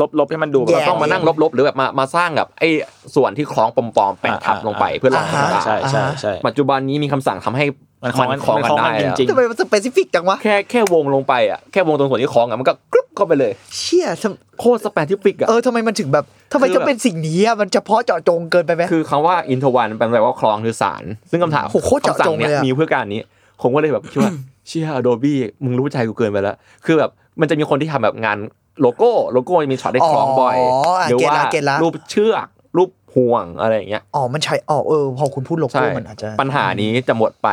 Speaker 2: ลบลบให้มันดู
Speaker 4: แย่
Speaker 2: แบบ
Speaker 3: ต้องมานั่งลบๆ หรือแบบมามาสร้างแบบไอ้ส่วนที่คล้องปลอมๆแปะทับลงไปเพื่อหลอก
Speaker 4: อ่าฮะ
Speaker 3: ตา
Speaker 2: ใช่ใช่ใช่
Speaker 3: ปัจจุบันนี้มีคำสั่งทำให้
Speaker 2: มันคล้องกัน
Speaker 3: มันคล้องกัน
Speaker 2: มันค
Speaker 3: ได้
Speaker 2: ล้องกัน
Speaker 3: อะ
Speaker 2: จริง
Speaker 4: ทำไมมันสเปซิฟิกจังวะ
Speaker 3: แค่แค่วงลงไปอ่ะแค่วงตรงส่วนที่คล้องอ่ะมันก็กรึ๊บเข้าไปเลย
Speaker 4: เชี่ยทำ
Speaker 3: โคตรสเปซิฟิกอ่ะ
Speaker 4: เออทำไมมันถึงแบบทำไม
Speaker 3: คือ
Speaker 4: ต้องเป็นสิ่งนี้อะมันเฉพาะเจาะจงเกินไปไหม
Speaker 3: คือคำว่าอินทวันแปลว่าคล้องหรือสาร ซึ่งคำถาม
Speaker 4: โอ้โหโคตรเจาะ
Speaker 3: คำสั่
Speaker 4: จ
Speaker 3: ง
Speaker 4: งเลยอะ
Speaker 3: เนี่ยมีเพื่อการนี้ผมก็เลยแบบคิดว่า เชี่ย Adobe มึงรู้ใจกูเกินไปแล้ว คือแบบ มันจะมีคนที่ทำแบบงานโลโก้โลโก้จะมีช็อตได้คล้องบ่อย
Speaker 4: อ๋ออ่ะ
Speaker 3: หรื
Speaker 4: เก็ต
Speaker 3: ว่า
Speaker 4: ละเก็ตละ
Speaker 3: รูปเชือกรูปห่วงอะไรอย่างเงี้ย
Speaker 4: อ๋อมันใช้อ๋อเออพอคุณพูดโล
Speaker 3: ใช่
Speaker 4: โก้มันอาจจะ
Speaker 3: ปัญหานี้จะหมดไป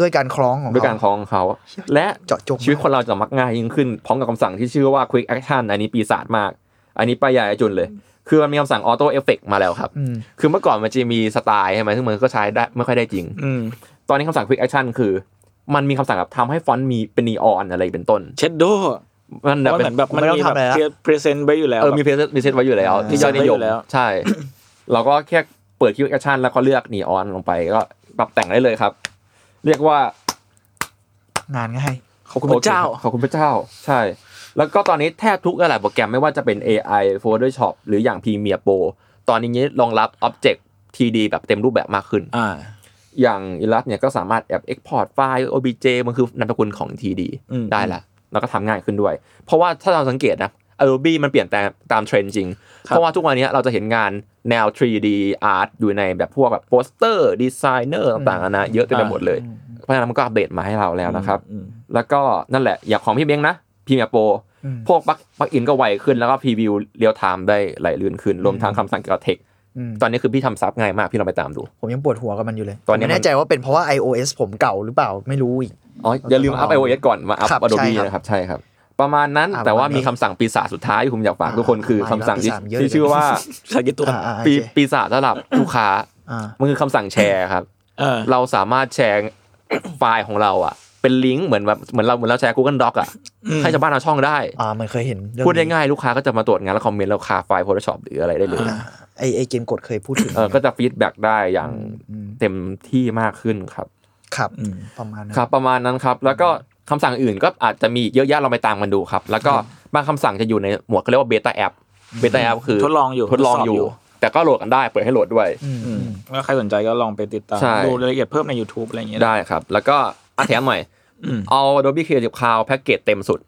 Speaker 4: ด้วยการคล้องของ
Speaker 3: ด้วยการ
Speaker 4: เข
Speaker 3: คล้องของเขา และ
Speaker 4: เจาะจงมาก
Speaker 3: ชีวิตคนเราจะมักง่ายยิ่งขึ้น พร้อมกับคำสั่งที่ชื่อว่า quick action อันนี้ปีศาจมาก อันนี้ป้ายใหญ่อาจุนเลย คือมันมีคำสั่ง auto effect มาแล้วครับ
Speaker 4: อืม
Speaker 3: คือเมื่อก่อนมันจะมีสไตล์ใช่ไหมซึ่งมันก็ใช้ได้ไม่ค่อยได้จริง
Speaker 2: อืม
Speaker 3: ตอนนี้คำสั่ง quick action คือ มันมีคำสั่งแบบทำให้ฟอนต์มีเป็นนีออนอะไรเป็นต้น
Speaker 2: เชดโด
Speaker 3: มัน
Speaker 2: เพ
Speaker 3: แบบ
Speaker 2: ราะเหมือน นแบบมั
Speaker 3: เป็
Speaker 2: น
Speaker 4: ไม่ต้อง
Speaker 2: มี
Speaker 4: ทำอะไร
Speaker 2: แบบ
Speaker 4: ละ
Speaker 2: เพรสเซนต์ไว้อยู่แล้ว
Speaker 3: เออ
Speaker 2: แบบ
Speaker 3: มีเพจมีเซตไว้อยู่แล้วที่ยอดนิยม
Speaker 2: ไว้อยู่แล้ว
Speaker 3: ใช่ เราก็แค่เปิด quick action แล้วก็เลือกนีออนลงไปก็ปรับแต่งได้เลยครับ เรียกว่า
Speaker 4: งานง่าย
Speaker 2: ขอบคุณพระเจ้า
Speaker 3: โอคครับขอบคุณพระเจ้า ใช่ แล้วก็ตอนนี้แทบทุกอะไรโปรแกรมไม่ว่าจะเป็น AI Photoshop หรืออย่าง Premiere Pro ตอนนี้รองรับ Object 3D แบบเต็มรูปแบบมากขึ้น
Speaker 2: อ่า
Speaker 3: อย่าง Illustrator เนี่ยก็สามารถแอบ Export ไฟล์ OBJ มันคือนามสกุลของ 3D
Speaker 2: อืม
Speaker 3: ได้ละแล้วก็ทำง่ายขึ้นด้วย เพราะว่าถ้าเราสังเกตนะ Adobe มันเปลี่ยนแต่ตามเทรนด์จริง เพราะว่าทุกวันนี้เราจะเห็นงานแนว 3D art อยู่ในแบบพวกแบบโปสเตอร์ดีไซเนอร์ต่างๆนานะเยอะเต็มไปหมดเลย เพราะฉะนั้นมันก็อัปเดตมาให้เราแล้วนะครับ
Speaker 2: อืม
Speaker 3: แล้วก็นั่นแหละ อย่างของพี่เบ้งนะพีเมียโปรพวกปักปักอินก็ไวขึ้นแล้วก็พรีวิวเรียวไทม์ได้ไหลลื่นขึ้น รวมทั้งคำสั่งเกี่ยวกับเทค
Speaker 4: อืม
Speaker 3: ตอนนี้คือพี่ทำซับง่ายมาก พี่ลองไปตามดู
Speaker 4: ผมยังปวดหัวกับมันอยู่เลย
Speaker 3: ตอนนี้มัน
Speaker 4: ไม่แน่ใจว่าเป็นเพราะว่า iOS ผมเก่าหรือเปล่าไม่รู้อีก
Speaker 3: อ๋อ อย่าลืมอัพ iOS ก่อนมาอัพ
Speaker 4: ครับ
Speaker 3: Adobe
Speaker 4: ใช่ครับ
Speaker 3: นะครับ ใช่ครับ ประมาณนั้น
Speaker 4: อ่ะ
Speaker 3: แต่ว่า
Speaker 4: ประมาณนี้
Speaker 3: มีคำสั่งปีศาจสุดท้ายที่ผมอยากฝากทุกคนคือคำสั่งที่
Speaker 4: ปีศาจเยอะ
Speaker 3: ที่ชื่อว่า
Speaker 2: สากิตุ
Speaker 4: อ่าอ่า [LAUGHS] โอ
Speaker 3: ปี
Speaker 4: เค
Speaker 3: ปีศาจสำหรับลูกค้า
Speaker 4: อ่า
Speaker 3: มันคือคำสั่งแชร์ครับ
Speaker 2: เออ
Speaker 3: เราสามารถแชร์ [COUGHS] ไฟล์ของเราอ่ะ เป็นลิงก์เหมือนแบบเหมือนเราเหมือนเราแชร์ Google Doc อ่ะให้ชาวบ้านเอาช่องได้
Speaker 4: อ่ามันเคยเห็นเรื่อง
Speaker 3: พูด
Speaker 4: นี้
Speaker 3: ง่ายๆลูกค้าก็จะมาตรวจงานแล้วคอมเมนต์เราคาไฟล์ Photoshop หรืออะไรได้เลย
Speaker 4: ไอไอเกมกดเคยพูดถึง
Speaker 3: เออก็จะฟีดแบ็กได้อย่างเต็มที่มากขึ้นครับ
Speaker 4: ครับ ประมาณนั้น
Speaker 3: ครับประมาณนั้นครับ แล้วก็คำสั่งอื่นก็อาจจะมีเยอะแยะเราไปตามกันดูครับ แล้วก็บางคำสั่งจะอยู่ในหมวดเขาเรียกว่าเบต้าแอปเบต้าแอปคือ
Speaker 2: ทดลองอยู่
Speaker 3: ทดลองอยู่ แต่ก็โหลดกันได้เปิดให้โหลดด้วย
Speaker 4: อืม
Speaker 2: อืมแล้วใครสนใจก็ลองไปติดตาม
Speaker 3: ใช่
Speaker 2: ดูรายละเอียดเพิ่มใน YouTube อะไรอย่างเงี้ย
Speaker 3: ได้ครับ แล้วก็อาแถมหน่อย
Speaker 2: อืม
Speaker 3: เอา Adobe Creative Cloud แพ็กเกจเต็มสุด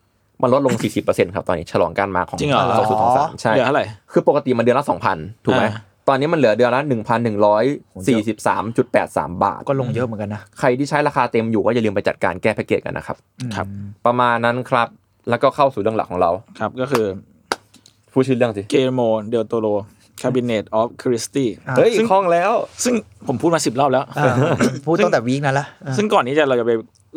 Speaker 3: มันลดลง 40%ครับตอนนี้ฉลองการมาของ
Speaker 2: จริงเหรอ
Speaker 3: สองศูนย์สองสามใช่
Speaker 2: เหลือเท่าไหร่
Speaker 3: คือปกติมันเดือนละสองพันถูกไหม
Speaker 2: อ่า
Speaker 3: ตอนนี้มันเหลือเดือนละหนึ่งพันหนึ่งร้อยสี่สิบสามจุดแปดสามบาท
Speaker 4: ก็ลงเยอะเหมือนกันนะ
Speaker 3: ใครที่ใช้ราคาเต็มอยู่ก็อย่าลืมไปจัดการแก้แพ็กเกจกันนะครับ
Speaker 2: ครับ
Speaker 3: ประมาณนั้นครับ แล้วก็เข้าสู่เรื่องหลักของเรา
Speaker 2: ครับก็คือ
Speaker 3: พูดชื่อเรื่องสิ
Speaker 2: เกโมเดลโตโรคาบิเนตออฟคริสตี้
Speaker 3: เฮ้ยคล่องแล้ว
Speaker 2: ซึ่งผมพูดมาสิบรอบแล้ว
Speaker 4: อ่าพูดตั้งแต่วีคนั้นละอ่า
Speaker 2: ซึ่งก่อนที่จะเราจะไป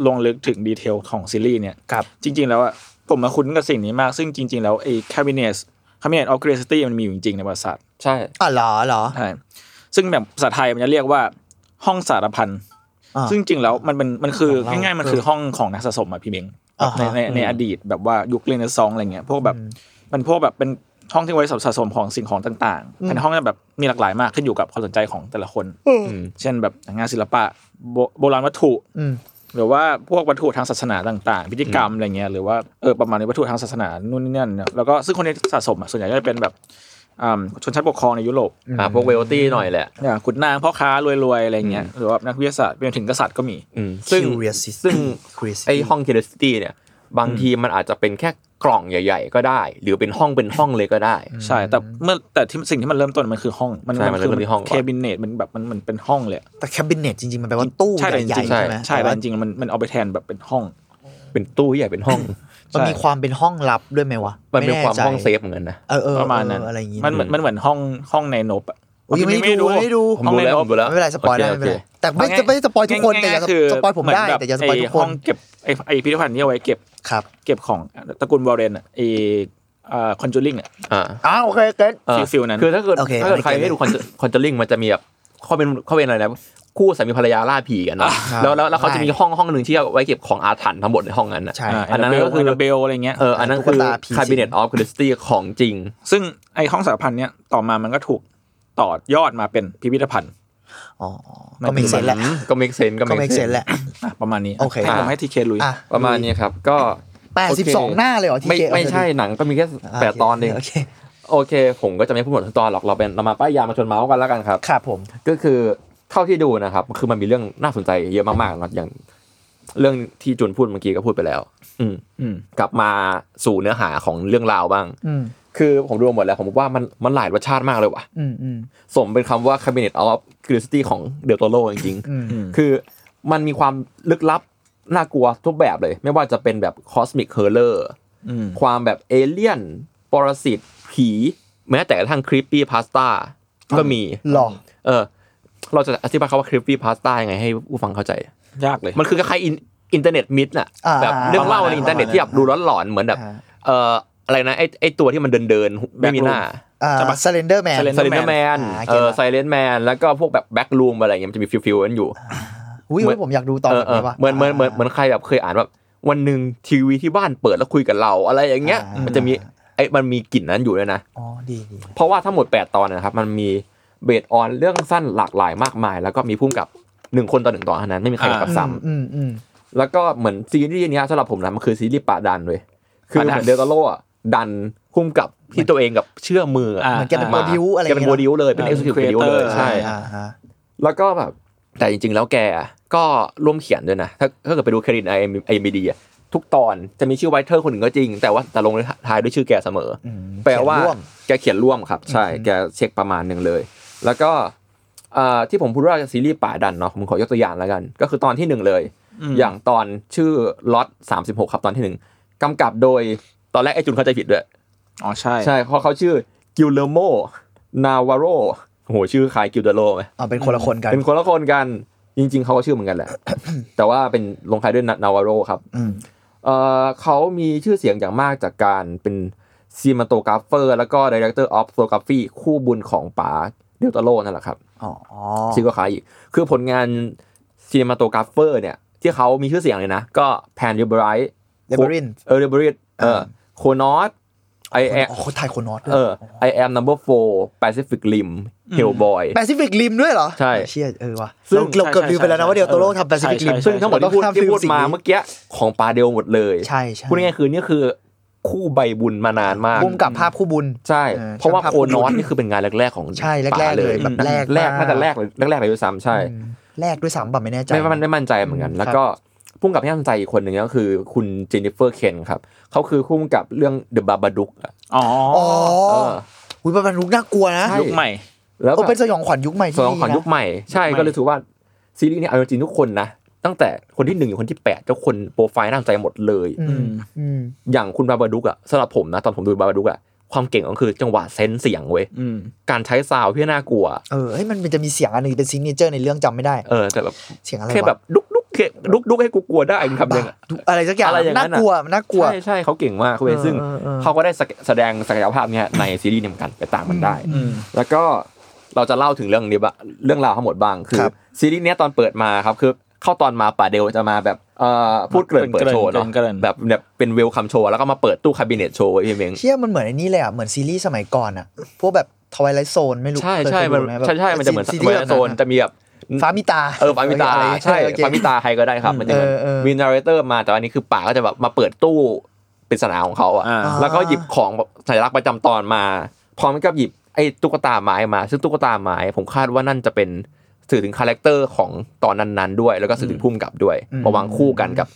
Speaker 2: ลงลึกถึงดีเทลของซีรีส์เนี่ย
Speaker 4: ครับ
Speaker 2: จริง ๆ แล้วอะผมมาคุ้นกับสิ่งนี้มาก ซึ่งจริง ๆ แล้วไอ้ cabinet cabinet of curiosity มันมีอยู่จริง ๆ ในประวัติศาสตร์
Speaker 3: ใช่
Speaker 4: อ่ะเหรอเหรอ
Speaker 2: ใช่ซึ่งแบบภาษาไทยมันจะเรียกว่าห้องสารพัน
Speaker 4: อ่า
Speaker 2: ซึ่งจริง ๆ แล้วมันเป็นมันคือ
Speaker 4: ของเรา
Speaker 2: ง่ายๆ มันคือห้องของนักสะสมอะพี่เมง
Speaker 4: อ่าฮะ
Speaker 2: ในในในอดีตแบบว่ายุคเรเนซองส์อะไรเงี้ยพวกแบบมันพวกแบบเป็นห้องที่ไว้สำหรับสะสมของสิ่งของต่างๆเป็นห้องที่แบบมีหลากหลายมากขึ้นอยู่กับความสนใจของแต่ละคน
Speaker 3: ม
Speaker 2: เช่นแบบงานศิลปะโบโบราณวัตถุ
Speaker 4: อืม
Speaker 2: หรือว่าพวกวัตถุทางศาสนาต่างๆ พิธีกรรมอะไรเงี้ยหรือว่าเออประมาณนี้วัตถุทางศาสนานู่นนี่นั่นเนี่ยแล้วก็ซึ่งคนที่สะสมอะส่วนใหญ่ก็จะเป็นแบบอ่าชนชั้นปกครองในยุโรป
Speaker 3: อ่าพวกเวลตี้หน่อยแหละ
Speaker 2: อ่าขุนนางพ่อค้ารวยๆอะไรเงี้ยหรือว่านักวิทยาศาสตร์ไปจนถึงกษัตริย์ก็มี
Speaker 3: อืมซึ่ง
Speaker 4: Curiosity
Speaker 3: ซึ่ง
Speaker 4: Curiosity
Speaker 3: ไอห้อง curiosity เนี่ย บางทีมันอาจจะเป็นแค่กล่องใหญ่ ๆ ก็ได้ หรือเป็นห้องเป็นห้องเลยก็ได้
Speaker 2: ใช่ แต่เมื่อแต่ที่สิ่งที่มันเริ่มต้นมันคือห้อง มัน
Speaker 3: ใช่มันเริ่มต้นที่ห้องก่อน
Speaker 2: เคบินเนตมันแบบมันมันเป็นห้องเลยอะ
Speaker 4: แต่แคบินเนตจริงๆ มันแปลว่าตู้ใ
Speaker 2: แต่จ
Speaker 4: หญ่
Speaker 2: ริงๆ
Speaker 4: ๆใช่ไหม
Speaker 2: ใช่แต่
Speaker 4: ว่า
Speaker 2: จริงๆมันมันเอาไปแทนแบบเป็นห้อง
Speaker 3: เป็นตู้ใหญ่เป็นห้อง
Speaker 4: มันมีความเป็นห้องลับด้วยไหมวะ
Speaker 3: มันเป็นความ
Speaker 4: ไแใจ
Speaker 3: ห้องเซฟเหมือนกันนะ
Speaker 4: เออเออ
Speaker 2: ประมาณนั้น
Speaker 4: เอออะไรอย่างงี้
Speaker 2: มันเหมือนมันเหมือนห้องห้องในนบอะ
Speaker 4: โอ้ยยังไม่ได้ดูยังไม่ได้ดู
Speaker 3: ผมดูแล้วผมดูแล้ว
Speaker 4: ไม่เป็นไรสปอยได้ไม่เป็นไรแต่ไม่จะไม่สปอยทุกคนแต่อย่า
Speaker 2: ง่ๆคือ
Speaker 4: สปอยผมได้
Speaker 2: เหนแบบ
Speaker 4: แต่อย่าสปอยทุกค
Speaker 2: ไห้
Speaker 4: น
Speaker 2: องเก็บไอไอพิพิธภัณฑ์ที่เอาไว้เก็บ
Speaker 4: ครับ
Speaker 2: เก็บของตระกูลวอร์เรนอะไอคอนจูริงอะ
Speaker 3: อ่า
Speaker 4: อ้าวโอเคเก็ต
Speaker 3: เออ
Speaker 2: ฟิลๆนั้น
Speaker 3: คือถ้าเกิด
Speaker 4: โอเค
Speaker 3: ถ้าเกิดใคร
Speaker 4: โอเค
Speaker 3: ให้ดูคอนเจอริงมันจะมีแบบเขาเป็นเขาเป็นอะไรนะคู่สามีภรรยาล่าผีกันนะแล้วแล้วแล้วเขา
Speaker 4: ใช่
Speaker 3: จะมีห้องห้องหนึ่งที่เอาไว้เก็บของอาถรรพ์ทั้งหมดในห้องนั้นนะ
Speaker 4: ใช่
Speaker 2: อ่า
Speaker 3: อันนั้นก็คือ
Speaker 2: เบลอะไรเงี้ย
Speaker 3: เอออันนั้น
Speaker 4: ตุ๊ก
Speaker 3: คือ
Speaker 4: ตาผีสิง
Speaker 3: Cabinet of Curiosity ของจริง
Speaker 2: ซึ่งไอห้องสารพันเนี่ยต่อมามันก็ถูกต่อยอดมาเป็นพิพิธภัณฑ์
Speaker 4: อ๋อ
Speaker 2: มั
Speaker 4: ก็
Speaker 2: น
Speaker 4: ไม่เซนแหละ
Speaker 3: ก็ make sense ก็
Speaker 4: ก็ไม่
Speaker 3: make
Speaker 4: เซน
Speaker 3: sense
Speaker 4: แหละ
Speaker 2: อ่ะประมาณนี้
Speaker 4: โอเค
Speaker 2: ให้ผมให้ทีเคลุย
Speaker 4: อ่ะ
Speaker 3: ประมาณนี้ครับ ก็
Speaker 4: แปดสิบสองหน้าเลยเหรอที่
Speaker 3: ไม่
Speaker 4: เจ
Speaker 3: ไม่ใช่หนังก็มีแค่แปดตอนเอง
Speaker 4: โอเค
Speaker 3: โอเค ผมก็จะไม่พูดหมดทุกตอนหรอกเราเป็นเรามาป้ายยามาชวนเมาส์กันแล้วกันครับ
Speaker 4: ครับผม
Speaker 3: ก็คือเท่าที่ดูนะครับ คือมันมีเรื่องน่าสนใจเยอะมากๆนะอย่าง เรื่องที่จุนพูดเมื่อกี้ก็พูดไปแล้ว อืม
Speaker 2: อืม
Speaker 3: กลับมาสู่เนื้อหาของเรื่องราวบ้าง
Speaker 4: อืม
Speaker 3: คือผมดูหมดแล้วผมว่ามันมันหลายรสชาติมากเลยว่ะ
Speaker 4: อืมอืม
Speaker 3: สมเป็นคำว่า Cabinet of Curiosity ของเดลโตโรจริง
Speaker 4: อืม
Speaker 3: ๆ คือมันมีความลึกลับ น่ากลัวทุกแบบเลย ไม่ว่าจะเป็นแบบ Cosmic Horror
Speaker 2: อืม
Speaker 3: ความแบบเอเลี่ยน ปรสิตผีแม้แต่กระทั่งคริปปี้พาสต้าก็มี
Speaker 4: หรอ
Speaker 3: เออ เราจะอธิบายเขาว่าคริปปี้พาสต้ายังไงให้ผู้ฟังเข้าใจ
Speaker 2: ยากเลย
Speaker 3: มันคือคล้ายๆอินเทอร์เน็ตมิดน่ะ
Speaker 4: อ่า
Speaker 3: แบบเรื่องเล่าในอินเทอร์เน็ตที่แบบดูร้อนหลอนๆเหมือนแบบ
Speaker 4: อ่า
Speaker 3: เอ่ออะไรนะไอไอตัวที่มันเดินเดินๆไม่มีหน้า
Speaker 2: จะมา
Speaker 4: เซเลนเดอร์แมน
Speaker 3: s ซ l ลนเดอร์แมน
Speaker 4: อ่า
Speaker 3: เออ
Speaker 4: เก็ตละ
Speaker 3: ไซเลนแมน แล้วก็พวกแบบแบ็กลูมอะไรอย่างเงี้ยมันจะมีฟิวๆกันอยู่
Speaker 4: อุ้ย
Speaker 3: เหมือน
Speaker 4: ผมอยากดูตอน
Speaker 3: เอ
Speaker 4: แบ
Speaker 3: อบ เออ
Speaker 4: นี้ว่ะ
Speaker 3: เหมือนเหมือนเหมือนเหมือนใครแบบเคยอ่านแบบวันหนึ่งทีวีที่บ้านเปิดแล้วคุยกับเราอะไรอย่างเงี้ย
Speaker 4: อ่ามั
Speaker 3: มันจะมีไอ้มันมีกลิ่นนั้นอยู่ด้วยนะ
Speaker 4: อ๋อดีดี
Speaker 3: เพราะว่าทั้งหมด 8 ตอนนะครับ มันมีเบสออนเรื่องสั้นหลากหลายมากมาย แล้วก็มีพุ่มกับหนึ่งคนต่อหนึ่งตอนเท่านั้นไม่มีใครกำกับซ้ำ
Speaker 4: อืมอืม
Speaker 3: แล้วก็เหมือนซีรีส์เนี้ยสำหรับผมนะมันคือซีรีส์ปะดันเลยคือเหมือนเดลตาโร่อะดันคุ้มกับที่ตัวเองกับเชื่อมืออะ
Speaker 4: เหมือนแกเป็น produce อะไรอ
Speaker 3: แก
Speaker 4: ย่าง
Speaker 3: เป็
Speaker 4: เงี้
Speaker 3: น
Speaker 4: ย
Speaker 3: โปรดิวเลยเป็น
Speaker 2: เอ
Speaker 3: เอ็
Speaker 2: อก
Speaker 3: ซ์คิว
Speaker 2: เป็น
Speaker 3: โปรดิว
Speaker 2: creator
Speaker 3: เลยใช่
Speaker 4: อ่าฮะ
Speaker 3: แล้วก็แบบแต่จริง ๆ แล้วแกก็ร่วมเขียนด้วยนะ ถ้าถ้าเกิดไปดูเครดิตไอเอ็มบีดีทุกตอนจะมีชื่อไวเทอร์คนหนึ่งก็จริง แต่ว่าแต่ลงท้ายด้วยชื่อแกเสมอ
Speaker 4: อืม
Speaker 3: แปลว่า
Speaker 4: เขียนร่ม
Speaker 3: แกเขียนร่วมครับ ใช่ แกเช็คประมาณหนึ่งเลย แล้วก็เอ่อที่ผมพูดว่าซีรีส์ป่าดันเนาะผมขอยกตัวอย่างแล้วกัน ก็คือตอนที่หนึ่งเลย อย่างตอนชื่อล็อตสามสิบหกครับตอนที่หนึ่งกำกับโดยตอนแรกไอจุนเข้าใจผิดด้วย
Speaker 2: อ๋อใช่
Speaker 3: ใช่เพราะเขาชื่อกิลเลโมนาวาโรโหชื่อคล้ายกิลเดโรไหม
Speaker 4: อ๋อเป็นคนละคนกัน
Speaker 3: เป็นคนละคนกันจริง ๆ เขาก็ชื่อเหมือนกันแหละ [COUGHS] แต่ว่าเป็นลงท้ายด้วยนาวาโรครับ
Speaker 4: อืม
Speaker 3: เอ่อเขามีชื่อเสียงอย่างมากจากการเป็นซีมาโตกราฟเฟอร์แล้วก็ดี r e c เตอร์ออฟโฟกราฟีคู่บุญของป๋าเดลตาโลนั่นแหละครับ
Speaker 4: อ๋ออ๋อ
Speaker 3: ชื่อก็คล้ายอีก คือผลงานซีมาโตกราฟเฟอร์เนี่ย ที่เขามีชื่อเสียงเลยนะ ก็แพนเดอร์ไบรท์
Speaker 4: เลเบริน
Speaker 3: เออเดอร์ไบรท์เออ
Speaker 4: อ่า
Speaker 3: โคโนอสไอแอ
Speaker 4: อ๋อคนไทยคนนอตด้วย
Speaker 3: เออไอแอมนัมเบอร์โฟร์แปซิฟิกริมเฮลบอย
Speaker 4: แปซิฟิกริมด้วยเหรอ
Speaker 3: ใช่
Speaker 4: เชี่ยเออว่ะ
Speaker 3: ซึ่ง
Speaker 4: เราเราเกือบลืมไปแล้วนะว่าเดียวโตโร่ทำแปซิฟิกริม
Speaker 3: ซึ่งทั้งหมดที่พูด
Speaker 4: เราต้อง
Speaker 3: ที่พูดมา
Speaker 4: ทำสิ่งนี้
Speaker 3: เมื่อกี้ของปาเดลหมดเลย
Speaker 4: ใช่ใช่
Speaker 3: พูดง่ายๆคือนี่คือคู่ใบบุญมานานมาก
Speaker 4: มุมกับภาพคู่บุญ
Speaker 3: ใช่
Speaker 4: เออ
Speaker 3: เพราะว่า
Speaker 4: ช่างภาพ
Speaker 3: โคนอสนี่คือเป็นงานแรก ๆ ของ
Speaker 4: ใช่แรกๆ
Speaker 3: ป๋า
Speaker 4: เลยแบบแรก
Speaker 3: แรก
Speaker 4: มาก
Speaker 3: น่าจะแรกเลยแรกๆเลยด้วยซ้ำใช่
Speaker 4: อืมแรกด้วยสามบัตไม่แน่ใจ
Speaker 3: ไม่ไม่ไม่มั่นใจเหมือนกัน
Speaker 4: อืม
Speaker 3: แล้วก็พุ่งกับที่น่าสนใจอีกคนหนึ่งก็คือคุณเจนนิเฟอร์เคนครับเขาคือพุ่งกับเรื่องเดอะบาบาดุก
Speaker 2: อ๋อ
Speaker 4: อ๋อ
Speaker 3: เออ
Speaker 4: อุ้ยบัตลุกน่ากลัวนะ
Speaker 3: ใช่
Speaker 2: ยุคใหม่
Speaker 3: แล้ว
Speaker 4: โอ้
Speaker 3: ก็
Speaker 4: เป็นสยองขวัญยุคใหม่
Speaker 3: ส
Speaker 4: ที่
Speaker 3: องของ
Speaker 4: ดีนะ
Speaker 3: ยุคใหม่ใช่
Speaker 2: ยุคใหม่
Speaker 3: ก็เลยถือว่าซีรีส์นี้เอาจริงๆทุกคนนะตั้งแต่คนที่หนึ่งถึงคนที่แปดทุกคนโปรไฟล์น่าสนใจหมดเลย
Speaker 4: อืมอืม
Speaker 3: อย่างคุณบาบาดุกอะสำหรับผมนะตอนผมดูบาบาดุกอะความเก่งก็คือจังหวะเซนส์เสียงเว้ย
Speaker 2: อืม
Speaker 3: การใช้ซาวด์ที่น่ากลัว
Speaker 4: เออเฮ้ยมันมันจะมีเสียงอันหนึงเป็นซิงเกิลในเรื่องจำไม่ได้
Speaker 3: เออแต่แบบ
Speaker 4: เสียงอะไรวะ
Speaker 3: แค่แบบดุกดุกแค่ดุกดุกให้กูกลัวได้มึงทำ
Speaker 4: บ้า
Speaker 3: ยังไง
Speaker 4: ดูอะไรสักอย่าง
Speaker 3: อะไรอย่างนั้
Speaker 4: น่าน กลัว
Speaker 3: อะ
Speaker 4: มันน่ากลัว
Speaker 3: ใช่ใช่เขาเก่งมากเว้ย
Speaker 4: เออ
Speaker 3: ซึ่ง
Speaker 4: เออเออ
Speaker 3: เขาก็ได้แสดงศักยภาพเนี่ยในซีรีส์เนี่ยเหมือนกันไปต่างมันได้
Speaker 2: อืม
Speaker 3: แล้วก็เราจะเล่าถึงเรื่องนี้บะเรื่องราวทั้งหมดบ้างคือ
Speaker 4: ครับ
Speaker 3: ซีรีส์เนี้ยตอนเปิดมาครับคือเข้าตอนมาป่าเดลจะมาแบบเอ่อพูดเกริ่น
Speaker 2: เกริ่น
Speaker 3: เปิดโชว์เนาะ
Speaker 2: เกริ่น
Speaker 3: แบบแบบเป็นเวลคัมโชว์แล้วก็มาเปิดตู้คาบิเนตโชว์ไว้พี่เม้ง
Speaker 4: เชี่ยมันเหมือนไอ้นี่เลยอ่ะ เหมือนซีรีส์สมัยก่อนอ่ะ พวกแบบทวายไลท์โซนไม่รู้
Speaker 3: ใช่
Speaker 4: เคย
Speaker 3: ใช่
Speaker 4: เคย
Speaker 3: มัน
Speaker 4: ดูไหแบบ
Speaker 3: ใช่ใช่มันจะเหมือน
Speaker 4: ซี
Speaker 3: เว
Speaker 4: รี
Speaker 3: ล
Speaker 4: ส์แบบ
Speaker 3: โซนจะมีแบบ
Speaker 4: ฟ้ามิตา
Speaker 3: เออฟามิตา
Speaker 4: อะไรอย่งเงี้ย
Speaker 3: ใช่
Speaker 4: โอเค
Speaker 3: ฟามิตาใครก็ได้ครับ มันจะเหมือน
Speaker 4: เออเออ
Speaker 3: มีนาร์เรเตอร์มาแต่อันนี้คือป่าก็จะแบบมาเปิดตู้ปริศนาของเขาอ่ะ
Speaker 2: อ่า
Speaker 3: แล้วก็หยิบของแบบสัญลักษณ์ประจำตอนมา พร้อมกับหยิบไอ้ตุ๊กตาไม้มา ซึ่งตุ๊กตาไม้ผมคาดว่านั่นจะเป็นสื่อถึงคาแรคเตอร์ของตอนนั้นๆด้วย แล้วก็สื่อถึงพุ่มกับด้วย
Speaker 4: อืม
Speaker 3: มาวางคู่กันกับ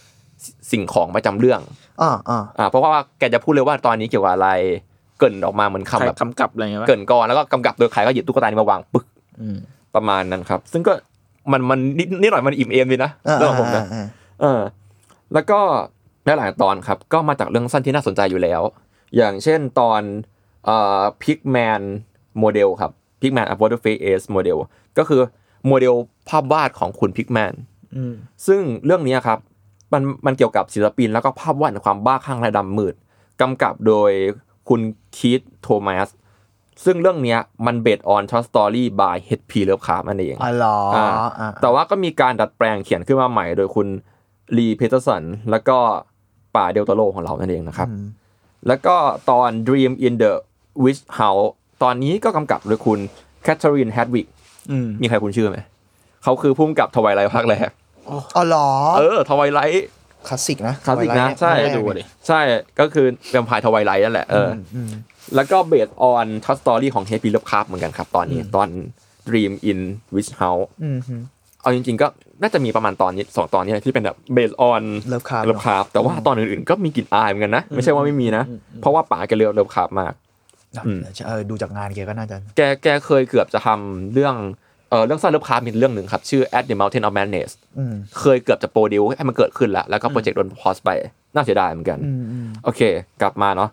Speaker 3: สิสิ่งของประจำเรื่อง
Speaker 4: อ่าอ่า
Speaker 3: อ่าเพราะว่าแกจะพูดเลยว่าตอนนี้เกี่ยวกับอะไรเกรินออกมาเหมือน
Speaker 2: ใคร
Speaker 3: คำแบบ
Speaker 2: กำกับอะไรเงี้ยปะ
Speaker 3: เกรินก่อนแล้วก็กำกับโดยใครก็หยิบตุ๊กตานี้มาวางปึ๊ก
Speaker 2: อืม
Speaker 3: ประมาณนั้นครับ ซึ่งก็มันมันนิดนิดหน่อยมันอิ่มเอมดีนะ
Speaker 4: อ่า
Speaker 3: เรื่องของผมนะ
Speaker 4: อ่า
Speaker 3: เออ แล้วก็หลายๆตอนครับ ก็มาจากเรื่องสั้นที่น่าสนใจอยู่แล้ว อย่างเช่นตอนเอ่อพิกแมนโมเดลครับพิกแมนอพอลเฟสโมเดลก็คือโมเดลภาพวาดของคุณพิกแมน
Speaker 2: อืม
Speaker 3: ซึ่งเรื่องเนี้ยครับ มันมันเกี่ยวกับศิลปิน แล้วก็ภาพวาดในความบ้าคลั่งและดำมืดกำกับโดยคุณคีธโทมัสซึ่งเรื่องเนี้ยมันเบสออนช็อตสตอรี่บายเฮดพีเลิฟคาร์มันเอง
Speaker 4: อ๋อเหรออ่าอ่า
Speaker 3: แต่ว่าก็มีการดัดแปลงเขียนขึ้นมาใหม่โดยคุณลีเพเทอร์สันแล้วก็ป่าเดลตาโลของเรานั่นเองนะครับ
Speaker 4: อืม
Speaker 3: แล้วก็ตอน Dream in the Witch House ตอนนี้ก็กำกับโดยคุณแคทเธอรีนแฮดวิก
Speaker 2: อืม
Speaker 3: มีใครคุณชื่อไหม เขาคือผู้กำกับทวายไลท์ภาคแรก
Speaker 4: อ๋อเหรอ
Speaker 3: เออทวายไลท์
Speaker 4: คลาสสิกนะ
Speaker 3: คลาสสิกนะ ใช่
Speaker 4: ไม่แร
Speaker 2: ดูดิ
Speaker 3: ใช่ก็คือแวมไพร์ทวายไลท์นั่นแหละเอออ
Speaker 4: อืม
Speaker 3: แล้วก็เบสออนทัสตอรี่ของเฮปีลับคาร์เหมือนกันครับ ตอนนี้ตอน Dream in Witch House
Speaker 4: อืมอืม
Speaker 3: เอาจริงๆก็น่าจะมีประมาณตอนนี้สองตอนนี้แหละที่เป็นแบบเบสออน
Speaker 4: Love Craft
Speaker 3: เลิฟคาร์แต่ว่าตอนอื่นๆก็มีกลิ่นอายเหมือนกันนะ ไม่ใช่ว่าไม่มีนะ เพราะว่าป๋าแกเลือกเลิฟคาร์มาก
Speaker 4: นะเออดูจากงานแกก็น่าจะ
Speaker 3: แกแกเคยเกือบจะทำเรื่องเออเรื่องสั้นเลิฟคาร์มีเรื่องหนึ่งครับ ชื่อ At the Mountain of Madness
Speaker 4: อืม
Speaker 3: เคยเกือบจะโปรดิวให้มันเกิดขึ้นละแล้วก็โปรเจกต์โดนพอสไป น่าเสียดายเหมือนกัน
Speaker 4: อืมอืม
Speaker 3: โอเค กลับมาเนาะ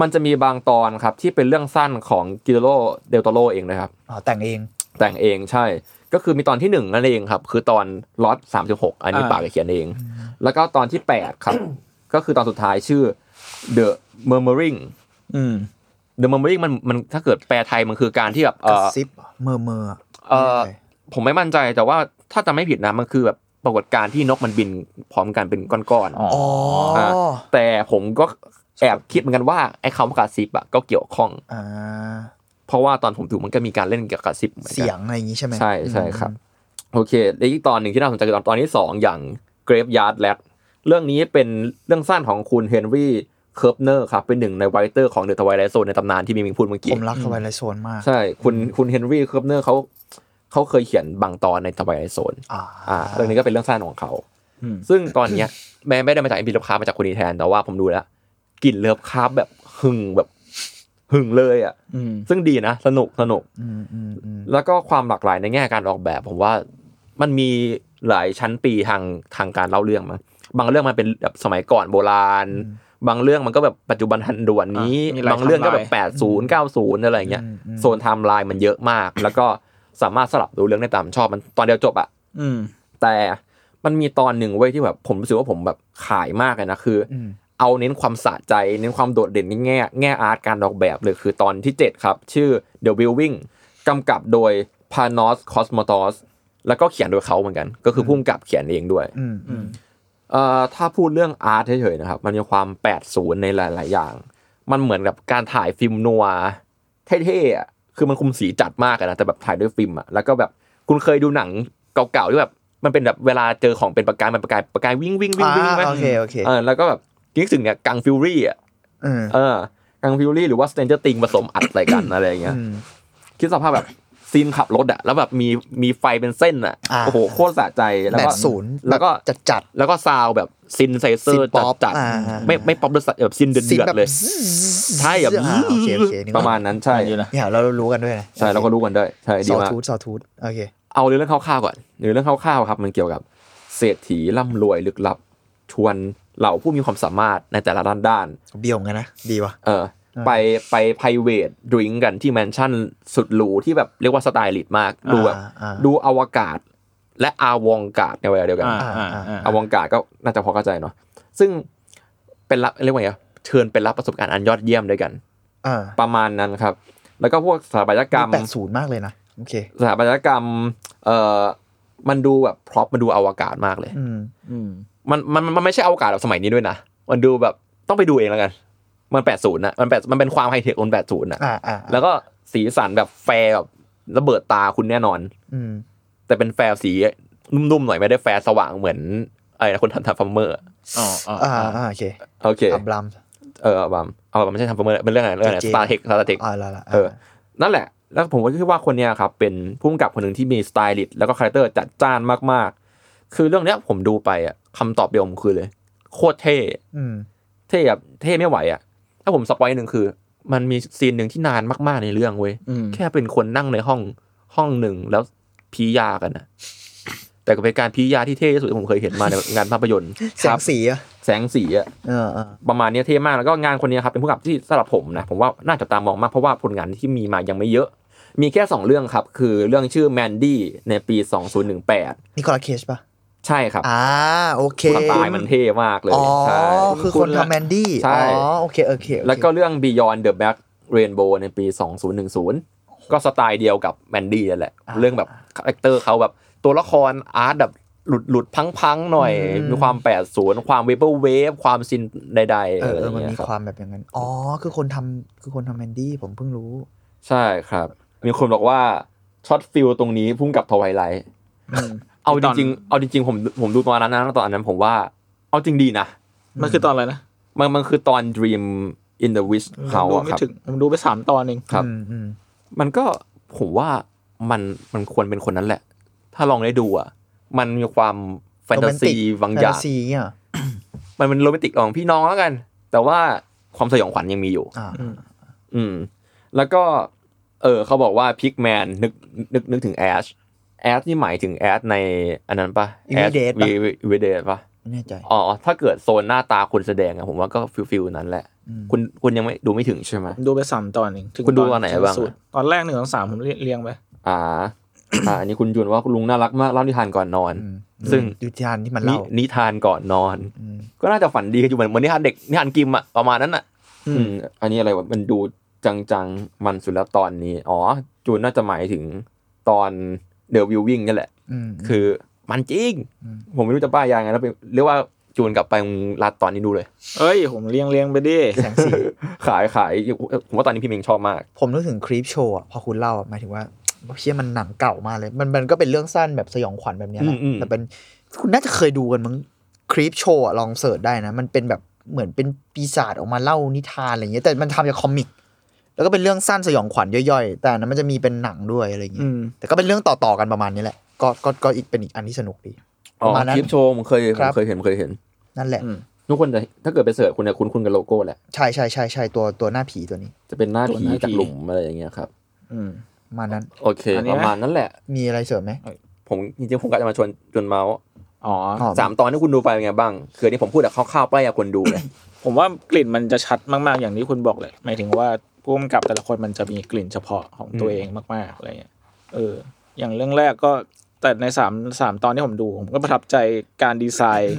Speaker 3: มันจะมีบางตอนครับที่เป็นเรื่องสั้นของกิโลเดลโตโรเองนะครับ
Speaker 4: อ๋อแต่งเอง
Speaker 3: แต่งเองใช่ ก็คือมีตอนที่หนึ่งนั่นเองครับ คือตอนล็อตสามสิบหกอันนี้
Speaker 2: อ่า
Speaker 3: ปากเขียนเอง แล้วก็ตอนที่แปดครับ ก็คือตอนสุดท้ายชื่อ The Murmuring
Speaker 2: อืม
Speaker 3: The Murmuring มันมันถ้าเกิดแปลไทยมันคือการที่แบบ
Speaker 4: ก
Speaker 3: เอ่
Speaker 4: ระ
Speaker 3: อ
Speaker 4: ซิบเมอเมออะ
Speaker 3: เอ่อ ผมไม่มั่นใจแต่ว่าถ้าจะไม่ผิดนะมันคือแบบปรากฏการณ์ที่นกมันบินพร้อมกันเป็นก้อนๆ
Speaker 4: อ๋ออ่า
Speaker 3: แต่ผมก็แอบคิดเหมือนกันว่าไอ้คำว่ากระซิบอะก็เกี่ยวข้อง
Speaker 4: อ่า
Speaker 3: เพราะว่าตอนผมดูมันก็มีการเล่นเกี่ยวกับกระซิบหมือนกัน
Speaker 4: เสียงอะไรอย่างงี้ใช่ไหม
Speaker 3: ใช่ใช่ครับ โอเคและอีกตอนหนึ่งที่น่าสนใจคือตอนตอนที่สองอย่าง Graveyard Rat เรื่องนี้เป็นเรื่องสั้นของคุณเฮนรี่เคิร์ฟเนอร์ครับเป็นหนึ่งในไวเตอร์ของเดอะทวายไลโซนในตำนานที่มีมิงพูดเมื่อ
Speaker 4: ผ
Speaker 3: กี้
Speaker 4: มรักทวายไลโซนมาก
Speaker 3: ใช่คุณคุณเฮนรี่เคิร์ฟเนอร์เขาเขาเคยเขียนบางตอนในทวายไลโซน
Speaker 4: อ่า
Speaker 3: อ่าเรื่องนี้ก็เป็นเรื่องสั้นของเขา
Speaker 2: อืม
Speaker 3: ซึ่งตอนเนี้ย [COUGHS] แม้ไม่ได้มาจากเอ็มพีเลิฟคาร์ฟมาจากคนนี้แทน แต่ว่าผมดูแล้วกลิ่นเลิฟคาร์ฟแบบหึงแบบหึงเลยอ่ะ
Speaker 2: อืม
Speaker 3: ซึ่งดีนะ สนุกสนุก
Speaker 4: อืมอืมอืม
Speaker 3: แล้วก็ความหลากหลายในแง่การออกแบบ ผมว่ามันมีหลายชั้นปีทางทางการเล่าเรื่องมั้งบางเรื่องมันเป็นแบบสมัยก่อนโบราณ บางเรื่องมันก็แบบปัจจุบันทันด่วนนี้
Speaker 2: อ่ะมีหลาย
Speaker 3: บางเรื่องก็แบบ
Speaker 2: timeline
Speaker 3: 80 90 อะไรอย่างเงี้ยโซนไทม์ไลน์มันเยอะมาก แล้วก็สามารถสลับดูเรื่องได้ตามชอบมันตอนเดียวจบอ่ะ
Speaker 2: อืม
Speaker 3: แต่มันมีตอนหนึ่งเว้ยที่แบบผมรู้สึกว่าผมแบบขายมากเลยนะคืออเอาเน้นความสะใจเน้นความโดดเด่นในแง่แง่อาร์ตการออกแบบเลยคือตอนที่ 7 ครับ ชื่อ The Building กำกับโดย Panos Cosmatos แล้วก็เขียนโดยเขาเหมือนกัน ก็คือพุ่มกับเขียนเองด้วย
Speaker 4: อืมอืม
Speaker 3: เอ่อถ้าพูดเรื่องอาร์ตเฉยๆนะครับ มันมีความ 80 ในหลาย ๆ อย่าง มันเหมือนกับการถ่ายฟิล์มนัวเท่ๆอะคือมันคุมสีจัดมากอะนะแต่แบบถ่ายด้วยฟิล์มอะแล้วก็แบบคุณเคยดูหนังเก่าๆที่แบบมันเป็นแบบเวลาเจอของเป็นประกายมันประกายประกายวิ่งวิ่งวิ่งวิ่งไหม
Speaker 4: อ่าโอเคโอเค
Speaker 3: เออแล้วก็แบบยิ่งสึงเนี่ยกังฟิวรี่อ่ะ
Speaker 4: เออ
Speaker 3: เออกังฟิวรี่หรือว่าสเตนเจอร์ติงผสมอัดใส่กัน อะไรอย่างเงี้ย
Speaker 4: อืม
Speaker 3: คิดสภาพแบบซีนขับรถอะแล้วแบบมีมีไฟเป็นเส้นอะ
Speaker 4: อ่า
Speaker 3: โอ้โหโคตรสะใจแล้ว
Speaker 4: แป
Speaker 3: ก็
Speaker 4: ดศูนย์
Speaker 3: แล้วก็
Speaker 4: จัดจัด
Speaker 3: แล้วก็ซาวแบบซินไซเซอร์
Speaker 4: synth pop
Speaker 3: จัด
Speaker 4: อ่า
Speaker 3: ๆไม่ไม่ป๊อปแบบซินเดื
Speaker 4: สี
Speaker 3: อด
Speaker 4: แบบ
Speaker 3: ๆเลย ใช่แบบ
Speaker 4: อ่าโอเคโอเคนึก
Speaker 3: ป
Speaker 4: ออก
Speaker 3: ระมาณนั้นใช่
Speaker 2: อยู่นะ
Speaker 4: เนี่ยเรารู้กันด้วยนะ
Speaker 3: ใช่เราก็รู้กันด้วยใช่ดี
Speaker 4: ซอ
Speaker 3: มาก
Speaker 4: ทูธซอทูธโอเค
Speaker 3: เอาเรื่องคร่าวๆก่อนเรื่องคร่าวๆครับ มันเกี่ยวกับเศรษฐีร่ำรวยลึกลับ ชวนเหล่าผู้มีความสามารถในแต่ละด้านด้าน
Speaker 4: เบี้ยวเหมือนกันนะ ดีว่ะ
Speaker 3: ๆเออไปไป private drink กันที่แมนชั่นสุดหรูที่แบบเรียกว่าสไตลิสต์มาก ดูแบบ
Speaker 4: อ่า
Speaker 3: ดูอวกาศ และอาวองกาศในเวลาเดียวกัน
Speaker 2: อ่าอ่าอ่า
Speaker 3: อวองการก็น่าจะพอเข้าใจเนาะซึ่งเป็นรับเรียกว่าไงอะเชิญเป็นรับประสบการณ์อันยอดเยี่ยมด้วยกัน
Speaker 4: เออ
Speaker 3: ประมาณนั้นครับ แล้วก็พวกสถาปัตยกรรม
Speaker 4: แปดศูนย์มากเลยนะ โอเค
Speaker 3: สถาปัตยกรรม เอ่อ มันดูแบบพร็อพมันดูอวกาศมากเลย
Speaker 4: อืม
Speaker 2: อืม
Speaker 3: มันมันมันไม่ใช่อวกาศแบบสมัยนี้ด้วยนะ มันดูแบบต้องไปดูเองแล้วกัน มันแปดศูนย์นะมันแปดมันเป็นความไฮเทคบนแปดศูนย์นะ
Speaker 4: อ่าอ่า
Speaker 3: แล้วก็สีสันแบบแฟร์แบบระเบิดตาคุณแน่นอน
Speaker 4: อืม
Speaker 3: แต่เป็นแฟร์สีนุ่มๆหน่อยไม่ได้แฟร์สว่างเหมือนไอ้คนทำทำฟาร์มเมอร์อะ
Speaker 2: อ๋ออ๋อ
Speaker 4: อ่า
Speaker 2: อ่า
Speaker 4: อ่าโอเค
Speaker 3: โอเค
Speaker 4: อับลัม
Speaker 3: เออเอาบัมเอาบัมไม่ใช่ทำฟาร์มเมอร์เป็นเรื่องอะไรเรื่องอะไร
Speaker 4: เจ
Speaker 3: ส
Speaker 4: เจ
Speaker 3: ตาร์เทคสตาร์เทค
Speaker 4: อ่าละละ
Speaker 3: เออ นั่นแหละ แล้วผมก็คิดว่าคนเนี้ยครับ เป็นผู้กำกับคนหนึ่งที่มีสไตลิสต์แล้วก็คาแรคเตอร์จัดจ้านมากๆ คือเรื่องเนี้ยผมดูไปอ่ะคำตอบเดียวผมคือเลย โคตรเท่
Speaker 4: อืม
Speaker 3: เท่แบบเท่ไม่ไหวอ่ะ ถ้าผมสปอยหนึ่งคือ มันมีซีนหนึ่งที่นานมากๆในเรื่องเว้ย
Speaker 2: อืม
Speaker 3: แค่เป็นคนนั่งในห้องห้องหนึ่งแล้วพียากันนะแต่ก็เป็นการพียาที่เท่ที่สุดที่ผมเคยเห็นมาในงานภาพยนตร์
Speaker 4: แสงสีอ่ะ
Speaker 3: แสงสีอ่ะ
Speaker 4: เออเออ
Speaker 3: ประมาณเนี้ยเท่มากแล้วก็งานคนเนี้ยครับเป็นผู้กำกับที่สำหรับผมนะผมว่าน่าจับตามองมากเพราะว่าผลงานที่มีมายังไม่เยอะ มีแค่ 2 เรื่องครับ คือเรื่องชื่อแมนดี้ในปี 2018
Speaker 4: นิโคลัสเคจปะ
Speaker 3: ใช่ครับ
Speaker 4: อ่า โอเค
Speaker 3: ความตายมันเท่มากเลย
Speaker 4: อ๋อ
Speaker 3: ใช่
Speaker 4: คือคนทำแมนดี้
Speaker 3: ใช่
Speaker 4: อ๋อ โอเค โอเคโอเค
Speaker 3: แล้วก็เรื่อง Beyond the Black Rainbow ในปี 2010 ก็สไตล์เดียวกับแมนดี้นั่นแหละ เรื่องแบบคาแรคเตอร์เขาแบบตัวละครอาร์ตแบบหลุดหลุดพังๆหน่อย มีความแปดศูนย์ความเวเบอร์เวฟความซินใดๆ
Speaker 4: เอ
Speaker 3: อะ
Speaker 4: อ
Speaker 3: ไร
Speaker 4: เอ
Speaker 3: อ
Speaker 4: อ
Speaker 3: ย่าง
Speaker 4: มัน
Speaker 3: เงี้ย
Speaker 4: มี
Speaker 3: ครับ
Speaker 4: ความแบบอย่างนั้น อ๋อ คือคนทำคือคนทำแมนดี้ ผมเพิ่งรู้
Speaker 3: ใช่ครับ มีคนบอกว่าช็อตฟิลตรงนี้พุ่งกับทวายไลท์เอาจริงๆเอาจริงๆผมผมดูตอนนั้นนะตอนนั้นผมว่าเอาจริงดีนะ
Speaker 2: มันคือตอนอะไรนะ
Speaker 3: มันมันคือตอน Dream in the Wish เขา
Speaker 2: ผมดู
Speaker 3: อะ
Speaker 2: ไม่
Speaker 3: ครับ
Speaker 2: ถึงผมดูไปสามตอนเอง
Speaker 3: ครับ
Speaker 4: อืมอืม
Speaker 3: มันก็ผมว่ามันมันควรเป็นคนนั้นแหละ ถ้าลองได้ดูอะมันมีความแฟนตาซีบางอย่าง
Speaker 4: แฟนตซีอ่ะ
Speaker 3: มันเป็นโรแมนติกของพี่น้องแล้วกัน แต่ว่าความสยองขวัญยังมีอยู่
Speaker 4: อ่า
Speaker 3: อืมแล้วก็เออเขาบอกว่าพิกแมนนึกนึกนึกถึงแอชแอชนี่หมายถึงแอชในอันนั้นปะแอช
Speaker 4: Evil Dead ปะ
Speaker 3: วีเดปะ
Speaker 4: ไม่แน่ใจ
Speaker 3: อ๋อถ้าเกิดโซนหน้าตาคนแสดงอะผมว่าก็ฟิลฟิลนั้นแหละ
Speaker 4: อืม
Speaker 3: คุณคุณยังไม่ดูไม่ถึงใช่ไหม
Speaker 2: ดูไปสามตอนเองถึง
Speaker 3: คุณดูตอนไหนบ้างอะ
Speaker 2: สุดตอนแรกหนึ่งสองสามผมเรียเรียงไป
Speaker 3: อ่า [COUGHS] อ่าอันนี้คุณยวนว่าลุงน่ารักมากเล่านิทานก่อนนอน
Speaker 4: อืม
Speaker 3: ซึ่ง
Speaker 4: ดูจานที่มัน
Speaker 3: นิ
Speaker 4: เล่า
Speaker 3: นิทานก่อนนอน
Speaker 4: อืม
Speaker 3: ก็น่าจะฝันดีกันอยู่เหมือนเหมือนนิทานเด็กนิทานกิมอะประมาณนั้นอะอืม อันนี้อะไรวะมันดูจังๆมันสุดแล้วตอนนี้ อ๋อ จูนน่าจะหมายถึงตอนเดวิววิ่งนี่แหละ
Speaker 4: อืม
Speaker 3: คือมันจริง
Speaker 4: อืม
Speaker 3: ผมไม่รู้จะป้ายยางไงแล้วไปเรียกว่าจูนกลับไปรัดตอนนี้ดูเลย
Speaker 2: เอ้ย ผมเรียงเรียงไปดิ
Speaker 4: แสงสี
Speaker 3: ขายขายผมว่าตอนนี้พี่เมงชอบมาก
Speaker 4: ผมนึกถึงครีปโชว์อะพอคุณเล่าอะหมายถึงว่าเชี่ยมันหนังเก่ามากเลย มันมันก็เป็นเรื่องสั้นแบบสยองขวัญแบบเนี้ยแหละ
Speaker 3: อืมอืม
Speaker 4: แต่เป็นคุณน่าจะเคยดูกันมั้งครีปโชว์อะลองเสิร์ชได้นะ มันเป็นแบบเหมือนเป็นปีศาจออกมาเล่านิทานอะไรอย่างเงี้ยแต่มันทำจากคอมิก แล้วก็เป็นเรื่องสั้นสยองขวัญย่อยๆ แต่อันนั้นมันจะมีเป็นหนังด้วยอะไรอย่างเงี้
Speaker 2: อื
Speaker 4: ย
Speaker 2: ม
Speaker 4: แต่ก็เป็นเรื่องต่อๆกันประมาณนี้แหละก็ก็ก็อีกเป็นอีกอันที่สนุกดี
Speaker 3: อ๋อ
Speaker 4: ประมาณนั้น
Speaker 3: คลิปโชว์ผมเคยผ
Speaker 4: ครั
Speaker 3: ม
Speaker 4: บ
Speaker 3: เคยเห็นผมเคยเห็น
Speaker 4: นั่นแหละ
Speaker 2: อืม
Speaker 3: ทุกคนจะถ้าเกิดไปเสิร์ชคุณเนี่ยคุณคุณกับโลโก้แหละ
Speaker 4: ใช่ใช่ใช่ใช่ตัวตัวหน้าผีตัวนี้
Speaker 3: จะเป็นหน้าผี
Speaker 2: หน้าผี
Speaker 3: จากหลุมอะไรอย่างเงี้ยครับ
Speaker 2: อืม
Speaker 4: ประมาณนั้น
Speaker 3: โอเค
Speaker 2: อันนี้
Speaker 3: ป
Speaker 2: ไหม
Speaker 3: ระมาณนั้นแหละ
Speaker 4: มีอะไรเสริมไหม
Speaker 3: ผมจริงๆผมกะจะมาชวนชวนเมาส์
Speaker 2: อ๋ออ
Speaker 4: อ๋อ
Speaker 3: สามตอนที่คุณดูไปเป็นไงบ้าง คืออนนี่ผมพูดแบบคร่าวๆใกล้กับคนดู
Speaker 2: [COUGHS]
Speaker 3: เลย
Speaker 2: ผมว่ากลิ่นมันจะชัดมากๆอย่างที่คุณบอกเลยหมายถึงว่าผู้กำกับแต่ละคนมันจะมีกลิ่นเฉพาะของตัว
Speaker 3: อืม
Speaker 2: เองมากๆอะไรเงี้ยเออ อย่างเรื่องแรกก็แต่ในสามสามตอนที่ผมดู ผมก็ประทับใจการดีไซน์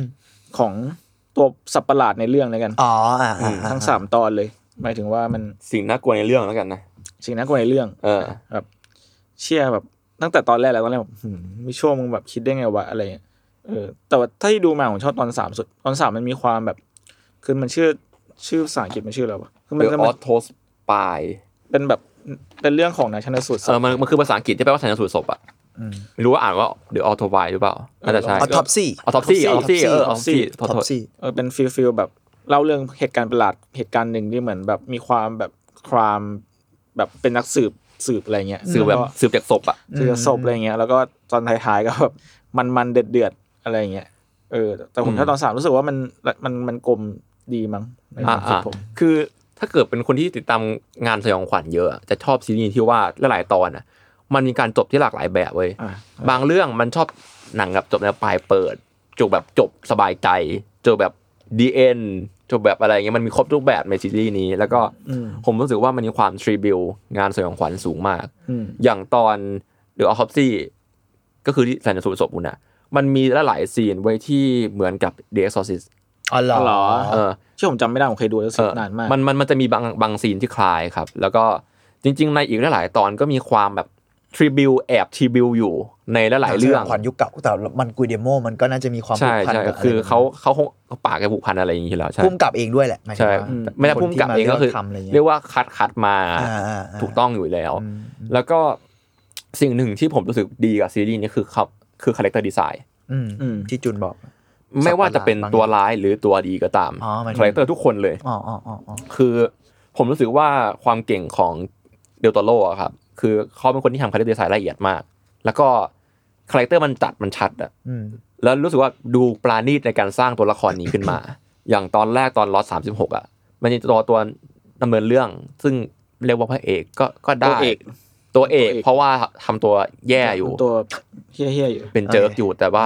Speaker 2: ของตัวสัตว์ประหลาดในเรื่องเลยกัน
Speaker 4: อ๋ออ่าอ่าอ่
Speaker 2: ทั้งสามตอนเลย หมายถึงว่ามัน
Speaker 3: สิ่งน่ากลัวในเรื่องแล้วกันนะ
Speaker 2: สิ่งน่ากลัวในเรื่อง
Speaker 3: เออ
Speaker 2: แบบเชี่ยแบบตั้งแต่ตอนแรกแล้วตอนแรกแบบหืมไม่ชั่วมึงแบบคิดได้ไงวะอะไรเงี้ยเออแต่ว่าถ้าที่ดูมาผมชอบตอนสามสุด ตอนสามมันมีความแบบ คือมันชื่อชื่อภาษาอังกฤษมันชื่ออะไรวะคือมัน
Speaker 3: The
Speaker 2: จะ
Speaker 3: o
Speaker 2: มั
Speaker 3: t
Speaker 2: น
Speaker 3: t o s p y
Speaker 2: เป็นแบบเป็นเรื่องของนายชันสูตรศ
Speaker 3: เอ
Speaker 2: พ
Speaker 3: อมันมันคือภาษาอังกฤษที่แปลว่าชันสูตรศพอะไม่รู้ว่าอ่านว่า The Autopsy หรือเปล่าน่าจะใช่
Speaker 4: อท็อปซี่
Speaker 3: ออทอปซี่ออทอปซี่เออออทอปซี่ขอ
Speaker 4: ท็อ
Speaker 3: โท
Speaker 4: ป
Speaker 3: ษ
Speaker 4: ซี่
Speaker 2: เออเป็นฟีลฟีลแบบเล่าเรื่องเหตุการณ์ประหลาดเหตุการณ์หนึ่งที่เหมือนแบบมีความแบบความแบบเป็นนักสืบสืบอะไรเงี้ย
Speaker 3: สืบแบบ
Speaker 2: ล้วก็
Speaker 3: สืบจากศพอะ
Speaker 2: เสือศพอะไรเงี้ยแล้วก็ตอนท้ายๆก็แบบมันมันๆเดือดเดือดๆอะไรเงี้ยเออ แต่ผม
Speaker 3: อืม
Speaker 2: ชอบตอนสามรู้สึกว่ามันมันมันกลมดีมั้งใน
Speaker 3: อ่า
Speaker 2: คาม
Speaker 3: ว
Speaker 2: รู้สึกผม
Speaker 3: คือถ้าเกิดเป็นคนที่ติดตามงานสยองขวัญเยอะ จะชอบซีรีส์ที่ว่าหลายๆตอนอ่ะ มันมีการจบที่หลากหลายแบบเว้ย
Speaker 2: อ่า
Speaker 3: บางเรื่องมันชอบหนังแบบจบในปลายเปิด จบแบบจบสบายใจ จบแบบดีเอ็นจบแบบอะไรเงี้ยมันมีครบทุกแบบในซีรีส์นี้ แล้วก็
Speaker 2: อืม
Speaker 3: ผมรู้สึกว่ามันมีความทรีบิวงานสยองขวัญสูงมาก
Speaker 2: อืม
Speaker 3: อย่างตอนเดอะออฟซี่ก็คือที่สันนิษฐานศพอุณนะมันมีหลายๆซีนไว้ที่เหมือนกับเดอะเอ็กซ์ซอซิส
Speaker 4: อ๋อเหรอ
Speaker 2: เหรอ
Speaker 3: เออ
Speaker 2: ที่ผมจำไม่ได้ผมเคยดูแล้วสิ
Speaker 3: เออน
Speaker 2: านมาก
Speaker 3: มันมันมันจะมีบางบางซีนที่คล้ายครับ แล้วก็จริง ๆ ในอีกหลายๆตอนก็มีความแบบทริบิวแอบทริบิวอยู่ในหลายๆเรื่อง
Speaker 4: ขวัญยุคเก่าแต่มันกุยเดโมมันก็น่าจะมีความผู
Speaker 3: ใช่
Speaker 4: กพัน
Speaker 3: ใช่
Speaker 4: กับะไร
Speaker 3: คือเขาเขาคงเขาปากแกผูกพันอะไรอย่างนี้อยู่แล้วใช่
Speaker 4: พุ่มกับเองด้วยแหละหมายถึง
Speaker 3: ใช่
Speaker 4: ว่า
Speaker 3: ไม่ได้
Speaker 4: คน
Speaker 3: พุ่มกับ
Speaker 4: ที่า
Speaker 3: เองก็คือ
Speaker 4: ทำอะไร
Speaker 3: เรี
Speaker 4: เงี้
Speaker 3: ย
Speaker 4: ย
Speaker 3: กว่าคัดคัดมา
Speaker 4: อ่าอ่าา
Speaker 3: ถูกต้องอยู่แล้ว
Speaker 4: อืม
Speaker 3: แล้วก็สิ่งหนึ่งที่ผมรู้สึกดีกับซีรีส์นี้คือครับคือคาแรคเตอร์ดีไซน์
Speaker 4: อืม
Speaker 2: อืม
Speaker 4: ที่จุนบอก
Speaker 3: ไม่ว่าจะเป็น
Speaker 4: สัตว์ประ
Speaker 3: ตัว
Speaker 4: หลาด
Speaker 3: ร้ายหรือตัวดีก็ตาม
Speaker 4: อ๋อหมายถึง
Speaker 3: คาแรคเตอร์ทุกคนเลย
Speaker 4: อ๋ออ๋ออ๋ออ๋อ
Speaker 3: คือผมรู้สึกว่าความเก่งของเดลโตโรอะครับ คือเขาเป็นคนที่ทำคาแรคเตอร์ดีไซน์ละเอียดมาก แล้วก็คาแรคเตอร์มันจัดมันชัดอะ
Speaker 4: อืม
Speaker 3: แล้วรู้สึกว่าดูปราณีตในการสร้างตัวละครนี้ขึ้นมา [COUGHS] อย่างตอนแรกตอนลอสสามสิบหกอะมันจะตัวตัวดำเนินเรื่อง ซึ่งเรียกว่าพระเอกก็ก็
Speaker 2: ตั
Speaker 3: ได้
Speaker 2: วเอก
Speaker 3: ตัวเอก
Speaker 2: ตัวเอก
Speaker 3: เพราะว่าทำตัวแย่อยู่
Speaker 2: ตัวเฮี้ยเฮี้ยๆอยู่
Speaker 3: เป็นเจิร์กอยู่แต่ว่า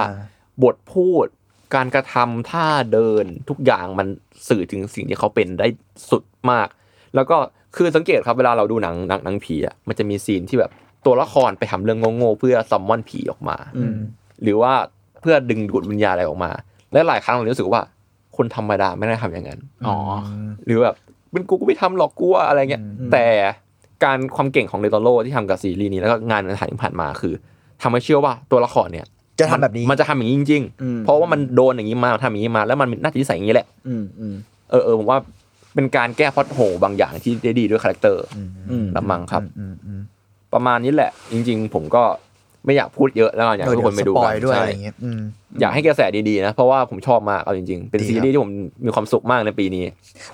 Speaker 3: บทพูดการกระทำท่าเดินทุกอย่างมันสื่อถึงสิ่งที่เขาเป็นได้สุดมาก แล้วก็คือสังเกตครับเวลาเราดูหนังหนังหนังผีอ่ะมันจะมีซีนที่แบบตัวละครไปทำเรื่องโง่ๆเพื่อซัมมอนผีออกมา
Speaker 2: อืม
Speaker 3: หรือว่าเพื่อดึงดูดวิญญาณอะไรออกมา และหลายครั้งเรารู้สึกว่าคนธรรมดาไม่ได้ทำอย่างนั้น
Speaker 2: อ๋อ
Speaker 4: ม
Speaker 3: หรือแบบเป็นกูกูไม่ทำหรอกกูว่าอะไรเงี้ย
Speaker 4: อืม
Speaker 3: แต่การความเก่งของเดโตโรที่ทำกับซีรีส์นี้แล้วก็งานถ่ายที่ผ่านมาคือทำให้เชื่อว่าตัวละครเนี่ย
Speaker 4: จะทำแบบนี้
Speaker 3: มันจะทำอย่างนี้จริง
Speaker 2: อืม
Speaker 3: ๆ เพราะว่ามันโดนอย่างนี้มาทำอย่างนี้มา แล้วมันน่าจะนิสัยอย่างนี้แหละ
Speaker 2: อืมอืม
Speaker 3: เออเออผมว่าเป็นการแก้พล็อดโหบางอย่างที่ได้ดีด้วยคาแรคเตอร์
Speaker 2: อืม
Speaker 3: ละมังครับ
Speaker 4: อืมอืม
Speaker 3: ประมาณนี้แหละ จริง ๆ ผมก็ไม่อยากพูดเยอะแล้วอยากให้ทุกคนไปดู
Speaker 4: เยวสป
Speaker 3: กั
Speaker 4: อย
Speaker 3: น
Speaker 4: ด้วย
Speaker 3: ใช่
Speaker 4: อะไรเงี้ยอืม
Speaker 3: อยากให้กระแสดีๆนะ เพราะว่าผมชอบมากเอาจริง ๆ เป็น
Speaker 4: ดีครับ
Speaker 3: ซีรีส์ที่ผมมีความสุขมากในปีนี้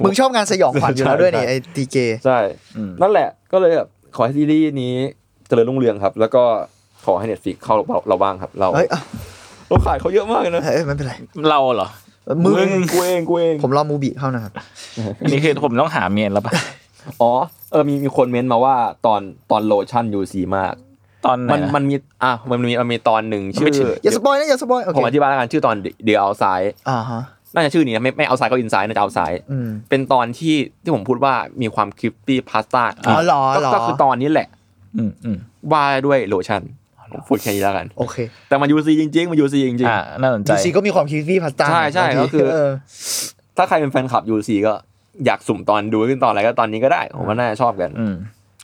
Speaker 4: มึงชอบงานสยองขวัญอยู่แล้วด้วยนี่ไอ้ทีเก
Speaker 3: ใช่
Speaker 2: อืม
Speaker 3: นั่นแหละก็เลยแบบขอให้ซีรีส์นี้เจริญรุ่งเรืองครับ แล้วก็ขอให้เน็ตฟิกเข้าเราเราบ้างครับ เรา
Speaker 4: เฮ้ยอ่ะ
Speaker 3: เราขายเขาเยอะมากเลยนะ
Speaker 4: เอ้ยไม่เป็นไร
Speaker 2: เราเหรอ
Speaker 4: มึง
Speaker 3: กูเองกูเอง
Speaker 4: ผมรอมูบิเข้านะครับ
Speaker 2: อันนี้คือผมต้องหาเมียนแล้วปะ
Speaker 3: อ๋อ เออมีมีคนเม้นต์มาว่าตอนตอนโลชั่นยูซีมาก
Speaker 2: ตอนไหน
Speaker 3: มัน
Speaker 2: นะ
Speaker 3: มันมีอ่ะมันมีมันมีตอนหนึ่งชื่
Speaker 2: ไม่
Speaker 3: อ
Speaker 2: ถึง
Speaker 4: อย่าสปอยนะอย่าสปอยโอ
Speaker 3: ผมอ
Speaker 4: เค
Speaker 3: ธิบายแล้วกันชื่อตอนเดียวเอาซ้าย
Speaker 4: อ่าฮะ
Speaker 3: น่าจะชื่อนี้นะไม่ไม่เอาซ้ายก็อินไซด์น่าจะเอาซ้าย
Speaker 4: อืม
Speaker 3: เป็นตอนที่ที่ผมพูดว่ามีความคลิปปี้พาสต้า
Speaker 4: อ๋อเหรอเหรอ
Speaker 3: ก็คือตอนนี้แหละ
Speaker 2: อืมอืม
Speaker 3: ว่าด้วยโลชั่นผมพูดแค่นี้แล้วกัน
Speaker 4: โอเค
Speaker 3: แต่มันยูซีจริงๆมันยูซีจริง
Speaker 2: อ่าน่าสนใจ
Speaker 4: ยูซีก็มีความคิดพี่พัสต้า
Speaker 3: ใช่ใช่ก็คือ
Speaker 4: เ
Speaker 3: ๆ ถ้าใครเป็นแฟนคลับยูซีก็อยากสุ่มตอนดูขึ้นตอนอะไรก็ตอนนี้ก็ได้ ผมว่าน่าจะชอบกัน
Speaker 2: อืม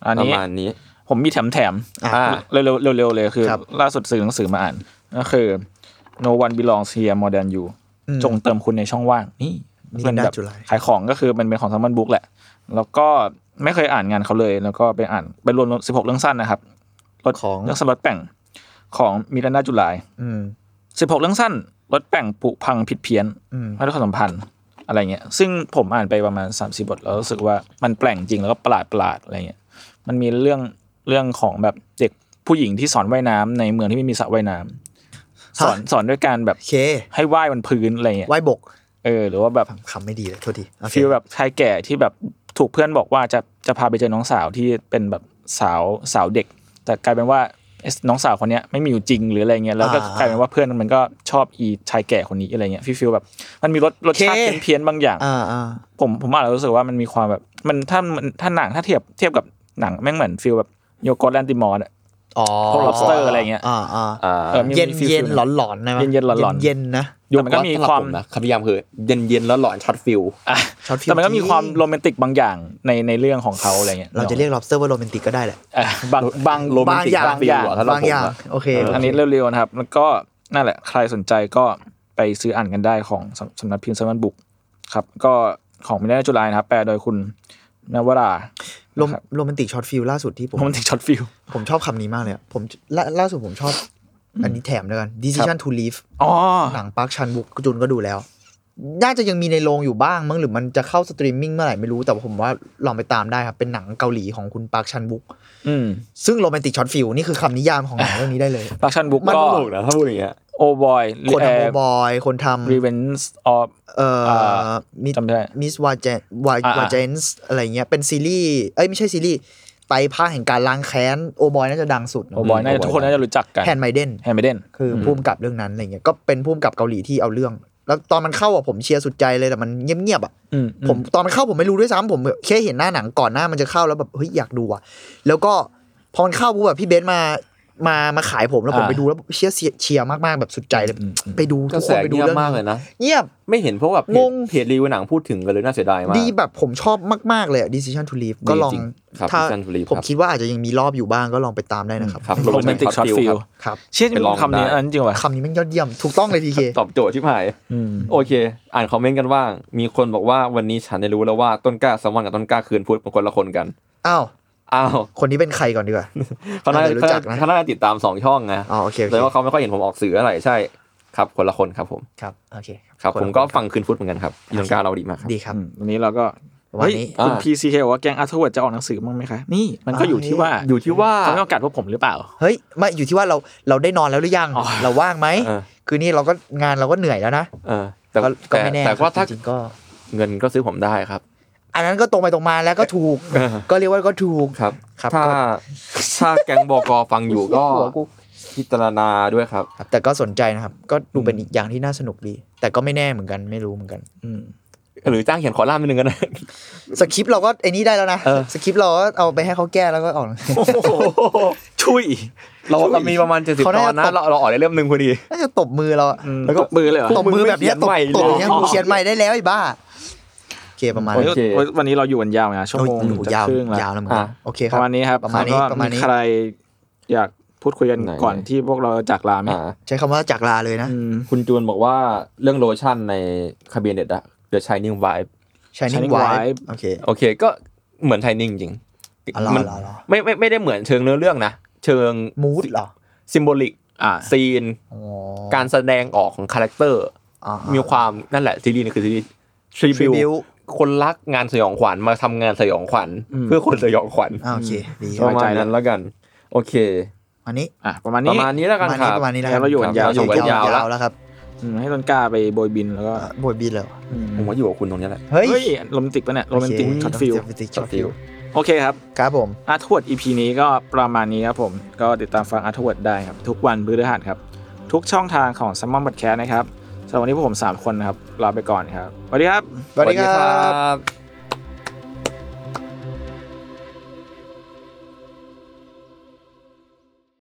Speaker 2: อัน
Speaker 3: ประ
Speaker 2: นี้
Speaker 3: มาณนี้
Speaker 2: ผมมีแถมแถมๆ
Speaker 4: อ่ะ
Speaker 3: อ่า
Speaker 2: เร็วๆเร็วๆเลยคือ
Speaker 4: ครับ
Speaker 2: ล่าสุดซื้อหนังสือมาอ่านก็คือ no one belongs here more than you
Speaker 4: อืม
Speaker 2: จงเติมคุณในช่องว่าง นี่
Speaker 4: นี่
Speaker 2: เป็นแบบ
Speaker 4: น่าจุฬา
Speaker 2: ขายของก็คือมันเป็นของซัมมอนบุ๊กแหละ แล้วก็ไม่เคยอ่านงานเขาเลย แล้วก็ไปอ่านไปรวมสิบหกเรื่องสั้นนะครับรถ
Speaker 4: ของ
Speaker 2: เรื่องสนรถแต่งของมิรันดาจุลาย
Speaker 4: อืม
Speaker 2: สิบหกเรื่องสั้นรถแต่งผุพังผิดเพี้ยน
Speaker 4: อืม
Speaker 2: ไม่ได้ความสัมพันธ์อะไรเงี้ย ซึ่งผมอ่านไปประมาณสามสี่บท แล้วรู้สึกว่ามันแปลงจริงแล้วก็ประหลาดประหลาดอะไรเงี้ย มันมีเรื่องเรื่องของแบบเด็กผู้หญิงที่สอนว่ายน้ำในเมืองที่ไม่มีสระว่ายน้ำสอนสอนด้วยการแบบ
Speaker 4: โอเค
Speaker 2: ให้ว่ายบนพื้นอะไรเงี้ย
Speaker 4: ไหวบก
Speaker 2: เออหรือว่าแบบ
Speaker 4: คำไม่ดีเลยโทษทีโอเค
Speaker 2: ฟีลแบบชายแก่ที่แบบถูกเพื่อนบอกว่าจะจะพาไปเจอน้องสาวที่เป็นแบบสาวสาวเด็ก แต่กลายเป็นว่าเอ๊ะน้องสาวคนเนี้ยไม่มีอยู่จริงหรืออะไรเงี้ยแล้วก็กลายเป็นว่าเพื่อนมันก็ชอบอีชายแก่คนนี้อะไรเงี้ยฟีลฟีลแบบมันมีรสรสชาติเพี้ยนๆบางอย่าง
Speaker 4: อ่าอ่า
Speaker 2: ผมผมอ่านแล้วรู้สึกว่ามันมีความแบบมันถ้ามันถ้าหนังถ้าเทียบเทียบกับหนังแม่งเหมือนฟิลแบบโยโกแลนติมอร์อะ
Speaker 4: อ๋อ
Speaker 2: พวก lobster อะไรเงี้ย
Speaker 4: อ่าอ่า
Speaker 3: อ่า
Speaker 2: เออมี
Speaker 4: เย็น
Speaker 2: มี
Speaker 4: เย็น
Speaker 2: ฟีล
Speaker 4: หลอนหลอนๆนะมั้
Speaker 2: เย็นๆหลอนๆ
Speaker 4: เย็นๆนะ
Speaker 2: แต่มันก็มีความ
Speaker 3: สำหรับผนะคำนิยามคือเย็นเย็นๆแล้วหลอนช็อตฟิล
Speaker 2: อ่ะ
Speaker 4: ช็อตฟิล
Speaker 2: แต่มันก็มีความโรแมนติกบางอย่างในในเรื่องของเขาอะไรเงี้ย
Speaker 4: เราจะเรียก lobster ว่าโรแมนติกก็ได้แหละ
Speaker 2: อ่ะบางบาง
Speaker 3: โรแมนติก
Speaker 4: บางอย่าง
Speaker 3: บางฟิลเหรอถ้าเรา
Speaker 4: บาง
Speaker 3: ผม
Speaker 4: อย่าง
Speaker 3: อะ
Speaker 4: โอเค
Speaker 3: เออ
Speaker 2: อันนี้เร็วๆนะครับ แล้วก็นั่นแหละ ใครสนใจก็ไปซื้ออ่านกันได้ของสำสำนักพิมพ์สมันบุกครับ ก็ของมินดาจุลายนะครับ แปลโดยคุณนวรา
Speaker 4: โรแมนโรแมนติกช็อตฟิลล่าสุดที่ผม
Speaker 2: โรแมนติกช็อตฟิล
Speaker 4: ผมชอบคำนี้มากเลยอะผมล่าล่าสุดผมชอบ อันนี้แถมด้วยกัน decision to leave
Speaker 2: อ๋อ
Speaker 4: หนังปาร์คชันบุกจุนก็ดูแล้ว น่าจะยังมีในโรงอยู่บ้างมั้งหรือมันจะเข้าสตรีมมิ่งเมื่อไหร่ไม่รู้แต่ผมว่าลองไปตามได้ครับ เป็นหนังเกาหลีของคุณปาร์คชันบุก
Speaker 2: อืม
Speaker 4: ซึ่งโรแมนติกช็อตฟิลนี่คือคำนิยามของหนังเรื่องนี้ได้เลย
Speaker 2: ปักชันบุก
Speaker 4: มัน
Speaker 2: ก็
Speaker 3: ตลกนะถ้าพูดอย่างเงี้ย
Speaker 2: โอบอย
Speaker 4: คนทำโอบอยคนทำ
Speaker 2: รีเวนส์ออฟ
Speaker 4: เอ่อ
Speaker 2: อ่า
Speaker 4: มิ
Speaker 2: จำไม่ได้
Speaker 4: มิสวาเจนวา
Speaker 2: อ่าอ่า
Speaker 4: วาเจนส์อะไรเงี้ยเป็นซีรีส์เอ้ยไม่ใช่ซีรีส์ไตรภาคแห่งการล้างแค้นโอบอยน่าจะดังสุด
Speaker 2: โอบอยน่าจะทุกคนน่าจะรู้จักกัน
Speaker 4: แฮนไมเดน
Speaker 2: แฮนด์ไมเดน
Speaker 4: คือพุ่มกับเรื่องนั้นอะไรเงี้ยก็เป็นพุ่มกับเกาหลีที่เอาเรื่อง แล้วตอนมันเข้าอ่ะผมเชียร์สุดใจเลยแต่มันเงียบๆอ่ะ
Speaker 2: อืมอืม
Speaker 4: ผมตอนมันเข้าผมไม่รู้ด้วยซ้ำผมแค่เห็นหน้าหนังก่อนหน้ามันจะเข้าแล้วแบบเฮ้ยอยากดูอ่ะ แล้วก็พอมันเข้าปุ๊บแบบพี่เบนซ์มามามาขายผมแล้วผม
Speaker 2: อ่า
Speaker 4: ไปดูแล้วเชียร์เสียเชียร์มากๆแบบสุดใจเลยไปดู
Speaker 3: ก
Speaker 4: ทุ
Speaker 3: ระ
Speaker 4: ก
Speaker 3: แส
Speaker 4: คนไปดู
Speaker 3: เงียบ
Speaker 4: เรื่อง
Speaker 3: มากเลยนะ
Speaker 4: เงียบ
Speaker 3: ไม่เห็นพวกแบบเพจ
Speaker 4: งง
Speaker 3: เพจรีวิวหนังพูดถึงกันเลยน่าเสียดายมาก
Speaker 4: ดีแบบผมชอบมากๆเลยอะ decision to leave ก็ลอง
Speaker 3: ดีจริงครับ
Speaker 4: ถ้า
Speaker 3: Decision to Leave
Speaker 4: ผม
Speaker 3: ครับ
Speaker 4: คิดว่าอาจจะยังมีรอบอยู่บ้างก็ลองไปตามได้นะครับ
Speaker 3: ครับ
Speaker 2: โรแมนติก
Speaker 3: Romantic
Speaker 2: ช็อต
Speaker 3: Short
Speaker 2: ฟิล
Speaker 3: Film ครับ
Speaker 4: ครับ
Speaker 2: เชื่อมีคำนี้อันนั้นจริงป่ะ
Speaker 4: คำนี้แมันยอดเยี่ยมถูกต้องเลยทีเค
Speaker 3: ตอบโจทย์ชิบหาย
Speaker 2: อืม
Speaker 3: โอเค อ่านคอมเมนต์กันว่าง มีคนบอกว่าวันนี้ฉันได้รู้แล้วว่าต้นกล้าสมวันกับต้นกล้าคืนพูดเป็นคนละคนกัน
Speaker 4: อ้าว
Speaker 3: อ้าว
Speaker 4: คนนี้เป็นใครก่อนดีกว่า
Speaker 3: เขาน่า
Speaker 4: เดี๋ยวรู้จักนะ
Speaker 3: เขาน่าติดตามสองช่องนะ
Speaker 4: อ๋อโอเคโอเค
Speaker 3: เลยว่าเขาไม่ค่อยเห็นผมออกสื่ออะไรใช่ ครับ คนละคนครับผม
Speaker 4: ครับโอเค
Speaker 3: ครับ
Speaker 4: น
Speaker 3: ผมก็ฟังคืนพูดเหมือนกันครับต้นกล้าเราดีมากครับ
Speaker 4: ดีครับ
Speaker 2: อืมวันนี้เราก็
Speaker 4: วัน
Speaker 2: เฮ้ย
Speaker 4: นี้
Speaker 3: อ่า
Speaker 2: คุณพีซีเคบอกว่าแก๊งอาร์ทเวิร์ดจะออกหนังสือมั้างไหมคะ นี่มันก็อยู่ที่ว่า
Speaker 3: อยู่ที่ว่า
Speaker 2: เขาไม่โอกาสพวกผมหรือเปล่า
Speaker 4: เฮ้ยไม่อยู่ที่ว่าเราเราได้นอนแล้วหรือยัง เราว่างไหม
Speaker 3: เออ
Speaker 4: คืนนี้เราก็งานเราก็เหนื่อยแล้วนะ
Speaker 3: เออแต่
Speaker 4: ก็ก็
Speaker 3: แต่
Speaker 4: ไม่แน่
Speaker 3: แต่ว่าถ้า
Speaker 4: จริงๆก็
Speaker 3: เงินก็ซื้อผมได้ครับ
Speaker 4: อันนั้นก็ตรงไปตรงมาแล้วก็ถูก
Speaker 3: เออ
Speaker 4: ก็เรียกว่าก็ถูก
Speaker 3: ครับ
Speaker 4: ครับ
Speaker 3: ถ้า
Speaker 4: ก็
Speaker 3: ถ้าแก๊งบกฟังอยู่ก็พิจารณาด้วยครับ
Speaker 4: ครับแต่ก็สนใจนะครับ ก็ดูเป็นอีกอย่างที่น่าสนุกดี แต่ก็ไม่แน่เหมือนกันไม่รู้เหมือนกัน
Speaker 2: อืม
Speaker 3: หรือจ้างเขียนคอลัมน์นิดนึงก็ได้
Speaker 4: สคริปต์เราก็ไอ้นี่ได้แล้วนะ
Speaker 3: เออ
Speaker 4: สคริปต์เราก็เอาไปให้เขาแก้แล้วก็ออก [LAUGHS]
Speaker 2: ช่วย
Speaker 3: เราเรามีประมาณเจ็ดสิบ
Speaker 4: เขา
Speaker 3: ต
Speaker 4: น่า
Speaker 3: อน
Speaker 4: จะ
Speaker 3: นะ
Speaker 4: ตบ
Speaker 3: เราเราออกได้เล่มหนึ่งพอดี
Speaker 4: น่าจะตบมือเราอะ
Speaker 2: แล้วก็มือเลยเหรอ
Speaker 3: พ
Speaker 4: ต
Speaker 3: ว
Speaker 4: บ
Speaker 3: กมึง
Speaker 4: มือแบบเนี้ย
Speaker 3: ไม่
Speaker 4: ตบ
Speaker 3: เขียนใหม่เลย
Speaker 4: ตบเนี้ยกูเขียนใหม่ได้แล้วไอ้บ้าโอเคประมาณ
Speaker 2: โอ้ย
Speaker 3: โอเค
Speaker 2: วันนี้เราอยู่กันยาวไงชั่วโมง
Speaker 4: โอ้ยอยู่ยาว
Speaker 2: จะครึ่งละ
Speaker 4: ยาวแล้วเหมือนกัน
Speaker 3: อ่ะ
Speaker 4: โอเคค
Speaker 2: ป
Speaker 4: รับ
Speaker 2: ระมาณนี้ครับ
Speaker 4: ประมาณนี้
Speaker 2: แล้วก็
Speaker 4: ประมาณนี้
Speaker 2: ใครอยากพูดคุยกันก่อนที่พวกเราจากลาไหม
Speaker 3: อ่า
Speaker 4: ใช้คำว่าจากลาเลยนะ
Speaker 2: อืม
Speaker 3: คุณจูนบอกว่าเรื่องโลชั่นในคาเบียนเด็ดอะเดอะชายนิ่งไว
Speaker 4: Shining
Speaker 2: Shining
Speaker 4: White
Speaker 2: White
Speaker 4: โอเค
Speaker 3: โอเคก็เหมือนชายนิ่งจริง
Speaker 4: อ๋อเหรอ
Speaker 3: มัน
Speaker 4: เหรอเหรอ
Speaker 3: ไม่ไม่ไม่ได้เหมือนเชิงเนื้อเรื่องนะ เชิง
Speaker 4: มูดเหรอ
Speaker 3: ซิมโบลิก
Speaker 2: อ่า
Speaker 3: ซีน
Speaker 4: อ๋อ
Speaker 3: การแสดงออกของคาแรคเตอร์
Speaker 4: อ่าฮะ
Speaker 3: มีความนั่นแหละซีรีส์นี่คือซีรีส์ทริบิว
Speaker 4: Tribute
Speaker 3: คนรักงานสยองขวัญมาทำงานสยองขวัญ เพื่อคนสยองขวัญ
Speaker 4: อ่าโอเคดี
Speaker 3: ป
Speaker 4: ประ ระ
Speaker 3: มา
Speaker 4: มา
Speaker 3: ณ
Speaker 4: ณ
Speaker 3: นั้นแล้วกัน โอเค
Speaker 4: อันนี้
Speaker 2: อ่ะประมาณ
Speaker 3: ป
Speaker 2: นี้
Speaker 3: ระมาณนี้แล้ว
Speaker 4: ป
Speaker 3: กัน
Speaker 4: ระมาณ
Speaker 3: ครั
Speaker 4: นี้
Speaker 3: บ
Speaker 4: ประมาณนี้แล้ว
Speaker 2: แล้วเราอยู่กันยาว
Speaker 4: เราอยู่กั
Speaker 3: อยู่
Speaker 4: นยาว
Speaker 3: กันยาว
Speaker 4: แล้วครับ
Speaker 2: อืมให้ต้นกล้าไปโบยบินแล้วก็
Speaker 4: โบยบีเลย
Speaker 3: ผมว่าอยู่กับคุณตรงนี้แหละ
Speaker 4: เฮ้ย
Speaker 2: เฮ้ยโรแมนติกปะเนี่ยโรแมนติกช็อตฟิล
Speaker 4: โรแมนติกช็อตฟิล
Speaker 3: โ
Speaker 2: โอเคครับ
Speaker 4: ครับผม
Speaker 2: อาร์ทวด EP นี้ก็ประมาณนี้ครับผม ก็ติดตามฟังอาร์ทวดได้ครับ ทุกวันพฤหัสครับ ทุกช่องทางของซัมมอนบัตแคสนะครับสำหรับวันนี้พวกผม 3 คนนะครับ ลาไปก่อนครับสวัสดีครับ
Speaker 4: สวัสดีครับ
Speaker 3: บ